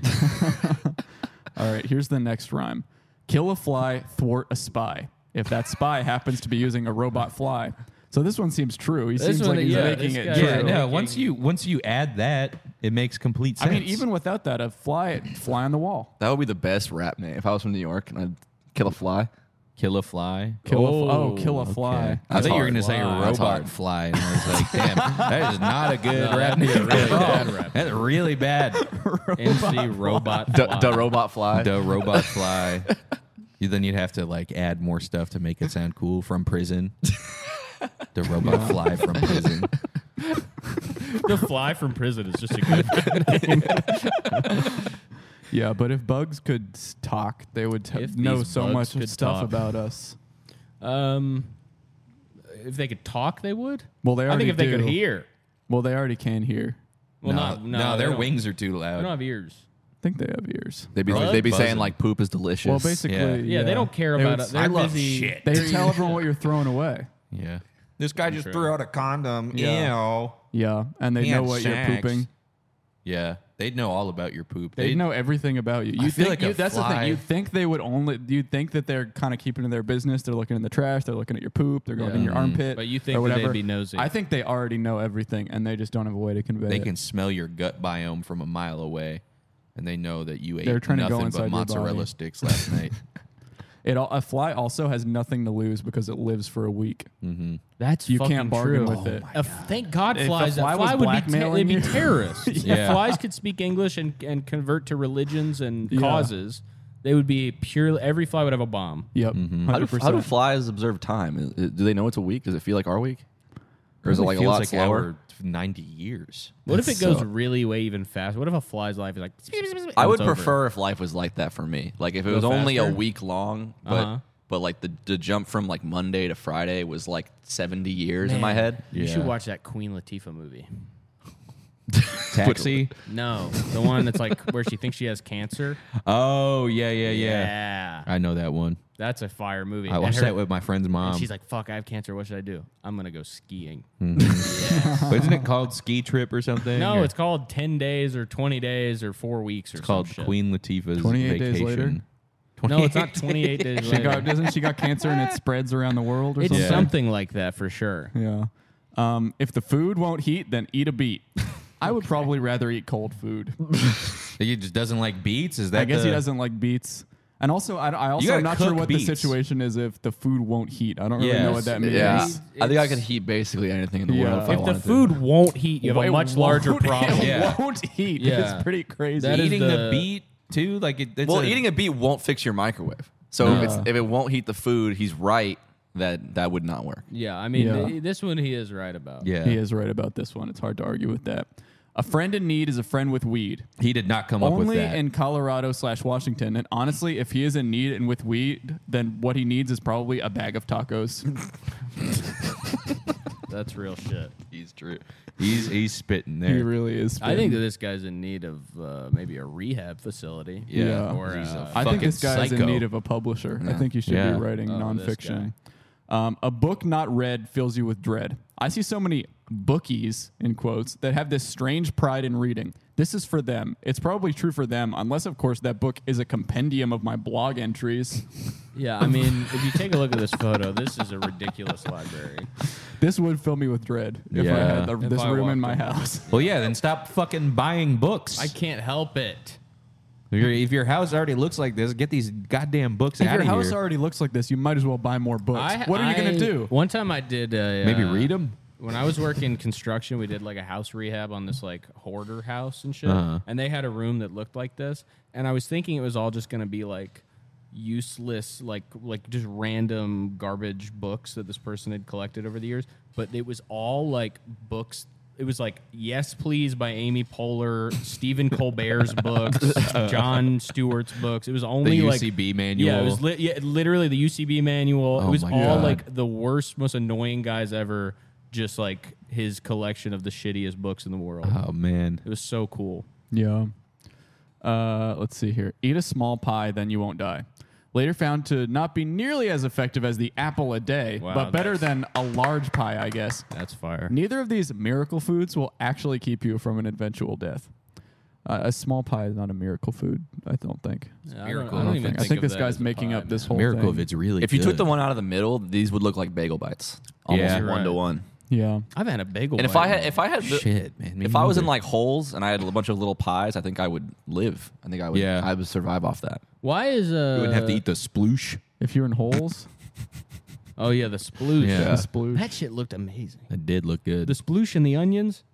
D: All right, here's the next rhyme. Kill a fly, thwart a spy. If that spy happens to be using a robot fly. So this one seems true. He seems
A: one,
D: like he's
A: yeah,
D: making
A: this
D: it
A: guy-
D: true.
A: Yeah,
C: yeah, no.
A: making-
C: Once you once you add that, it makes complete
D: I
C: sense.
D: mean, even without that, a fly fly on the wall.
B: That would be the best rap name. If I was from New York and I'd kill a fly,
C: kill a fly.
D: Kill a fly. Oh, kill a fly.
C: I
B: That's
C: thought you were
B: hard.
C: gonna say
B: Wow. That's
C: robot
B: hard.
C: fly, and I was like, "Damn, that is not a good rap.
A: that'd be a
C: name.
A: really bad rap.
C: That's really bad."
A: MC Robot.
B: the
A: Fly.
B: robot fly.
C: The robot fly. You, then you'd have to like add more stuff to make it sound cool from prison. The robot fly from prison.
A: the fly from prison is just a good.
D: Yeah, but if bugs could s- talk, they would t-
A: If
D: know
A: these
D: so
A: bugs
D: much
A: could
D: stuff
A: talk.
D: about us.
A: Um, if they could talk, they would.
D: Well, they
A: I think
D: already
A: if they could
D: do.
A: hear.
D: Well, they already can hear.
A: Well,
C: no,
A: not,
C: no,
A: no,
C: their
A: they don't-
C: wings are
A: They
C: too
A: don't
C: loud.
A: have ears.
D: I think they have ears.
B: They'd be
A: Bro,
B: they'd be
C: buzzing.
B: saying like poop is delicious.
D: Well, basically,
C: Yeah.
A: Yeah, they don't care
D: They
A: about
D: would-
A: it. They're
C: I love
A: busy.
C: shit.
D: They tell everyone what you're throwing away.
C: Yeah. This guy just
A: threw
C: out a condom.
D: Yeah.
C: Ew.
D: Yeah, and they
C: He
D: know
C: had
D: what you're
C: sex.
D: pooping.
C: Yeah, they'd know all about your poop.
D: They know everything about you.
C: feel
D: You think
C: like a
D: you, that's the
C: fly-
D: thing. You think they would only. You think that they're kind of keeping to their business. They're looking in the trash. They're looking at your poop. They're going in your armpit.
A: Mm-hmm. But you think
D: or
A: that they'd
D: whatever.
A: be nosy.
D: I think they already know everything, and they just don't have a way to convey.
C: They
D: it.
C: can smell your gut biome from a mile away, and they know that you ate
D: They're trying to go
C: nothing
D: inside
C: but
D: your
C: mozzarella
D: body.
C: sticks last night.
D: It all, a fly also has nothing to lose because it lives for a week.
B: Mm-hmm.
A: That's
D: You
A: fucking
D: can't bargain
A: true.
D: with it.
A: A- thank God
D: If a
A: flies. Fly,
D: fly was
A: fly would be, te-
D: blackmailing
A: they'd be
D: you-
A: terrorists.
C: Yeah.
A: If flies could speak English and, and convert to religions and
D: Yeah.
A: causes, they would be pure. Every fly would have a bomb.
D: Yep,
B: how,
D: hundred
B: do, how do
D: percent.
B: flies observe time? Is- is- Do they know it's a week? Does it feel like our week, or is it like a
C: feels
B: lot
C: like
B: slower?
C: our 90 years.
A: What if it
B: That's
A: goes
B: so-
A: really way even faster? What if a fly's life is like?
B: I
A: and it's
B: would
A: over?
B: prefer if life was like that for me. Like if it was only a
A: faster?
B: week long, but
A: Uh-huh.
B: but like the, the jump from like Monday to Friday was like seventy years in my head.
A: You
C: Yeah.
A: should watch that Queen Latifah movie.
C: Taxi.
A: No, the one that's like where she thinks she has cancer.
C: oh, yeah, yeah, yeah,
A: Yeah,
C: I know that one.
A: that's a fire movie.
C: I
A: And
C: watched
A: her-
C: that with my friend's mom.
A: and she's like, "Fuck, I have cancer. What should I do? I'm gonna go skiing."
C: Isn't it called Ski Trip or something?
A: No,
C: Or-
A: it's called ten days or twenty days or four weeks or
C: It's called Queen Latifah's
D: 28
C: Vacation.
D: days later?
A: No, it's not twenty eight days.
D: She got,
A: later.
D: doesn't she got cancer and it spreads around the world or
A: It's
D: something?
A: something like that for sure.
D: Yeah. Um, if the food won't heat, then eat a beet. I would probably rather eat cold food.
C: He just doesn't like beets. Is that?
D: I guess he
C: the-
D: doesn't like beets. And also, I, I also
C: gotta
D: am not sure
C: cook
D: what
C: beets.
D: the situation is if the food won't heat. I don't really know
C: Yes.
D: what that means.
B: Yeah,
A: It's-
B: I think I could
A: it's-
B: heat basically anything in the
D: Yeah.
B: world if, I
A: If the
B: wanted
A: food won't heat, you have
D: It
A: a much larger
D: won't-
A: problem.
D: It
C: Yeah.
D: won't heat.
A: Yeah.
D: It's pretty crazy.
A: That is
C: eating the,
A: the-
C: beet too. Like it, it's
B: to. Well,
C: a-
B: eating a beet won't fix your microwave. So if, it's, if it won't heat the food, he's right that that would not work.
A: Yeah, I mean,
D: Yeah.
A: th- this one he is right about.
C: Yeah,
D: He is right about this one. It's hard to argue with that. A friend in need is a friend with weed.
C: He did not come up with
D: Only
C: that.
D: in Colorado slash Washington. And honestly, if he is in need and with weed, then what he needs is probably a bag of tacos.
A: that's real shit.
B: He's true.
C: he's he's spitting there.
D: he really is.
A: I think
D: spitting.
A: that this guy's in need of uh, maybe a rehab facility.
C: yeah,
D: yeah.
A: Or
C: He's a
A: uh,
D: I think
C: fucking
D: this guy is in
C: psycho.
D: need of a publisher. I think you should
C: Yeah.
D: be writing
A: Oh, this
D: nonfiction. Um, a book not read fills you with dread. I see so many bookies in quotes that have this strange pride in reading. This is for them. It's probably true for them, unless of course that book is a compendium of my blog entries.
A: yeah, I mean, if you take a look at this photo, this is a ridiculous library.
D: This would fill me with dread if I
C: Yeah.
D: had the,
A: If
D: this
A: I
D: room
A: walked
D: in my house.
C: well, yeah. Then stop fucking buying books.
A: I can't help it.
C: if, your- if your house already looks like this, get these goddamn books
D: If
C: out
D: your
C: of
D: house
C: here.
D: already looks like this, you might as well buy more books.
A: I,
D: what are you
A: I-
D: gonna do?
A: One time I did a,
C: Maybe
A: uh,
C: read 'em?
A: When I was working construction, we did like a house rehab on this like hoarder house and shit,
C: Uh-huh.
A: and they had a room that looked like this. And I was thinking it was all just gonna be like useless, like like just random garbage books that this person had collected over the years. But it was all like books. It was like Yes Please by Amy Poehler, Stephen Colbert's books, John Stewart's books. It was only like
C: UCB
A: Yeah, it
C: manual.
A: was li- yeah, literally the UCB manual.
C: Oh
A: it was
C: my
A: all
C: God.
A: like the worst, most annoying guys ever. Just like his collection of the shittiest books in the world.
C: oh man.
A: It was so cool.
D: Yeah. Uh, let's see here. Eat a small pie, then you won't die. Later found to not be nearly as effective as the apple a day,
A: Wow,
D: but better
A: that's-
D: than a large pie, I guess.
A: That's fire.
D: Neither of these miracle foods will actually keep you from an eventual death. Uh, a small pie is not a miracle food, I don't think.
A: Yeah, I don't-
C: miracle.
A: I don't
C: I
A: even
D: I
A: think
D: think
A: of
D: this
A: that
D: guy's
A: as a
D: making
A: pie,
D: up this
A: man.
D: whole
C: Miracle
D: thing.
C: if it's really.
B: If you took
C: good.
B: the one out of the middle, these would look like bagel bites, almost
C: Yeah.
B: one to one.
D: yeah.
A: I've had a bagel.
B: And if
A: bite.
B: I had if I had the,
C: shit, man. me
B: if I was in
C: neither.
B: like holes and I had a bunch of little pies, I think I would live. I think I would.
C: Yeah.
B: I would survive off that.
A: why is uh?
C: you wouldn't have to eat the sploosh.
D: If you're in holes,
A: Oh yeah, the sploosh.
C: Yeah.
D: it's blue.
A: That shit looked amazing.
C: It did look good.
A: The sploosh and the onions.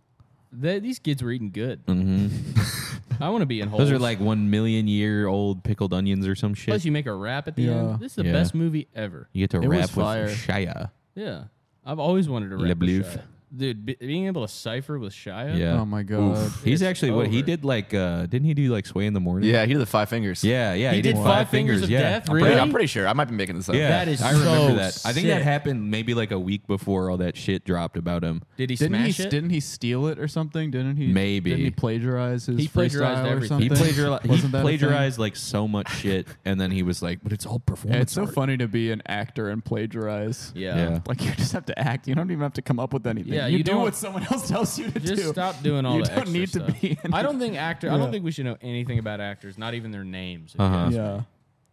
A: They, these kids were eating good. I want to be in holes.
C: Those are like one million year old pickled onions or some shit.
A: Plus, you make a wrap at the
D: Yeah.
A: end. This is the
C: Yeah.
A: best movie ever.
C: You get to
D: It
C: rap
D: was fire.
C: with Shia.
A: Yeah, I've always wanted to
C: Le
A: rap with
C: Bluff.
A: Shia. Dude, be- being able to cipher with Shia.
C: Yeah.
D: Oh my God.
A: It's
C: He's actually what he
A: over.
C: did like uh didn't he do like sway in the morning?
B: Yeah, he did the five fingers.
C: Yeah, yeah.
A: He did Five Fingers of
C: yeah.
A: Death?
C: I'm
B: Pretty-
C: pretty-
A: Really?
B: I'm pretty sure. I might be making this up.
C: Yeah,
A: That is
C: I remember
A: so
C: that. I think that
A: sick.
C: happened maybe like a week before all that shit dropped about him.
A: Did he
D: Didn't he,
A: smash it?
D: didn't he steal it or something? Didn't he?
C: Maybe.
D: Didn't he plagiarize his
A: He plagiarized
D: freestyle or
A: everything.
D: something?
C: He plagiarized he
D: Wasn't that a thing?
C: plagiarized like so much shit and then he was like, But it's all performance.
D: Yeah, it's so
C: art."
D: funny to be an actor and plagiarize.
A: yeah.
C: Yeah.
D: Like you just have to act. You don't even have to come up with anything.
A: Yeah,
D: you,
A: you
D: do
A: don't-
D: what someone else tells you to do.
A: Just stop doing all
D: You
A: the
D: don't
A: extra
D: need to
A: stuff.
D: be in
A: I don't think actor. I
D: Yeah.
A: don't think we should know anything about actors, not even their names. if
C: Uh-huh.
A: you ask me.
D: Yeah.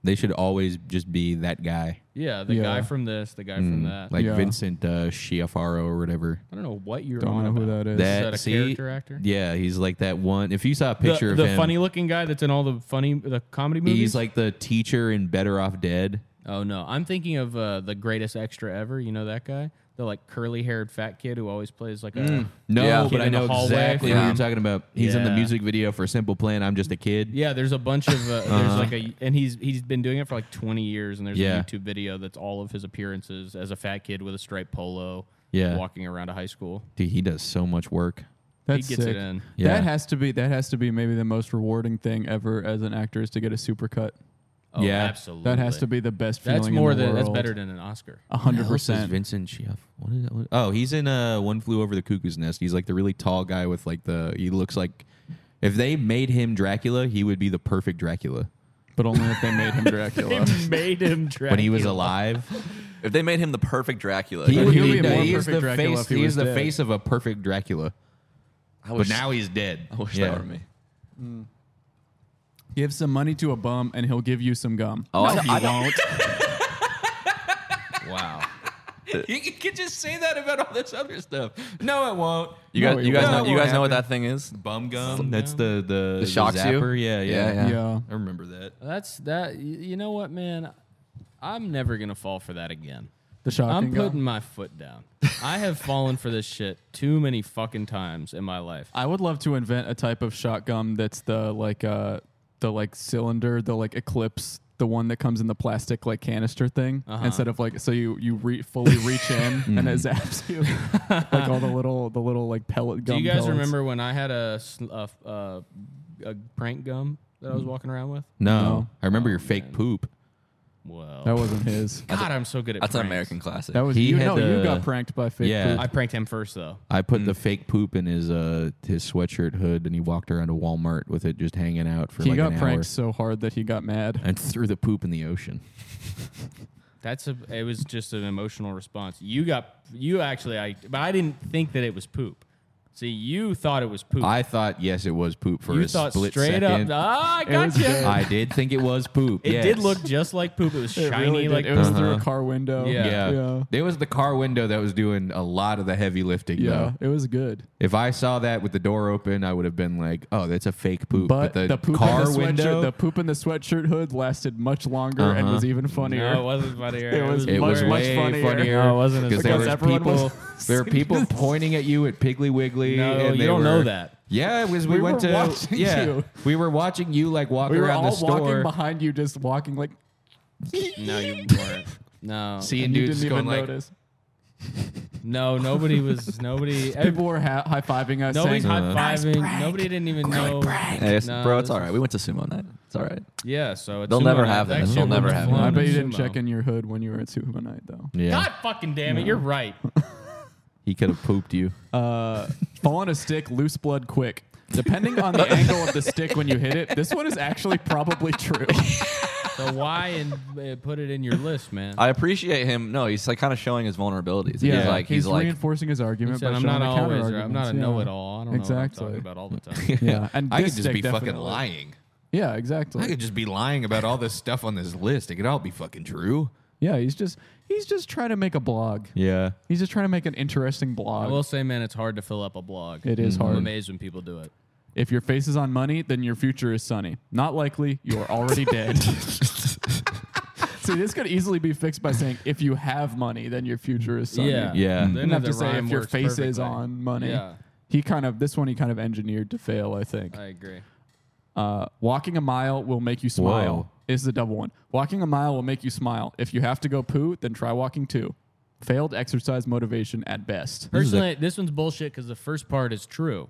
C: They should always just be that guy.
A: Yeah, the
D: Yeah.
A: guy from this, the guy from that.
C: Mm, Like
D: Yeah.
C: Vincent uh Schiaffaro or whatever.
A: I don't know what you're
D: Don't
A: on
D: know who
A: about.
D: that is.
A: That a
C: see,
A: character actor?
C: Yeah, he's like that one. If you saw a
A: The-
C: picture of
A: the
C: him,
A: funny looking guy that's in all the funny the comedy movies.
C: he's like the teacher in Better Off Dead.
A: oh no, I'm thinking of uh, the greatest extra ever. You know that guy, the like curly haired fat kid who always plays like a
C: Mm. No,
B: Yeah.
A: Kid
C: but I
A: in the
C: know
A: hallway.
C: exactly what
B: Yeah.
C: you're talking about. He's in the
A: Yeah.
C: music video for Simple Plan. I'm just a kid.
A: Yeah, there's a bunch of uh, there's like a and he's he's been doing it for like 20 years and there's
C: Uh-huh. Yeah.
A: a YouTube video that's all of his appearances as a fat kid with a striped polo
C: Yeah.
A: walking around a high school.
C: Dude, he does so much work.
D: That's
A: gets it
D: sick.
A: in.
C: Yeah.
D: That has to be that has to be maybe the most rewarding thing ever as an actor is to get a supercut.
A: Oh,
C: Yeah.
A: absolutely.
D: That has to be the best feeling.
A: That's
D: in
A: more
D: the
A: than that's
D: world.
A: better than an Oscar.
D: A hundred percent.
C: Vincent Chief. What is that? What- Oh, he's in uh, One Flew Over the Cuckoo's Nest. He's like the really tall guy with like the. He looks like. If they made him Dracula, he would be the perfect Dracula.
D: But only if they made him Dracula.
A: made him Dracula.
C: When he was alive,
B: If they made him the perfect Dracula,
C: he
D: But
C: would
D: he would
C: be,
D: be more
C: he is
D: perfect
C: the
D: Dracula
C: face.
D: if he
C: He, is
D: was
C: the
D: dead.
C: face of a perfect Dracula.
B: I
C: But
B: wish,
C: now he's dead.
B: I wish
C: Yeah.
B: that were me.
D: give some money to a bum and he'll give you some gum.
B: Oh, I, I don't.
C: Wow. you c- could just say that about all this other stuff. No, it won't.
B: You
D: No,
B: guys,
D: it
B: you guys,
D: won't.
B: know,
C: No,
B: you
C: it
B: guys know what
C: won't
B: that thing is?
C: Bum gum. That's the the,
B: The shocks you?
C: zapper. Yeah, yeah,
B: Yeah,
D: Yeah.
C: I remember that.
A: That's that. y- You know what, man? I'm never gonna fall for that again.
D: The shocking
A: I'm putting
D: gum.
A: my foot down. I have fallen for this shit too many fucking times in my life.
D: I would love to invent a type of shot gum that's the like uh the like cylinder, the like eclipse, the one that comes in the plastic like canister thing
A: Uh-huh.
D: instead of like so you you re- fully reach in and it
C: Hmm.
D: zaps you like all the little the little like pellet
A: Do
D: gum.
A: you guys
D: pellets.
A: remember when I had a, sl- a, f- a, a prank gum that
C: Mm.
A: I was walking around with?
C: No,
D: No.
C: I remember your fake poop.
A: Well,
D: That wasn't his.
A: God, I'm so good at
B: That's an
A: pranks.
B: American classic.
D: That was
C: He
D: you.
C: had
D: No, you
C: the-
D: got pranked by fake.
C: Yeah.
D: poop.
A: I pranked him first though.
C: I put
D: Mm.
C: the fake poop in his uh his sweatshirt hood, and he walked around to Walmart with it just hanging out for
D: he
C: like
D: got
C: an
D: pranked so hard that he got mad.
C: hour, and threw the poop in the ocean.
A: That's a. It was just an emotional response. You got you actually. I but I didn't think that it was poop. See, you thought it was poop.
C: I thought yes, it was poop for
A: you
C: a
A: thought
C: split
A: straight
C: second.
A: up. Ah, I
D: was
A: got you.
D: good.
C: I did think it was poop.
A: It
C: yes.
A: did look just like poop. It was
D: It
A: shiny
D: really did.
A: like
D: it was
A: poop.
D: through a car window.
A: Yeah.
C: Uh-huh. Yeah.
D: yeah,
C: it was the car window that was doing a lot of the heavy lifting.
D: yeah.
C: though.
D: It was good.
C: If I saw that with the door open, I would have been like, "Oh, that's a fake poop."
D: But, the, poop in
C: car
D: the sweatshirt,
C: window, Uh-huh.
D: the poop in the sweatshirt hood lasted much longer and was even funnier.
A: No, it wasn't funnier.
D: It was
C: it was
D: much
C: way funnier.
D: funnier.
A: No, it wasn't as
C: because there
D: funny.
C: was
D: Because everyone
C: people.
D: was-
C: there were people pointing at you at Piggly Wiggly.
A: No,
C: and
A: you
C: they
A: don't know
C: were-
A: that.
C: Yeah, it was. We,
D: We
C: went
D: were
C: to.
D: watching
C: yeah,
D: you.
C: we were watching you like walk
D: we were
C: around
D: all
C: the
D: walking
C: store,
D: behind you, just walking like
A: No, you weren't. No,
C: seeing
D: and you
C: dudes
D: didn't even
C: going like,
D: notice.
A: no, nobody was nobody. ev-
D: People were ha- high fiving us,
A: Nobody's
D: saying,
A: high fiving. Nobody didn't even know.
B: Hey, it's-
A: No,
B: bro, it's
A: this
B: all right. We went to sumo night. It's all right.
A: Yeah, so it's
B: They'll
A: sumo
B: never
A: night.
B: have
A: That
B: that.
A: shit
B: They'll
A: was
B: never have
A: fun
B: that.
D: "I bet
A: in
D: you didn't
A: sumo.
D: check in your hood when you were at Super Night, though."
C: "Yeah,
A: God fucking damn it! You're right.
C: he could have pooped you."
D: Uh, fall on a stick, loose blood quick. Depending on the angle of the stick when you hit it, this one is actually probably true.
A: So why and uh, put it in your list, man?
B: I appreciate him. No, he's like kind of showing his vulnerabilities. He's like, he's, like,
D: reinforcing his
A: He
D: argument.
A: said,
D: by
A: I'm not
D: showing the
A: always. I'm
D: counterarguments."
A: not a
D: Yeah.
A: know-it-all. I don't
D: exactly.
A: know what I'm talking about all the time.
D: Yeah, and
C: I could
D: this
C: just
D: stick
C: be fucking
D: definitely-
C: lying.
D: Yeah, exactly.
C: I could just be lying about all this stuff on this list. It could all be fucking true.
D: Yeah, he's just he's just trying to make a blog.
C: Yeah.
D: He's just trying to make an interesting blog.
A: I will say, man, it's hard to fill up a blog.
D: It is hard.
A: I'm amazed when people do it.
D: if your face is on money, then your future is sunny. Not likely. You are already dead. See, this could easily be fixed by saying, if you have money, then your future is sunny.
A: Yeah,
C: Yeah.
A: Then
D: You have
A: the
D: to say
A: rhyme
D: if your
A: works
D: face is
A: perfectly.
D: on money.
A: Yeah.
D: He kind of this one he kind of engineered to fail, I think.
A: I agree.
D: Uh, walking a mile will make you smile
C: Whoa.
D: is the double one. Walking a mile will make you smile. If you have to go poo, then try walking two. Failed exercise motivation at best.
C: This is a-
A: Personally, this one's bullshit because the first part is true.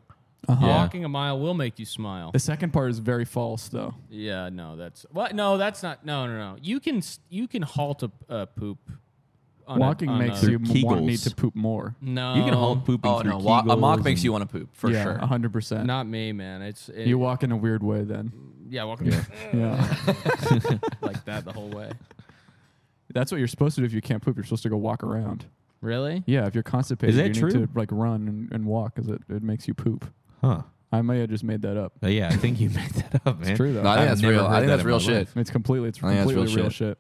D: Uh-huh.
A: Walking a mile will make you smile.
D: The second part is very false, though.
A: Yeah, no, that's what. No, that's not. No, no, no. You can s- you can halt a, a poop. On a-
D: Walking
A: on
D: makes
A: a,
D: you m- want
C: Kegels.
D: need to poop more.
A: No,
C: You can halt pooping
B: oh
C: through
B: no, wa- a mock
C: Kegels
B: makes
C: and-
B: you want to poop for
D: yeah,
B: sure.
D: hundred percent.
A: Not me, man. It's it,
D: You walk in a weird way then.
A: Yeah, walking
D: Yeah,
A: like that the whole way.
D: that's what you're supposed to do if you can't poop. You're supposed to go walk around.
A: Really?
D: Yeah, if you're constipated,
C: Is that
D: you
C: true?
D: need to like run and, and walk because it, it makes you poop.
C: Huh.
D: I may have just made that up.
C: Uh, yeah, I think you made that up, man.
D: It's true though.
B: No, I think
C: I've
B: that's
C: never
B: real.
C: heard
B: I think
C: that
B: that's
C: in my
B: real
C: life.
B: shit.
D: It's completely it's
B: I think that's
D: completely real,
B: real
D: shit.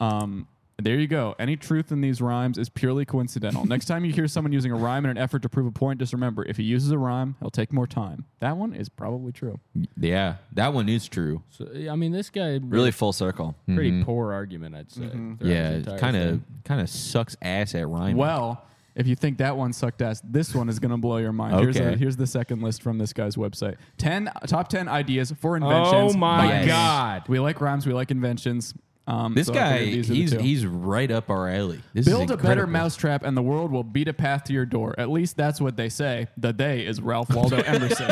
D: Um there you go. Any truth in these rhymes is purely coincidental. Next time you hear someone using a rhyme in an effort to prove a point, just remember if he uses a rhyme, he'll take more time. That one is probably true.
C: Yeah, that one is true.
A: So, I mean, this guy made
B: Really full circle.
A: a pretty poor argument, I'd say.
D: Mm-hmm.
A: throughout his
C: mm-hmm. yeah,
A: entire
C: kind of
A: thing.
C: kind of sucks ass at rhyming.
D: Well, if you think that one sucked ass, this one is going to blow your mind. Here's,
C: Okay.
D: a, here's the second list from this guy's website 10 top 10 ideas for inventions.
A: my
D: by-
C: God.
D: We like rhymes, we like inventions. Um,
C: This
D: so I
C: guy,
D: figured these are the
C: he's
D: two.
C: he's right up our alley. This is
D: Build a better
C: incredible.
D: mousetrap and the world will beat a path to your door. At least that's what they say. The they is Ralph Waldo Emerson.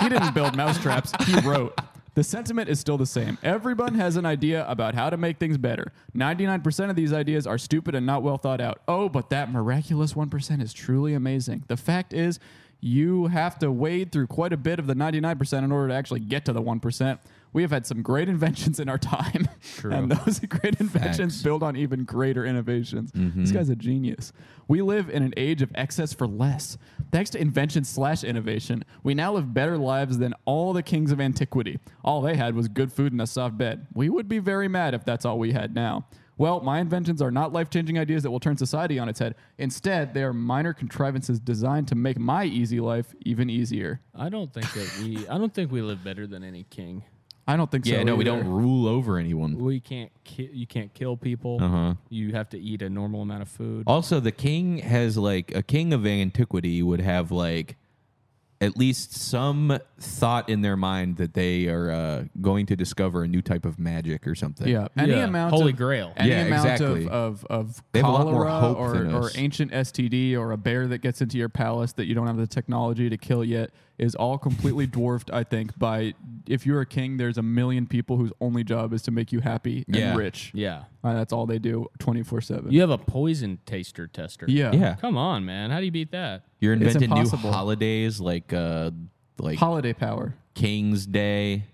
D: he didn't build mousetraps, he wrote. The sentiment is still the same. Everyone has an idea about how to make things better. 99% of these ideas are stupid and not well thought out. Oh, but that miraculous 1% is truly amazing. The fact is, you have to wade through quite a bit of the 99% in order to actually get to the 1%. We have had some great inventions in our time. And those great inventions
C: Facts. Mm-hmm.
D: build on even greater innovations. This guy's a genius. We live in an age of excess for less. Thanks to invention slash innovation, we now live better lives than all the kings of antiquity. All they had was good food and a soft bed. We would be very mad if that's all we had now. Well, my inventions are not life changing ideas that will turn society on its head. Instead, they are minor contrivances designed to make my easy life even easier.
A: I don't think that we. I don't think we live better than any king.
D: I don't think so.
C: Yeah, no, we
D: either.
C: don't rule over anyone.
A: We can't. Ki- you can't kill people.
C: Uh-huh.
A: You have to eat a normal amount of food.
C: Also, the king has like a king of antiquity would have like at least some thought in their mind that they are uh, going to discover a new type of magic or something.
D: Yeah, any
A: Yeah.
D: amount
A: Holy
D: of,
A: Grail.
D: any
C: Yeah,
D: amount
C: exactly.
D: of of, of
C: They have a lot more
D: cholera
C: hope
D: or,
C: than
D: or
C: us.
D: ancient STD or a bear that gets into your palace that you don't have the technology to kill yet is all completely dwarfed. I think by if you're a king, there's a million people whose only job is to make you happy and
C: Yeah.
D: rich.
A: yeah.
D: Uh, that's all they do twenty four seven.
A: You have a poison taster tester.
D: Yeah,
C: Yeah.
A: Come on, man. How do you beat that?
C: You're
D: It's
C: inventing new
D: impossible.
C: holidays like uh like
D: Holiday power.
C: King's Day.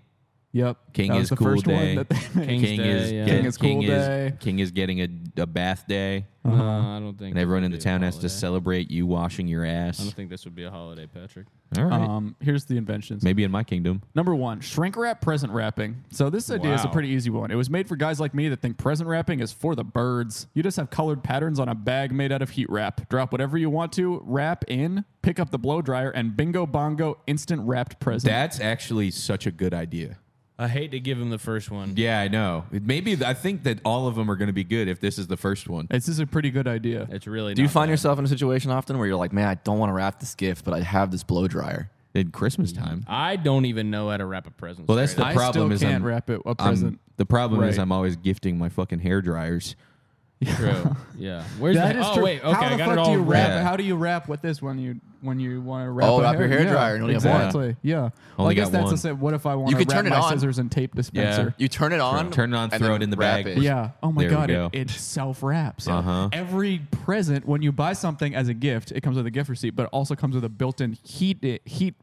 D: Yep,
C: King
D: That was
C: is
D: the
C: cool
D: first
C: day.
D: One that they made.
A: King's
C: King
A: Day,
C: is
A: yeah.
C: get-
D: King is cool day.
C: King is getting a, a bath day,
A: No, I don't think.
C: and everyone
A: this
C: in the
A: would be a
C: town has to
A: holiday.
C: celebrate you washing your
A: I
C: ass.
A: don't think this would be a holiday, Patrick.
C: All right,
D: Um, here's the inventions.
C: maybe in my kingdom.
D: Number one, shrink wrap present wrapping. So this idea is a
A: Wow.
D: pretty easy one. It was made for guys like me that think present wrapping is for the birds. You just have colored patterns on a bag made out of heat wrap. Drop whatever you want to, wrap in, pick up the blow dryer, and bingo bongo, instant wrapped present.
C: That's actually such a good idea.
A: I hate to give him the first one.
C: Yeah, I know. It- Maybe I think that all of them are going to be good if this is the first one.
D: it's just a pretty good idea.
A: It's really.
B: Do you
A: not
B: find
A: bad.
B: yourself in a situation often where you're like, man, I don't want to wrap this gift, but I have this blow dryer?
C: In Christmas time.
A: I don't even know how to wrap a present.
C: Well, that's
A: straight
C: the
A: up.
D: I
C: problem
D: still
C: is
D: can't
C: I'm-
D: wrap it a
C: I'm-
D: present.
C: the problem is
D: Right.
C: I'm always gifting my fucking hair dryers.
A: true. yeah. Where's
D: That
A: the,
D: is
A: oh,
D: true.
A: Wait. Okay.
D: how the
A: I got
D: fuck
A: it all
D: do you wrap?
C: wrapped.
D: How do you wrap with this when you when you want to wrap?
B: Oh,
D: a
B: wrap your hair
D: yeah,
B: dryer and only have one.
D: exactly. Yeah. Well,
C: Only
D: I guess
C: got
D: that's
C: one.
D: the same. What if I want to
B: could
D: wrap
B: turn it
D: my
B: on.
D: scissors and tape dispenser?
B: You turn it on,
C: Turn it on,
B: and
C: throw
B: then
C: it in the
B: wrap
C: bag.
B: it.
D: Yeah. Oh my
C: There we
D: god,
C: go.
D: it, it self wraps.
C: Uh-huh.
D: Every present when you buy something as a gift, it comes with a gift receipt, but it also comes with a built-in heat eh, heat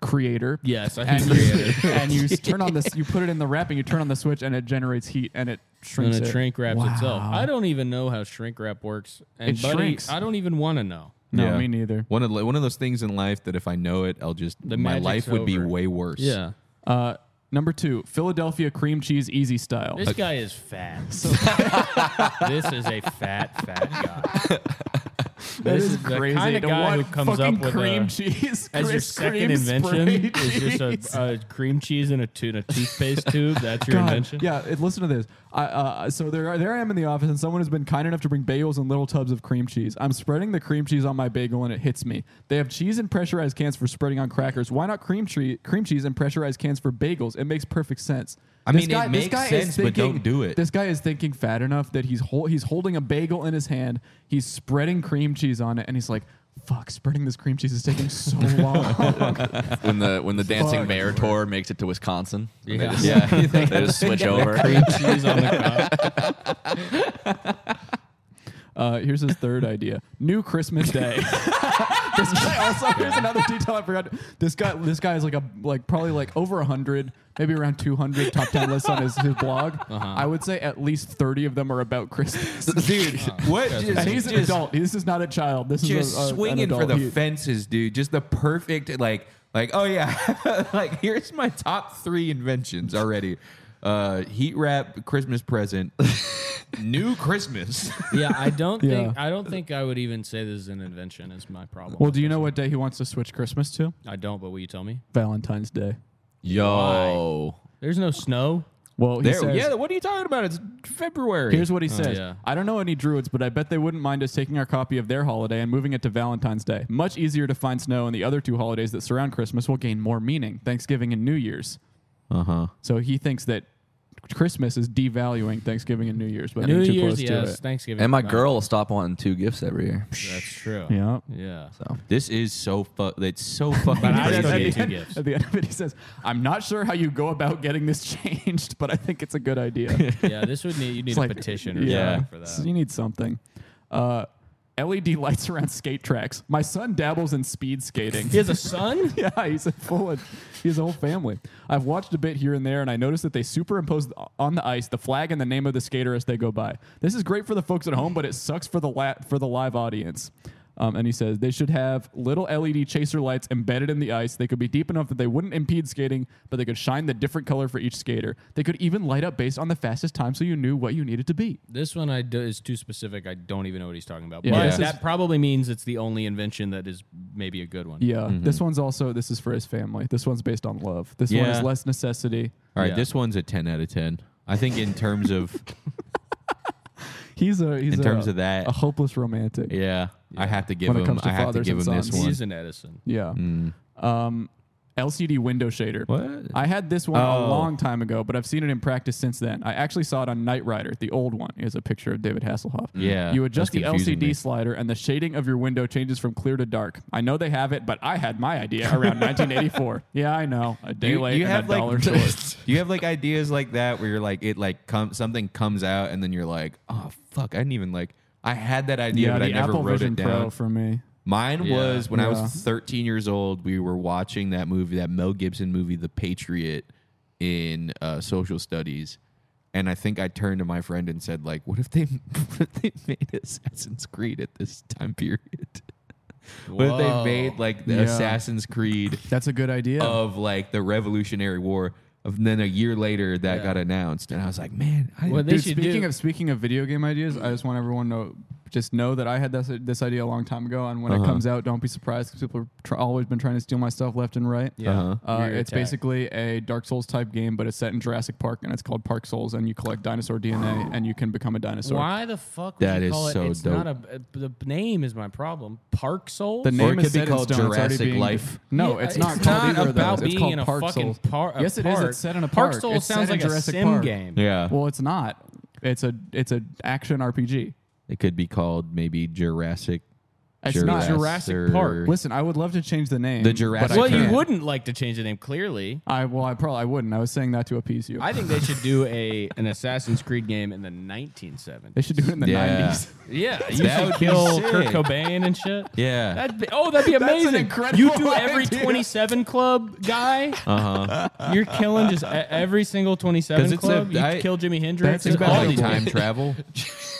D: creator.
A: Yes, I
D: And
A: think
D: you,
A: creator.
D: and you s- turn on this, you put it in the wrapping, you turn on the switch, and it generates heat and it
A: And
D: shrinks.
A: it
D: it.
A: shrink wraps itself.
D: Wow.
A: I don't even know how shrink wrap works. And
D: It
A: buddy,
D: shrinks.
A: I don't even want to know.
D: No, me neither.
C: One of the- one of those things in life that if I know it, I'll just
A: The
C: my
A: magic's
C: life would be
A: over.
C: way worse.
A: Yeah.
D: Uh, number two, Philadelphia cream cheese easy style.
A: This guy is fat. this is a fat, fat guy.
D: That
A: this is the kinda
D: The
A: guy who
D: one
A: comes
D: fucking
A: up with
D: cream
A: a-
D: cheese
A: As your
D: Chris
A: second
D: cream
A: invention
D: spray
A: is
D: cheese.
A: just a, a cream cheese and a tuna toothpaste tube. That's your
D: God,
A: invention.
D: Yeah, it, listen to this. I, uh, so there, are, there I am in the office, and someone has been kind enough to bring bagels and little tubs of cream cheese. I'm spreading the cream cheese on my bagel, and it hits me. They have cheese and pressurized cans for spreading on crackers. Why not cream, tree, cream cheese and pressurized cans for bagels? It makes perfect sense.
C: I mean, it makes sense, but don't do it.
D: This guy is thinking fat enough that he's hol- he's holding a bagel in his hand. He's spreading cream cheese on it, and he's like, "Fuck, spreading this cream cheese is taking so long."
B: When the when the dancing
D: Fuck.
B: bear tour makes it to Wisconsin, and
A: Yeah.
B: they just, they just switch over.
A: Cream cheese on the cup.
D: Uh, here's his third idea: New Christmas Day. this guy also here's another detail I forgot. This guy, this guy is like a like probably like over hundred, maybe around two hundred top ten lists on his, his blog.
C: Uh-huh.
D: I would say at least thirty of them are about Christmas.
C: dude, what?
D: and he's an adult. This is not a child. This
C: just
D: is a, a, an
C: swinging for
D: adult.
C: the
D: He-
C: fences, dude. Just the perfect, like, like, oh yeah, like here's my top three inventions already: uh, heat wrap, Christmas present, new Christmas.
A: Yeah, I don't
D: Yeah.
A: think I don't think I would even say this is an invention. Is my problem.
D: Well, do you know what day he wants to switch Christmas to?
A: I don't. But will you tell me?
D: Valentine's Day.
B: Yo,
A: There's no snow.
D: Well, he
C: There,
D: says,
C: yeah. What are you talking about? It's February.
D: Here's what he says.
A: yeah.
D: I don't know any druids, but I bet they wouldn't mind us taking our copy of their holiday and moving it to Valentine's Day. Much easier to find snow, and the other two holidays that surround Christmas will gain more meaning Thanksgiving and New Year's.
C: uh huh.
D: So he thinks that Christmas is devaluing Thanksgiving and New Year's, but
A: New
D: being too
A: Year's,
D: close
A: yes.
D: to it.
A: Thanksgiving.
B: And my
A: no.
B: girl will stop wanting two gifts every year.
A: That's true.
D: Yeah.
A: Yeah.
B: So
C: This is so fuck. It's so fucking
A: But I
C: crazy.
A: just-
D: At the,
A: Two
D: end,
A: gifts.
D: at the end of it, he says, "I'm not sure how you go about getting this changed, but I think it's a good idea."
A: Yeah, this would need you need
D: It's
A: a
D: like-
A: petition or
D: yeah.
A: something for that.
D: So you need something. Uh, LED lights around skate tracks. My son dabbles in speed skating.
A: He has a son?
D: yeah, he's a full. He's a whole family. I've watched a bit here and there, and I noticed that they superimpose on the ice the flag and the name of the skater as they go by. This is great for the folks at home, but it sucks for the la- for the live audience. Um, and he says they should have little LED chaser lights embedded in the ice. They could be deep enough that they wouldn't impede skating, but they could shine the different color for each skater. They could even light up based on the fastest time, so you knew what you needed to be.
A: This one I do, is too specific. I don't even know what he's talking about.
D: Yeah.
A: But
D: Yeah.
A: that probably means it's the only invention that is maybe a good one.
D: Yeah, Mm-hmm. this one's also this is for his family. This one's based on love. This one
C: Yeah.
D: is less necessity.
C: All right,
A: Yeah.
C: this one's a ten out of ten. I think in terms of
D: He's a he's
C: in
D: a-
C: terms of that,
D: a hopeless romantic.
C: yeah, I have to give
D: When it
C: him.
D: comes to
C: I have to
D: fathers
C: give him
D: and
C: this
D: sons.
C: one.
A: He's an Edison.
D: Yeah. Um, LCD window shader.
C: Mm. What?
D: I had this one a
C: Oh.
D: long time ago, but I've seen it in practice since then. I actually saw it on Knight Rider, the old one. Is a picture of David Hasselhoff.
C: Mm. Yeah,
D: You adjust
C: that's
D: the
C: confusing
D: LCD
C: me.
D: slider, and the shading of your window changes from clear to dark. I know they have it, but I had my idea around 1984. Yeah, I know. A day late and a dollar short.
C: do you have like ideas like that where you're like it like come something comes out and then you're like oh fuck I didn't even like I had that idea
D: yeah,
C: but I
D: the
C: never
D: Apple
C: wrote
D: Vision
C: it down.
D: Pro for me.
C: Mine
A: Yeah.
C: was when I was
D: Yeah.
C: 13 years old. We were watching that movie, that Mel Gibson movie, The Patriot, in uh, social studies, and I think I turned to my friend and said, "Like, what if they, what if they made Assassin's Creed at this time period? what if
A: Whoa.
C: they made like the
D: Yeah.
C: Assassin's Creed
D: That's a good idea.
C: of like the Revolutionary War?" Of then a year later, that got announced, and I was like, "Man, I
A: Well,
C: didn't
A: they
D: Dude,
A: should
D: speaking
A: do-
D: of speaking of video game ideas, I just want everyone to just know that I had this this idea a long time ago, and when it comes out, don't be surprised because people have tr- always been trying to steal my stuff left and right.
A: Yeah.
C: Uh-huh.
D: Uh,
A: You're
D: it's
A: attacked.
D: basically a Dark Souls type game, but it's set in Jurassic Park, and it's called Park Souls, and you collect dinosaur DNA, and you can become a dinosaur.
A: Why the fuck would
C: That
A: you
C: is
A: call
C: so
A: it? It's not a, the name is my problem. Park Souls.
D: The name
C: it could
D: is
C: be
D: set in
C: called
D: stone. It's already
C: Jurassic
D: being-
C: Life.
D: No,
A: Yeah,
D: it's not
A: it's
D: called
A: not
D: either of
A: about
D: those. It's
A: being
D: called
A: in a
D: Park
A: fucking
D: Souls.
A: par- a
D: yes, it is.
A: park.
D: It's set in a park.
A: Park Souls
D: It's set
A: sounds
D: in
A: like a
D: Jurassic
A: sim
D: Park.
A: game.
C: yeah,
D: Well, it's not. It's a it's an action RPG.
C: it could be called maybe Jurassic."
D: It's not
A: Jurassic Park.
D: Listen, I would love to change the name.
C: The
D: but I
C: Jurassic
A: Well, you
D: can't.
A: wouldn't like to change the name, clearly.
D: I well, I probably I wouldn't. I was saying that to appease you.
A: I think they should do a an Assassin's Creed game in the 1970s.
D: they should do it in the
C: Yeah.
D: nineties.
A: Yeah, you
C: That
A: should
C: would be
A: kill
C: sick.
A: Kurt Cobain and shit.
C: Yeah.
A: That'd be, oh, that'd be amazing.
D: incredible
A: you do every
D: idea.
A: 27 club guy.
D: Uh,
A: Uh-huh. You're killing just e- every single
C: 'Cause
A: 27
C: it's
A: club.
C: a-
A: you
C: I-
A: kill Jimmy Hendrix.
D: That's Think
A: It's
D: about
A: all
D: it.
A: these
C: time
A: guys.
C: travel.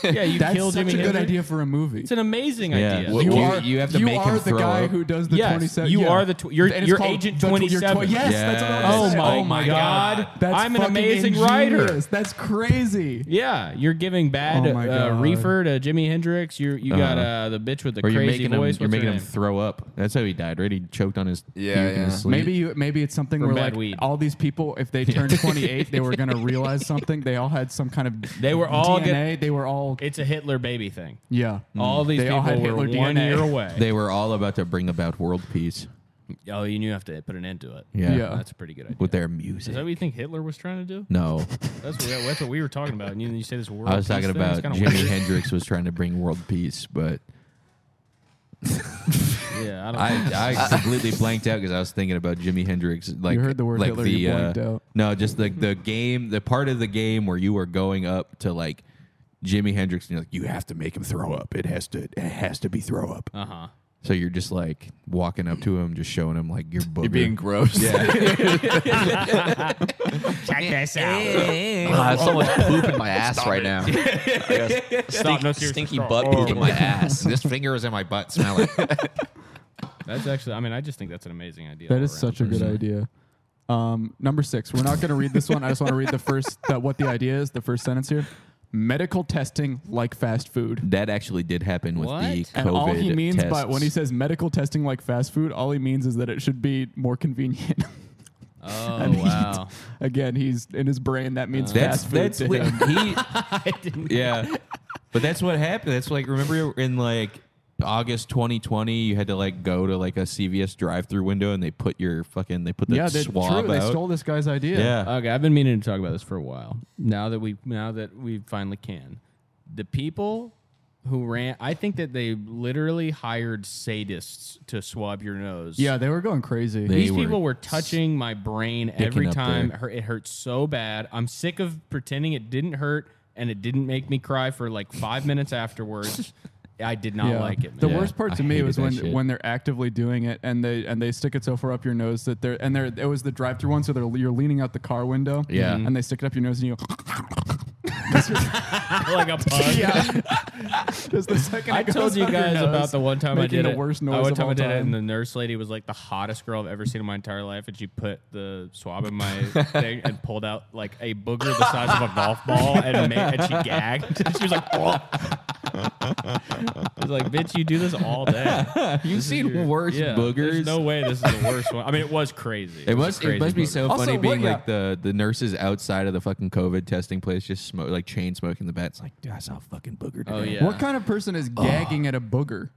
A: Yeah, you
D: That's
A: kill
D: such
A: Jimmy
D: a good
A: Hendrix.
D: idea for a movie.
A: It's an amazing
C: Yeah.
A: idea.
C: What-
D: you,
C: You-
D: are
C: you have to
D: you
C: make him
D: are the
C: throw
D: guy
C: up.
D: who does the
A: Yes,
D: 27.
A: you
D: yeah.
A: are the tw- you're-
D: And it's
A: you're
D: called
A: Agent
D: the tw- you're
A: 27.
D: yes, that's what I
C: Yes.
D: was
A: Oh
D: saying.
A: my, god.
D: That's
A: I'm an
D: fucking
A: amazing
D: ingenious.
A: writer.
D: That's crazy.
A: Yeah, you're giving bad
D: Oh my
A: uh,
D: God.
A: reefer to Jimi Hendrix. You you got
C: Uh-huh.
A: uh, the bitch with the
C: Or you're
A: crazy voice.
C: making him. You're
A: What's her
C: making him
A: name?
C: throw up. That's how he died. Right? He choked on his
B: Yeah,
C: puke in
B: yeah.
C: his sleep.
D: Maybe you maybe it's something
A: From
D: where
A: bad
D: like
A: weed.
D: all these people, if they turned 28, they were gonna realize something. They all had some kind of
A: They were all
D: DNA.
A: gonna-
D: they were all
A: It's a Hitler baby thing.
D: yeah.
C: Mm.
D: Mm.
A: All these
D: They
A: people
D: all had
A: were
D: Hitler
A: one
D: DNA.
A: year away.
C: they were all about to bring about world peace.
A: oh, you knew you have to put an end to it.
C: Yeah.
D: Yeah.
A: that's a pretty good idea.
C: With their
A: Is that
C: music.
A: what you think Hitler was trying to do?
C: No,
A: That's what, that's what we were talking about. And you, you say this world.
C: I was
A: peace
C: talking
A: thing? It's
C: about
A: kinda
C: Jimi
A: weird.
C: Hendrix was trying to bring world peace, but
A: Yeah, I don't.
C: I, I completely blanked out because I was thinking about Jimi Hendrix. Like
D: heard the word
C: like uh,
D: Hitler, you blanked out.
C: No, just like the game, the part of the game where you were going up to like Jimi Hendrix, and you're like, you have to make him throw up. It has to. It has to be throw up.
A: uh
B: Uh-huh.
A: huh.
C: So you're just like walking up to him, just showing him like your booger.
B: you're being gross.
A: Check this out.
B: Ugh, I have so much poop in my ass right now. I got
A: Stop. No, seriously.
B: stinky
A: stop. Oh,
B: butt poop in my ass.
C: this finger is in my butt. Smell it.
A: That's actually. I mean, I just think that's an amazing idea.
D: That is such a good idea. Um, number six. We're not going to read this one. I just want to read the first that what the idea is. The first sentence here: medical testing like fast food.
C: that actually did happen with
A: What?
C: the COVID
D: And all he means
C: tests.
D: by when he says medical testing like fast food, all he means is that it should be more convenient.
A: Oh wow.
D: Again, he's in his brain. That means
C: that's
D: fast food.
C: that's
D: to
C: what
D: him.
C: he
A: I didn't.
C: yeah, but that's what happened. That's like remember in like August 2020, you had to like go to like a CVS drive-through window and they put your fucking they put the
D: yeah, they, true.
C: swab
D: They
C: out.
D: stole this guy's idea.
C: yeah.
A: Okay, I've been meaning to talk about this for a while. Now that we now that we finally can, the people who ran, I think that they literally hired sadists to swab your nose.
D: Yeah, they were going crazy.
C: They-
A: These
C: were
A: people were touching my brain every
C: up
A: time.
C: there.
A: It hurt- It hurt so bad. I'm sick of pretending it didn't hurt and it didn't make me cry for like five minutes afterwards. I did not
D: Yeah.
A: like it. Man.
D: The worst part
C: I
D: to me
C: hated
D: was
C: that
D: when
C: shit.
D: when they're actively doing it and they and they stick it so far up your nose that they're and they're it was the drive through one, so they're you're leaning out the car window.
C: Yeah.
D: And they stick it up your nose and you go
A: like a pug.
D: just the second
A: I
D: it goes
A: told you
D: up your
A: guys
D: nose,
A: about the one time I
D: making
A: did
D: the
A: it.
D: worst
A: I
D: noise
A: one
D: of
A: time I
D: all
A: did it, and
D: time.
A: the nurse lady was like the hottest girl I've ever seen in my entire life, and she put the swab in my thing and pulled out like a booger the size of a golf ball, and, made, and she gagged. she was like, "Oh." I was like, "Bitch, you do this all day."
C: You've seen worse
A: Yeah,
C: boogers.
A: There's no way this is the worst one. I mean, it was crazy.
C: it
A: was a
C: must
A: crazy
C: it must be
A: booger.
C: so
D: Also,
C: funny
D: what-
C: being
D: yeah.
C: like the the nurses outside of the fucking COVID testing place just smoke like chain smoking the beds. Like, dude, I saw a fucking booger. Today.
A: Oh yeah.
D: What kind of person is gagging at a booger?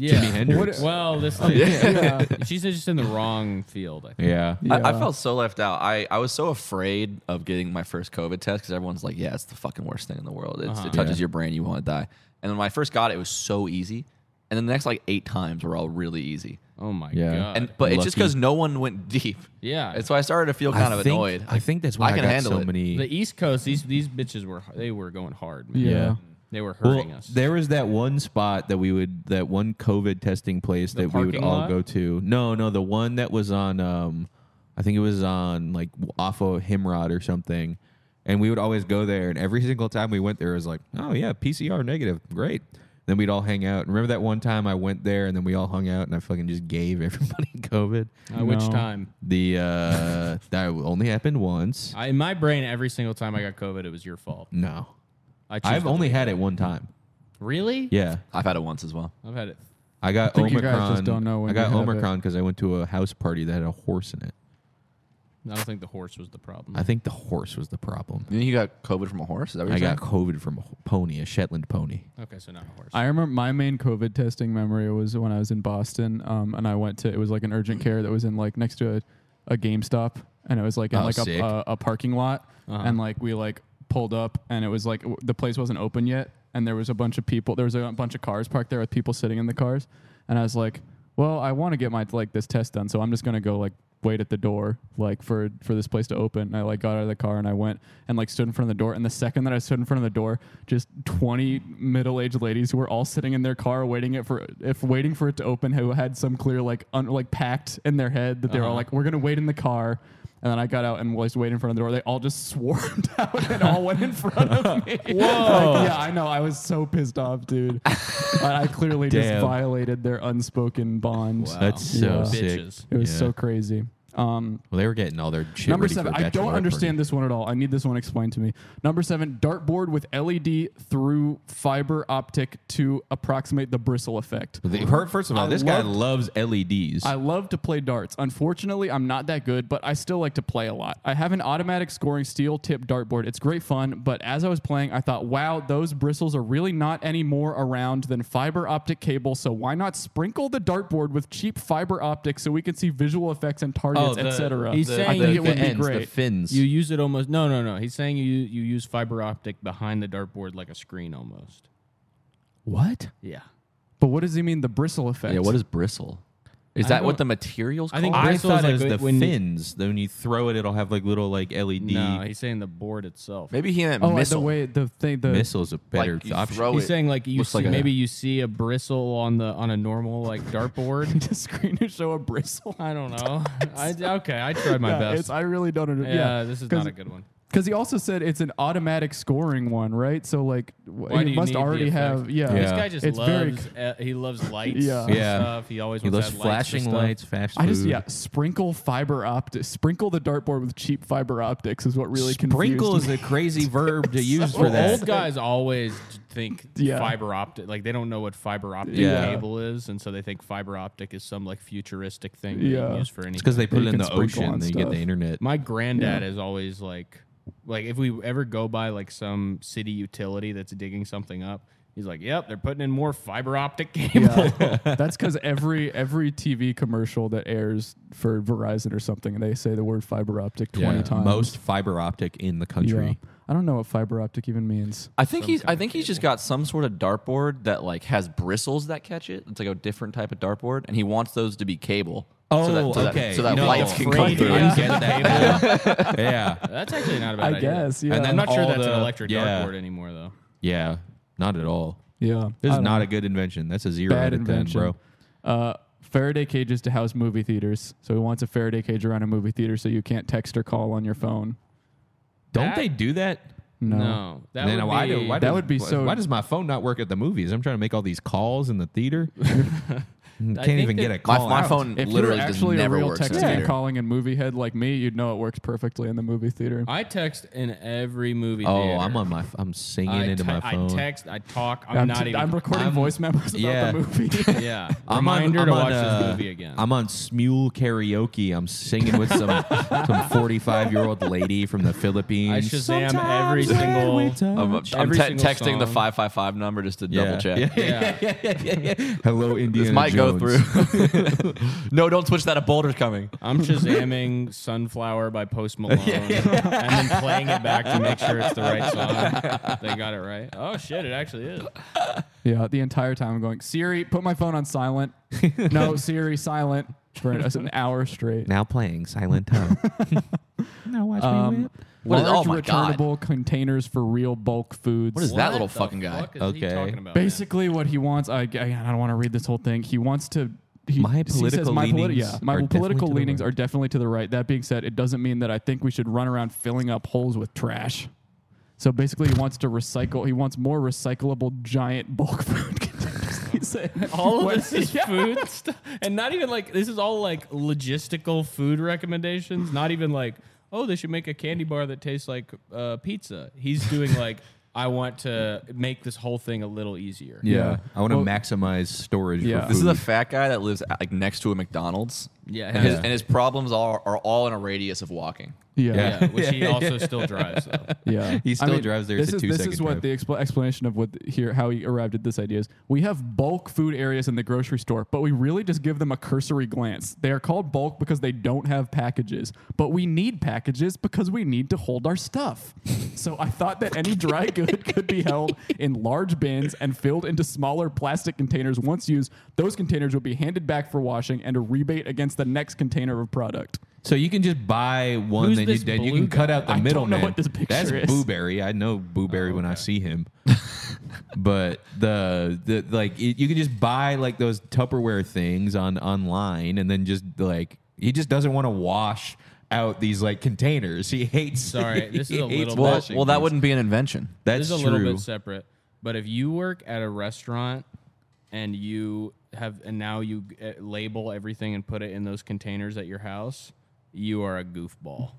A: Yeah.
C: Jimi Hendrix.
A: Well, this.
D: Yeah.
A: She's just in the wrong field. I think.
C: Yeah.
B: I, I
D: Yeah.
B: felt so left out. I, I was so afraid of getting my first COVID test because everyone's like, yeah, it's the fucking worst thing in the world. It's, It touches your brain, you want to die. And then when I first got it, it was so easy. And then the next like eight times were all really easy.
A: Oh my
C: Yeah.
A: god.
B: And but it's just
C: Lucky.
B: because no one went deep.
A: Yeah.
B: And so I started to feel kind of
C: think,
B: annoyed.
C: I think that's why I,
B: can
C: got
B: handle
C: so
B: it.
C: many.
A: the East Coast, these these bitches were they were going hard, man.
D: Yeah.
A: They were
C: Well,
A: hurting us.
C: There was that one spot that we would that one COVID testing place that we would
A: parking
C: all
A: lot?
C: go to. No, no, the one that was on um I think it was on like off of Himrod or something. And we would always go there and every single time we went there it was like, Oh yeah, PCR negative. Great. Then we'd all hang out. Remember that one time I went there and then we all hung out and I fucking just gave everybody COVID.
A: At Uh, which
D: No.
A: time?
C: The uh that only happened once.
A: I, in my brain, every single time I got COVID, it was your fault.
C: No.
A: I choose
C: I've
A: to
C: only
A: believe-
C: had it one time.
A: really.
C: Yeah.
B: I've had it once as well.
A: I've had it.
C: I got
D: think you
C: Omicron.
D: guys just don't know when
C: I got
D: you have it.
C: Omicron because I went to a house party that had a horse in it.
A: I don't think the horse was the problem.
C: I think the horse was the problem.
B: You think you got COVID from a horse? Is that what
C: I
B: you're
C: got COVID from a ho- pony, a Shetland pony.
A: okay, so not a horse.
D: I remember my main COVID testing memory was when I was in Boston, um, and I went to it was like an urgent care that was in like next to a, a GameStop, and it was like in
C: Oh,
D: like
C: sick.
D: a, a, a parking lot, and like we like pulled up, and it was like w- the place wasn't open yet, and there was a bunch of people, there was a bunch of cars parked there with people sitting in the cars, and I was like, well, I want to get my like this test done, so I'm just gonna go like wait at the door like for for this place to open and i like got out of the car and i went and like stood in front of the door and the second that i stood in front of the door just 20 middle-aged ladies who were all sitting in their car waiting it for if waiting for it to open who had some clear like un, like pact in their head that they were
C: Uh-huh.
D: all like we're gonna wait in the car and then i got out and was waiting in front of the door they all just swarmed out and all went in front of me whoa yeah i know i was so pissed off dude i, I clearly
C: Damn.
D: just violated their unspoken bond
A: Wow.
C: That's so
D: Oh. Yeah.
C: sick.
A: Bitches.
D: it was
C: Yeah.
D: so crazy um
C: Well, they were getting all their shit
D: Number
C: ready
D: seven.
C: For a
D: I don't
C: bachelorette
D: understand this one at all. I need this one explained to me. Number seven. Dartboard with LED through fiber optic to approximate the bristle effect.
C: party. They- her- First of all,
D: I
C: this guy loves E LEDs.
D: I love to play darts. Unfortunately, I'm not that good, but I still like to play a lot. I have an automatic scoring steel tip dartboard. It's great fun, but as I was playing, I thought, wow, those bristles are really not any more around than fiber optic cable, so why not sprinkle the dartboard with cheap fiber optics so we can see visual effects and targets,
C: the-
D: etc.?
A: Oh, He's
D: I
A: saying
D: think
A: the
D: it would be
C: ends,
D: great.
C: The fins.
A: you use it almost. No, no, no. He's saying you you use fiber optic behind the dartboard like a screen almost.
C: what?
A: Yeah.
D: But what does he mean the bristle effect?
B: Yeah, what is bristle? Is that what
A: don't-
B: the materials?
A: I think
B: called?
C: I
A: Bristles,
C: thought
A: like,
C: it was the
A: when you-
C: fins. Then when you throw it, it'll have like little like E LED.
A: No, he's saying the board itself.
B: maybe he meant
D: Oh, like
B: missile.
D: the way the thing the
C: Missile's a better
B: like you
C: option.
B: throw
A: He's
B: it.
A: saying like you
B: Looks
A: see,
B: like a-
A: maybe you see a bristle on the on a normal like dartboard.
D: the screen to show a bristle.
A: I don't know. I, okay, I tried my
D: yeah,
A: best.
D: It's, I really don't
A: yeah,
D: understand. Yeah,
A: this is
D: Cause-
A: not a good one.
D: because he also said it's an automatic scoring one, right? So like, w-
A: Why do
D: he
A: you
D: must
A: need the
D: already
A: effect?
D: have. Yeah,
A: This
C: Yeah.
A: guy just
D: It's very
A: loves uh, he loves lights.
D: Yeah.
A: and
C: Yeah.
A: Stuff. He always
C: He
A: wants
C: loves
A: to have lights for
C: flashing
A: stuff.
C: lights, fast food.
D: I just yeah, sprinkle fiber optic, sprinkle the dartboard with cheap fiber optics is what really
C: Sprinkle
D: confused
C: is
D: me.
C: a crazy verb to use for
A: Well,
C: that.
A: Old guys always think
D: Yeah.
A: fiber optic, like they don't know what fiber optic
C: Yeah.
A: cable is, and so they think fiber optic is some like futuristic thing you
D: Yeah.
A: can use for anything.
C: because they put
D: You
C: it in
D: can
C: the
D: sprinkle
C: ocean,
D: on
C: then you get
D: stuff.
C: the internet.
A: My granddad is always like, like if we ever go by like some city utility that's digging something up, He's like, "Yep, they're putting in more fiber optic cable."
D: That's because every every TV commercial that airs for Verizon or something, they say the word fiber optic twenty
C: Yeah,
D: times.
C: Most fiber optic in the country.
D: Yeah. I don't know what fiber optic even means.
B: I think he's. I think he's just got some sort of dartboard that like has bristles that catch it. It's like a different type of dartboard, and he wants those to be cable. so that,
C: Oh,
B: so that-
C: okay.
B: so that
C: No,
B: lights can
A: Free
B: come through.
A: cable.
C: I get that. yeah.
A: That's actually not a bad
D: I
A: idea.
D: guess. Yeah.
C: And
A: I'm
C: then
A: not sure
C: all
A: that's an
C: the-
A: electric
C: yeah.
A: dartboard anymore, though.
C: Yeah. Not at all.
D: yeah.
C: This
D: I
C: is
D: don't
C: not
D: know.
C: a good invention. That's a zero out
D: bad
C: of ten,
D: invention,
C: bro.
D: bro. Uh, Faraday cages to house movie theaters. So he wants a Faraday cage around a movie theater so you can't text or call on your phone.
C: Don't
A: That-
C: they do that?
D: No.
A: No, that
C: Then
A: would
C: why
A: be,
C: do- why
D: That
C: does-
D: would be
C: why-
D: so-
C: Why does my phone not work at the movies? I'm trying to make all these calls in the theater. Can't even
A: that-
C: get a
B: My,
C: call.
B: my
C: out.
B: phone
D: If
B: literally
D: you're
B: just
D: actually a
B: never
D: real
B: works. in
D: texting
B: the
D: and
B: theater.
D: calling and movie head like me, you'd know it works perfectly in the movie theater.
A: I text in every movie.
C: Oh,
A: theater.
C: I'm on my. I'm singing
A: I
C: into
A: te-
C: my phone.
A: I text. I talk. I'm,
D: I'm,
A: not
D: t-
A: even.
D: I'm recording voice memos about
C: yeah.
D: the movie.
A: yeah.
C: I'm on-
A: Reminder
C: I'm
A: to
C: on,
A: watch
C: uh,
A: this movie again.
C: I'm on Smule karaoke. I'm singing with some some 45 year old lady from the Philippines.
A: I Shazam
C: Sometimes
A: every
C: when
A: single-
C: we touch-
B: I'm, I'm
A: Every
B: te-
A: single
B: texting the
A: song.
B: five five five number just to
C: Yeah.
B: double check.
C: Yeah, yeah, yeah, yeah, yeah. Hello, Indiana.
B: This might
C: Jones.
B: go through. no, don't switch that. A boulder's coming.
A: I'm Shazamming "Sunflower" by Post Malone, and then playing it back to make sure it's the right song. they got it right. Oh shit! It actually is.
D: Yeah, the entire time I'm going, Siri, put my phone on silent. no, Siri, silent for an, an hour straight.
C: Now playing Silent Hill. now watch
A: Um,
C: me whip.
B: What
D: Large
B: is- oh my God.
D: returnable containers for real bulk foods.
B: What is that little
A: the
B: fucking guy?
A: fuck is he
C: Okay.
A: talking about, man?
D: Basically, what he wants, I, I don't want to read this whole thing. He wants to. He,
C: My
D: he says,
C: political
D: my
C: leanings
D: yeah, my
C: are
D: political
C: definitely to the
D: leanings
C: right."
D: are definitely to the right. That being said, it doesn't mean that I think we should run around filling up holes with trash. So basically, he wants to recycle. He wants more recyclable giant bulk food containers. He said,
A: All of
D: What-
A: this is food stuff, and not even like this is all like logistical food recommendations. Not even like, oh, they should make a candy bar that tastes like uh, pizza. He's doing like, I want to make this whole thing a little easier.
C: Yeah.
D: Yeah.
C: I want to
D: Well-
C: maximize storage.
D: Yeah.
C: For food.
B: This is a fat guy that lives uh, like next to a McDonald's.
A: Yeah,
B: and his,
A: yeah.
B: and his problems are, are all in a radius of walking.
D: yeah.
A: Yeah, which he also still drives though.
D: Yeah,
C: He still drives there. It's
D: This
C: a
D: is
C: two
D: this
C: second
D: is
C: drive.
D: what the expl- explanation of what here how he arrived at this idea is. We have bulk food areas in the grocery store, but we really just give them a cursory glance. They are called bulk because they don't have packages, but we need packages because we need to hold our stuff. so I thought that any dry good could be held in large bins and filled into smaller plastic containers. Once used, those containers would be handed back for washing and a rebate against the next container of product.
C: So you can just buy one,
A: Who's
C: then you,
A: this
C: then you
A: blue
C: can cut
A: guy?
C: out the
D: I don't
C: middleman.
D: know what this picture
C: That's
D: is.
C: Booberry. I know
A: Oh,
C: Booberry when I see him. but the the like it, you can just buy like those Tupperware things on online, and then just like he just doesn't want to wash out these like containers. He hates.
A: Sorry, this
C: he
A: is a
C: hates
A: little bit-
B: Well,
C: washing
B: well, that
C: things.
B: wouldn't be an invention.
A: This is
C: That's
A: a
C: true.
A: little bit separate. But if you work at a restaurant and you have and now you uh, label everything and put it in those containers at your house, you are a goofball.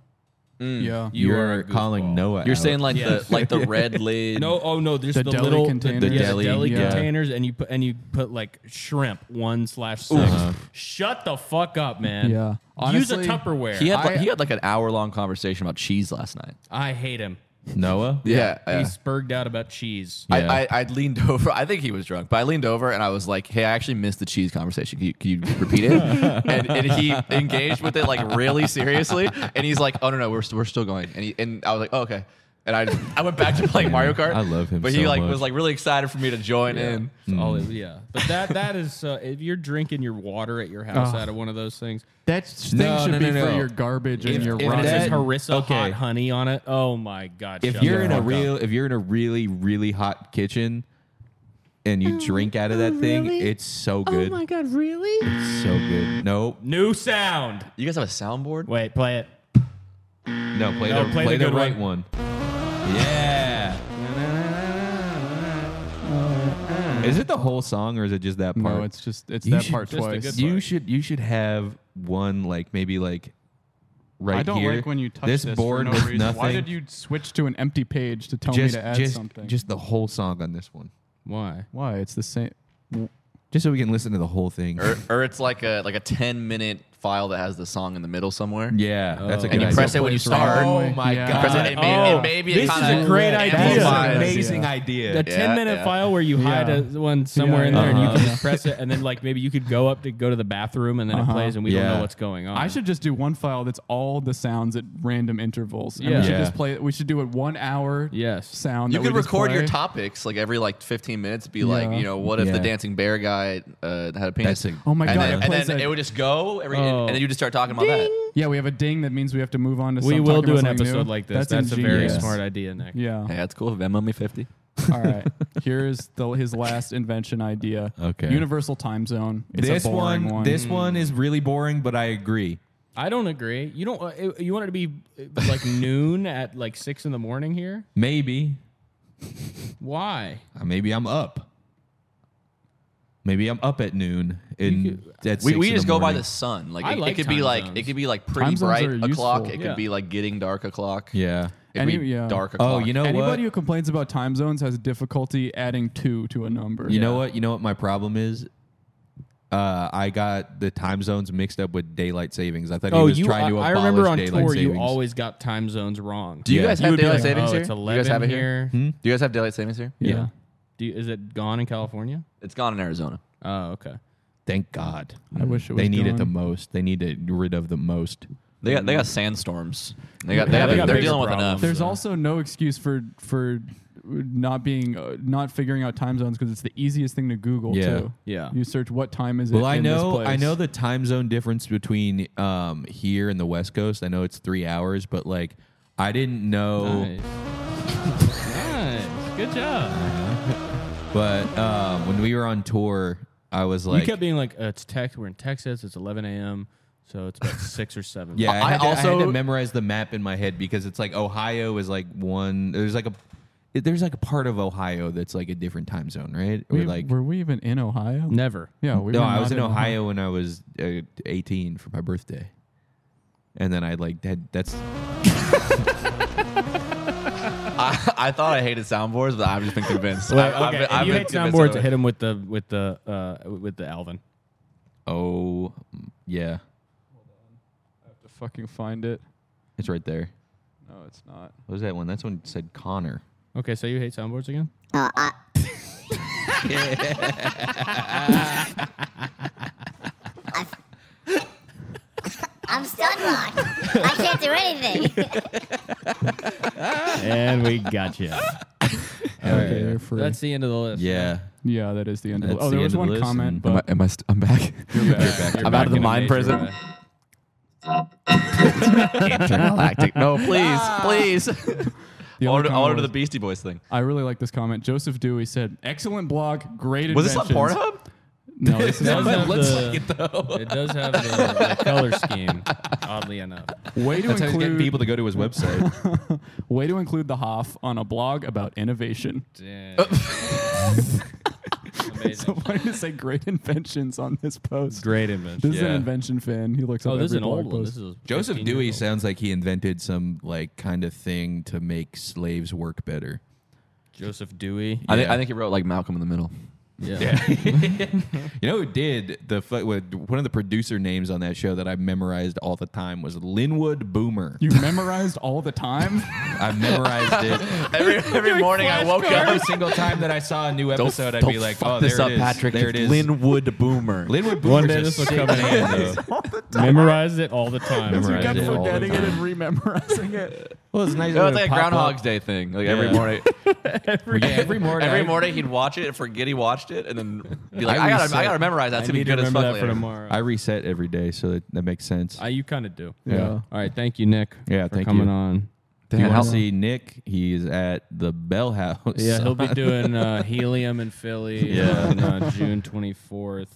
D: Yeah.
A: You
C: You're
A: are a
C: calling
A: goofball.
C: Noah.
B: You're
C: out.
B: saying like
A: Yes.
B: the like the red lid.
A: No, oh no, there's
D: The
A: the,
D: deli
A: little
D: containers.
A: The,
D: The
A: yeah, the
C: deli,
A: deli,
C: yeah.
A: containers, and you put and you put like shrimp one slash 6 Shut the fuck up, man.
D: Yeah.
A: use
D: Honestly,
A: a Tupperware.
B: he had like,
D: I-
B: he had like an hour long conversation about cheese last night.
A: I hate him.
C: Noah.
B: Yeah, Mm.
A: He spurged out about cheese.
B: I,
C: Yeah.
B: I, I leaned over. I think he was drunk, but I leaned over and I was like, "Hey, I actually missed the cheese conversation. Can you, can you repeat it?" and, and he engaged with it like really seriously. And he's like, "Oh no, no, we're, st- we're still going." And he, and I was like, oh, "Okay." And I I went back to playing Mario Kart.
C: I love him
B: but he
C: so
B: like
C: much.
B: was like really excited for me to join in.
A: It's all it- yeah, but that that is uh, if you're drinking your water at your house
D: Ugh.
A: out of one of those things.
D: That thing
C: No,
D: should
C: no,
D: be
C: no,
D: for
C: no.
D: your garbage
B: If-
D: and your
B: if
A: If
D: rotten
A: it
B: that-
A: says harissa
C: okay.
A: hot honey on it, oh my god!
C: if
A: shut
C: you're
A: the
C: in a
A: fuck up.
C: real if you're in a really really hot kitchen and you drink out of that thing it's so good oh my god really it's so good no
A: new sound,
B: You guys have a soundboard?
A: wait, play it.
C: no play
A: No,
C: the play,
A: play the
C: the,
A: good
C: right one. yeah is it the whole song or is it just that part
D: No, it's just it's
C: You
D: that
C: should-
D: part
A: just a
D: twice.
A: good
C: you
A: part.
C: should you should have one like maybe like right
D: I don't
C: here.
D: like when you touch
C: this
D: this,
C: board
D: for no
C: with
D: reason.
C: nothing
D: Why did you switch to an empty page to tell
C: just
D: me to add
C: just
D: something?
C: just the whole song on this one
A: Why?
D: why? It's the same.
C: just so we can listen to the whole thing
B: Or, or it's like a like a ten minute file that has the song in the middle somewhere.
C: Yeah, that's a
A: Oh.
C: good
B: And you
C: idea.
B: press it when you start.
E: Oh my
D: Yeah.
E: god!
B: Press it, it may,
A: Oh,
B: it may be
A: this is
B: kinda
A: a great idea.
E: That's an
B: amplifies.
E: amazing idea.
A: A
B: Yeah,
A: 10 minute
B: yeah.
A: file where you hide
D: Yeah. Uh-huh.
A: a, one somewhere in there and
D: yeah.
A: you can just press it and then like maybe you could go up to go to the bathroom and then it plays and we don't
C: Yeah.
A: know what's going on.
D: Uh-huh. I should just do one file that's all the sounds at random intervals. And
A: Yeah.
D: we should
C: Yeah.
D: just play it. We should do it one hour
A: Yes.
D: sound.
B: You
D: that
B: could
D: we just
B: record your
D: play.
B: topics like every like 15 minutes. Be like,
D: Yeah.
B: you know, what if
C: Yeah.
B: the dancing bear guy uh, had a penis?
C: That's a-
D: Oh my
B: and
D: God,
B: Then,
D: it
B: and
D: plays
B: then
D: a-
B: it would just go every,
A: Oh.
B: and then you just start talking about that.
D: Yeah, we have a ding that means we have to move on to
A: we
D: some-
A: will
D: talking
A: do
D: about
A: an
D: something
A: episode
D: new.
A: like this. That's, a very
D: ingenious.
C: ingenious.
A: smart idea, Nick.
D: Yeah.
B: Hey, that's cool. Venmo me 50.
D: All right. Here's the, his last invention idea.
C: Okay.
D: Universal time zone. It's
C: this
D: a boring
C: one,
D: one. Hmm.
C: this one is really boring, but I agree.
A: I don't agree. You don't. Uh, it- you want it to be uh, like noon at like six in the morning here?
C: Maybe,
A: Why?
C: uh, maybe I'm up. Maybe I'm up at noon. In at
B: We,
C: six
B: we
C: in
B: just go by
C: morning.
B: the sun. Like
A: I
B: it, it
A: like
B: could be
A: time
B: like it
A: zones.
B: could be like
D: Time
B: pretty
D: zones
B: bright
D: are
B: o'clock.
D: useful.
B: It
A: Yeah.
B: could be like getting dark o'clock.
C: Yeah.
B: It
D: Any-
B: could be
D: yeah.
B: dark
C: Oh,
B: o'clock.
C: you know what?
D: Anybody who complains about time zones has difficulty adding two to a number.
C: You know what? You know what my problem is? Uh, I got the time zones mixed up with daylight savings. I thought
D: Oh,
C: he was trying to
A: Oh, I
C: abolish
A: remember on
C: daylight
A: tour
C: savings.
A: you always got time zones wrong.
B: Do you
C: Yeah.
B: guys
C: You
B: have
A: would be
B: daylight
A: like,
B: savings
A: oh,
B: here?
A: it's
B: Do you guys have
A: 11
B: it here? Hmm?
A: here.
B: Do you guys have daylight savings here?
D: Yeah.
A: Do you, is it gone in California?
B: It's gone in Arizona.
A: Oh, okay.
C: Thank God.
D: I wish it was
C: They need it the
D: gone.
C: most. They need it rid of the most.
B: They got they got sandstorms. They got they,
A: Yeah,
B: have,
A: they got
B: they're
A: bigger
B: dealing with
A: problems.
B: enough.
D: There's
A: So-
D: also no excuse for for not being uh, not figuring out time zones because it's the easiest thing to Google
C: Yeah.
D: too.
A: Yeah.
D: You search what time is it?
C: Well, I
D: in this
C: know,
D: place.
C: I know the time zone difference between um, here and the West Coast. I know it's three hours, but like, I didn't
B: Oh.
C: know.
A: Nice. nice. Good job.
C: But um, when we were on tour, I was like,
A: you kept being like, uh, it's Tex. We're in Texas. It's 11 a.m. So it's about six or seven.
C: Yeah, I,
B: I
C: had to, also
B: also-
C: had to memorize the map in my head because it's like Ohio is like one. There's like a it- there's like a part of Ohio that's like a different time zone, right?
D: We,
C: or like
D: were we even in Ohio?
A: Never.
D: Yeah, we
C: no,
D: were
C: I was
D: not
C: in Ohio when I was uh, 18 for my birthday, and then I like had, that's
B: I, I thought I hated soundboards, but I've just been convinced.
A: Wait,
B: I,
A: okay, if you hit soundboards. Hit him with the with the uh, with the Alvin.
C: oh mm, yeah,
D: To fucking find it.
C: it's right there.
D: No, it's not.
C: What was that one? That's one said Connor.
A: Okay, so you hate soundboards again?
F: I'm stun locked. I can't do anything.
A: And we got you.
D: Okay, they're free.
A: That's the end of the list.
C: Yeah,
D: yeah, that is the end. Of
C: That's
D: oh, there
C: the end of
D: was
C: the
D: one
C: list,
D: comment,
C: and-
D: but
B: am I st- I'm back.
A: You're back. You're
B: I'm
A: back
B: out of the
A: in a
B: mind
A: major
B: prison.
A: way.
B: Intergalactic. No, please,
C: Ah.
B: please.
D: the other
B: order,
D: comment
B: order the
D: was-
B: Beastie Boys thing.
D: I really like this comment. Joseph Dewey said, "Excellent blog, great
B: Was this on
D: inventions."
B: Pornhub?
D: No, this
A: It
D: is
A: does
D: on-
A: have the, It does have the, the color scheme, oddly enough.
D: way to
C: that's how he's getting
D: include
C: people to go to his website.
D: way to include the Hoff on a blog about innovation.
A: Damn. Amazing.
D: Why did it say great inventions on this post?
A: Great invention.
D: This is an
C: Yeah.
D: invention fan. He looks
A: Oh,
D: up
A: this is
D: every
A: an
D: blog
A: old one.
D: post.
A: This is
C: Joseph
A: 15 years
C: Dewey
A: old.
C: sounds like he invented some like kind of thing to make slaves work better.
A: Joseph Dewey.
B: I, think, I think he wrote like Malcolm in the Middle.
A: Yeah.
C: You know who did the fu- with- one of the producer names on that show that I memorized all the time was Linwood Boomer.
D: you memorized all the time.
C: I memorized it
B: Every, every morning I woke up.
C: every single time that I saw a new episode. I'd be like, "Oh,
B: this
C: there
B: up,
C: it is.
B: Patrick.
C: There it is."
B: Linwood Boomer.
C: Linwood Boomer.
A: One day this will come in handy. Memorize it all the time.
C: Memorize
D: Kept
C: it all the
D: forgetting it and rememorizing it.
C: Well, it's nice.
B: It was like a Groundhog's Day thing. Like every
C: Yeah.
B: morning,
C: Day. every morning.
B: every
C: I-
B: morning he'd watch it and forget he watched it, and then be like,
C: I
B: "I, gotta,
C: reset.
B: I gotta memorize that
A: I
B: to be
A: need to
B: good as
A: remember
B: fuck."
A: that
B: Later.
A: for tomorrow.
C: I reset every day, so that, that makes sense.
A: I, you kind of do.
D: Yeah.
A: All right. Thank you, Nick.
C: Yeah,
A: for
C: thank
A: coming
C: you.
A: on.
C: if you
B: how-
C: want to see Nick, he's at the Bell House.
A: Yeah, he'll be doing uh, Helium in Philly on uh, June 24th,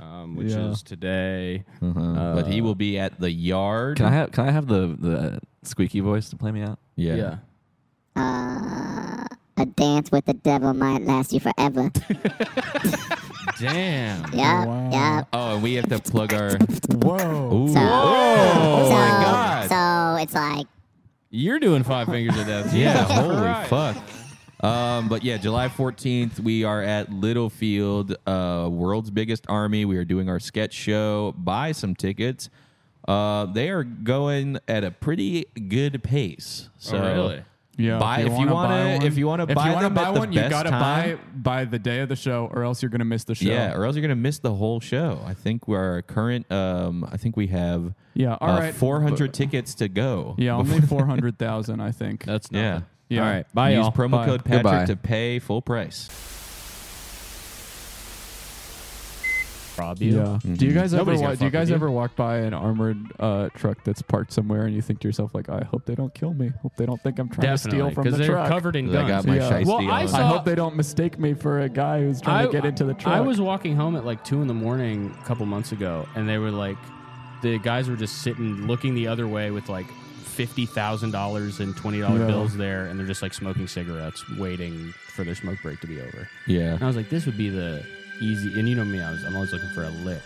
A: um, which
D: Yeah.
A: is today. Uh,
C: Uh-huh. but he will be at the yard.
B: Can I have can I have the the squeaky voice to play me out?
C: Yeah.
A: Yeah.
F: A dance with the devil might last you forever.
A: Damn.
F: Yeah,
D: Wow.
F: yeah.
C: Oh, and we have to plug our.
D: Whoa.
C: Ooh.
F: So,
C: Oh
F: so,
C: my God.
F: so it's like
A: You're doing Five Fingers of Death.
C: Yeah, holy fuck. Um, but yeah, July 14th, we are at Littlefield, uh, World's Biggest Army. We are doing our sketch show. Buy some tickets. Uh, they are going at a pretty good pace. So
A: Oh, really?
D: Yeah,
C: buy if you
D: wanna buy
C: want
D: one-
C: to if you want to
D: if
C: buy
D: you wanna
C: them
D: buy
C: at the
D: one, you
C: best
D: gotta
C: time,
D: buy by the day of the show, or else you're gonna miss the show.
C: Yeah, or else you're gonna miss the whole show. I think we're current. Um, I think we have uh,
D: Yeah, all right.
C: four hundred tickets to go.
D: yeah, only four hundred thousand, I think.
A: That's nothing.
C: yeah.
D: yeah.
A: All right. Bye,
C: Use
A: y'all.
C: promo
D: Bye.
C: code Patrick
B: Goodbye.
C: to pay full price.
A: Rob
D: Yeah.
A: you.
C: Mm-hmm.
D: Do you guys
A: Nobody's
D: ever
A: gonna
D: wa- do you
A: fuck with
D: guys
A: you.
D: ever walk by an armored uh, truck that's parked somewhere and you think to yourself like, I hope they don't kill me. Hope they don't think I'm trying to
A: Definitely,
D: steal from
A: because
D: the
A: they're
D: truck.
A: covered in guns.
C: I got my
D: Yeah.
C: shiesty
A: Well, I
C: on.
A: saw-
D: I hope they don't mistake me for a guy who's trying to get into the truck.
A: I was walking home at like two in the morning a couple months ago, and they were like, the guys were just sitting, looking the other way with like fifty thousand dollars and twenty dollar
D: Yeah.
A: bills there, and they're just like smoking cigarettes, waiting for their smoke break to be over.
C: Yeah.
A: And I was like, this would be the easy. And you know me, I was, I'm always looking for a lick,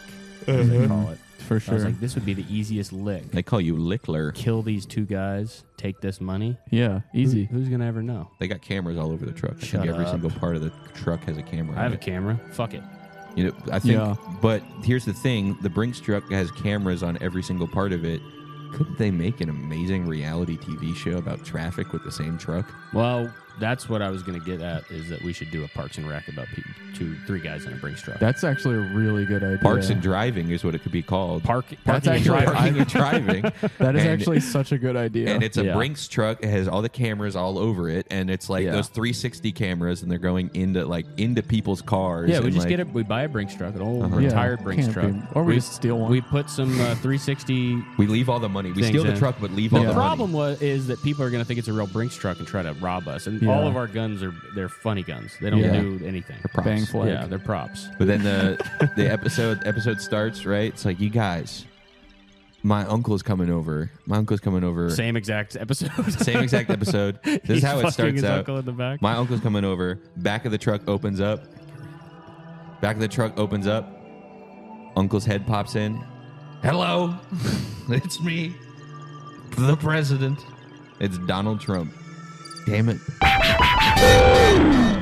A: as they call it. I
D: for
A: was
D: Mm-hmm. sure.
A: like, this would be the easiest lick.
C: They call you Lickler.
A: Kill these two guys, take this money.
D: yeah, easy.
A: Who's gonna ever know?
C: They got cameras all over the truck. I
A: Shut
C: think every
A: up.
C: single part of the truck has a camera.
A: I have
C: in
A: a
C: it.
A: camera. Fuck it.
C: You know, I think.
D: Yeah.
C: But here's the thing: the Brinks truck has cameras on every single part of it. Couldn't they make an amazing reality TV show about traffic with the same truck?
A: Well, that's what I was going to get at is that we should do a Parks and Rec about people, two, three guys in a Brinks truck.
D: That's actually a really good idea.
C: Parks and driving is what it could be called.
A: Park,
D: That's
A: parking and
D: actually-
A: driving.
C: Parking and driving.
D: That is
C: And-
D: actually such a good idea.
C: And it's a
A: Yeah.
C: Brinks truck. It has all the cameras all over it, and it's like
B: Yeah.
C: those 360 cameras, and they're going into like into people's cars.
A: Yeah, we
C: and,
A: just
C: like-
A: get it. We buy a Brinks truck, an old
C: Uh-huh.
D: Yeah,
A: retired Brinks
D: can't
A: truck,
D: be- or we just steal one.
A: We put some uh, 360.
C: We leave all the money. We
A: Things
C: steal the
A: in.
C: truck, but leave
A: The
C: all the
A: problem was is that people are going to think it's a real Brinks truck and try to rob us. And
D: Yeah.
A: all of our guns are they're funny guns. They don't
C: Yeah.
A: do anything.
C: money.
D: bang
C: Props.
D: flag.
A: Yeah, they're props.
C: But then the the episode episode starts right. It's like you guys, my uncle's coming over. My uncle's coming over.
A: Same exact episode.
C: Same exact episode. This is
A: He's
C: how it
A: fucking
C: starts
A: his
C: out.
A: uncle in the back.
C: My uncle's coming over. Back of the truck opens up. Back of the truck opens up. Uncle's head pops in. Hello, it's me, the president. It's Donald Trump. Damn it.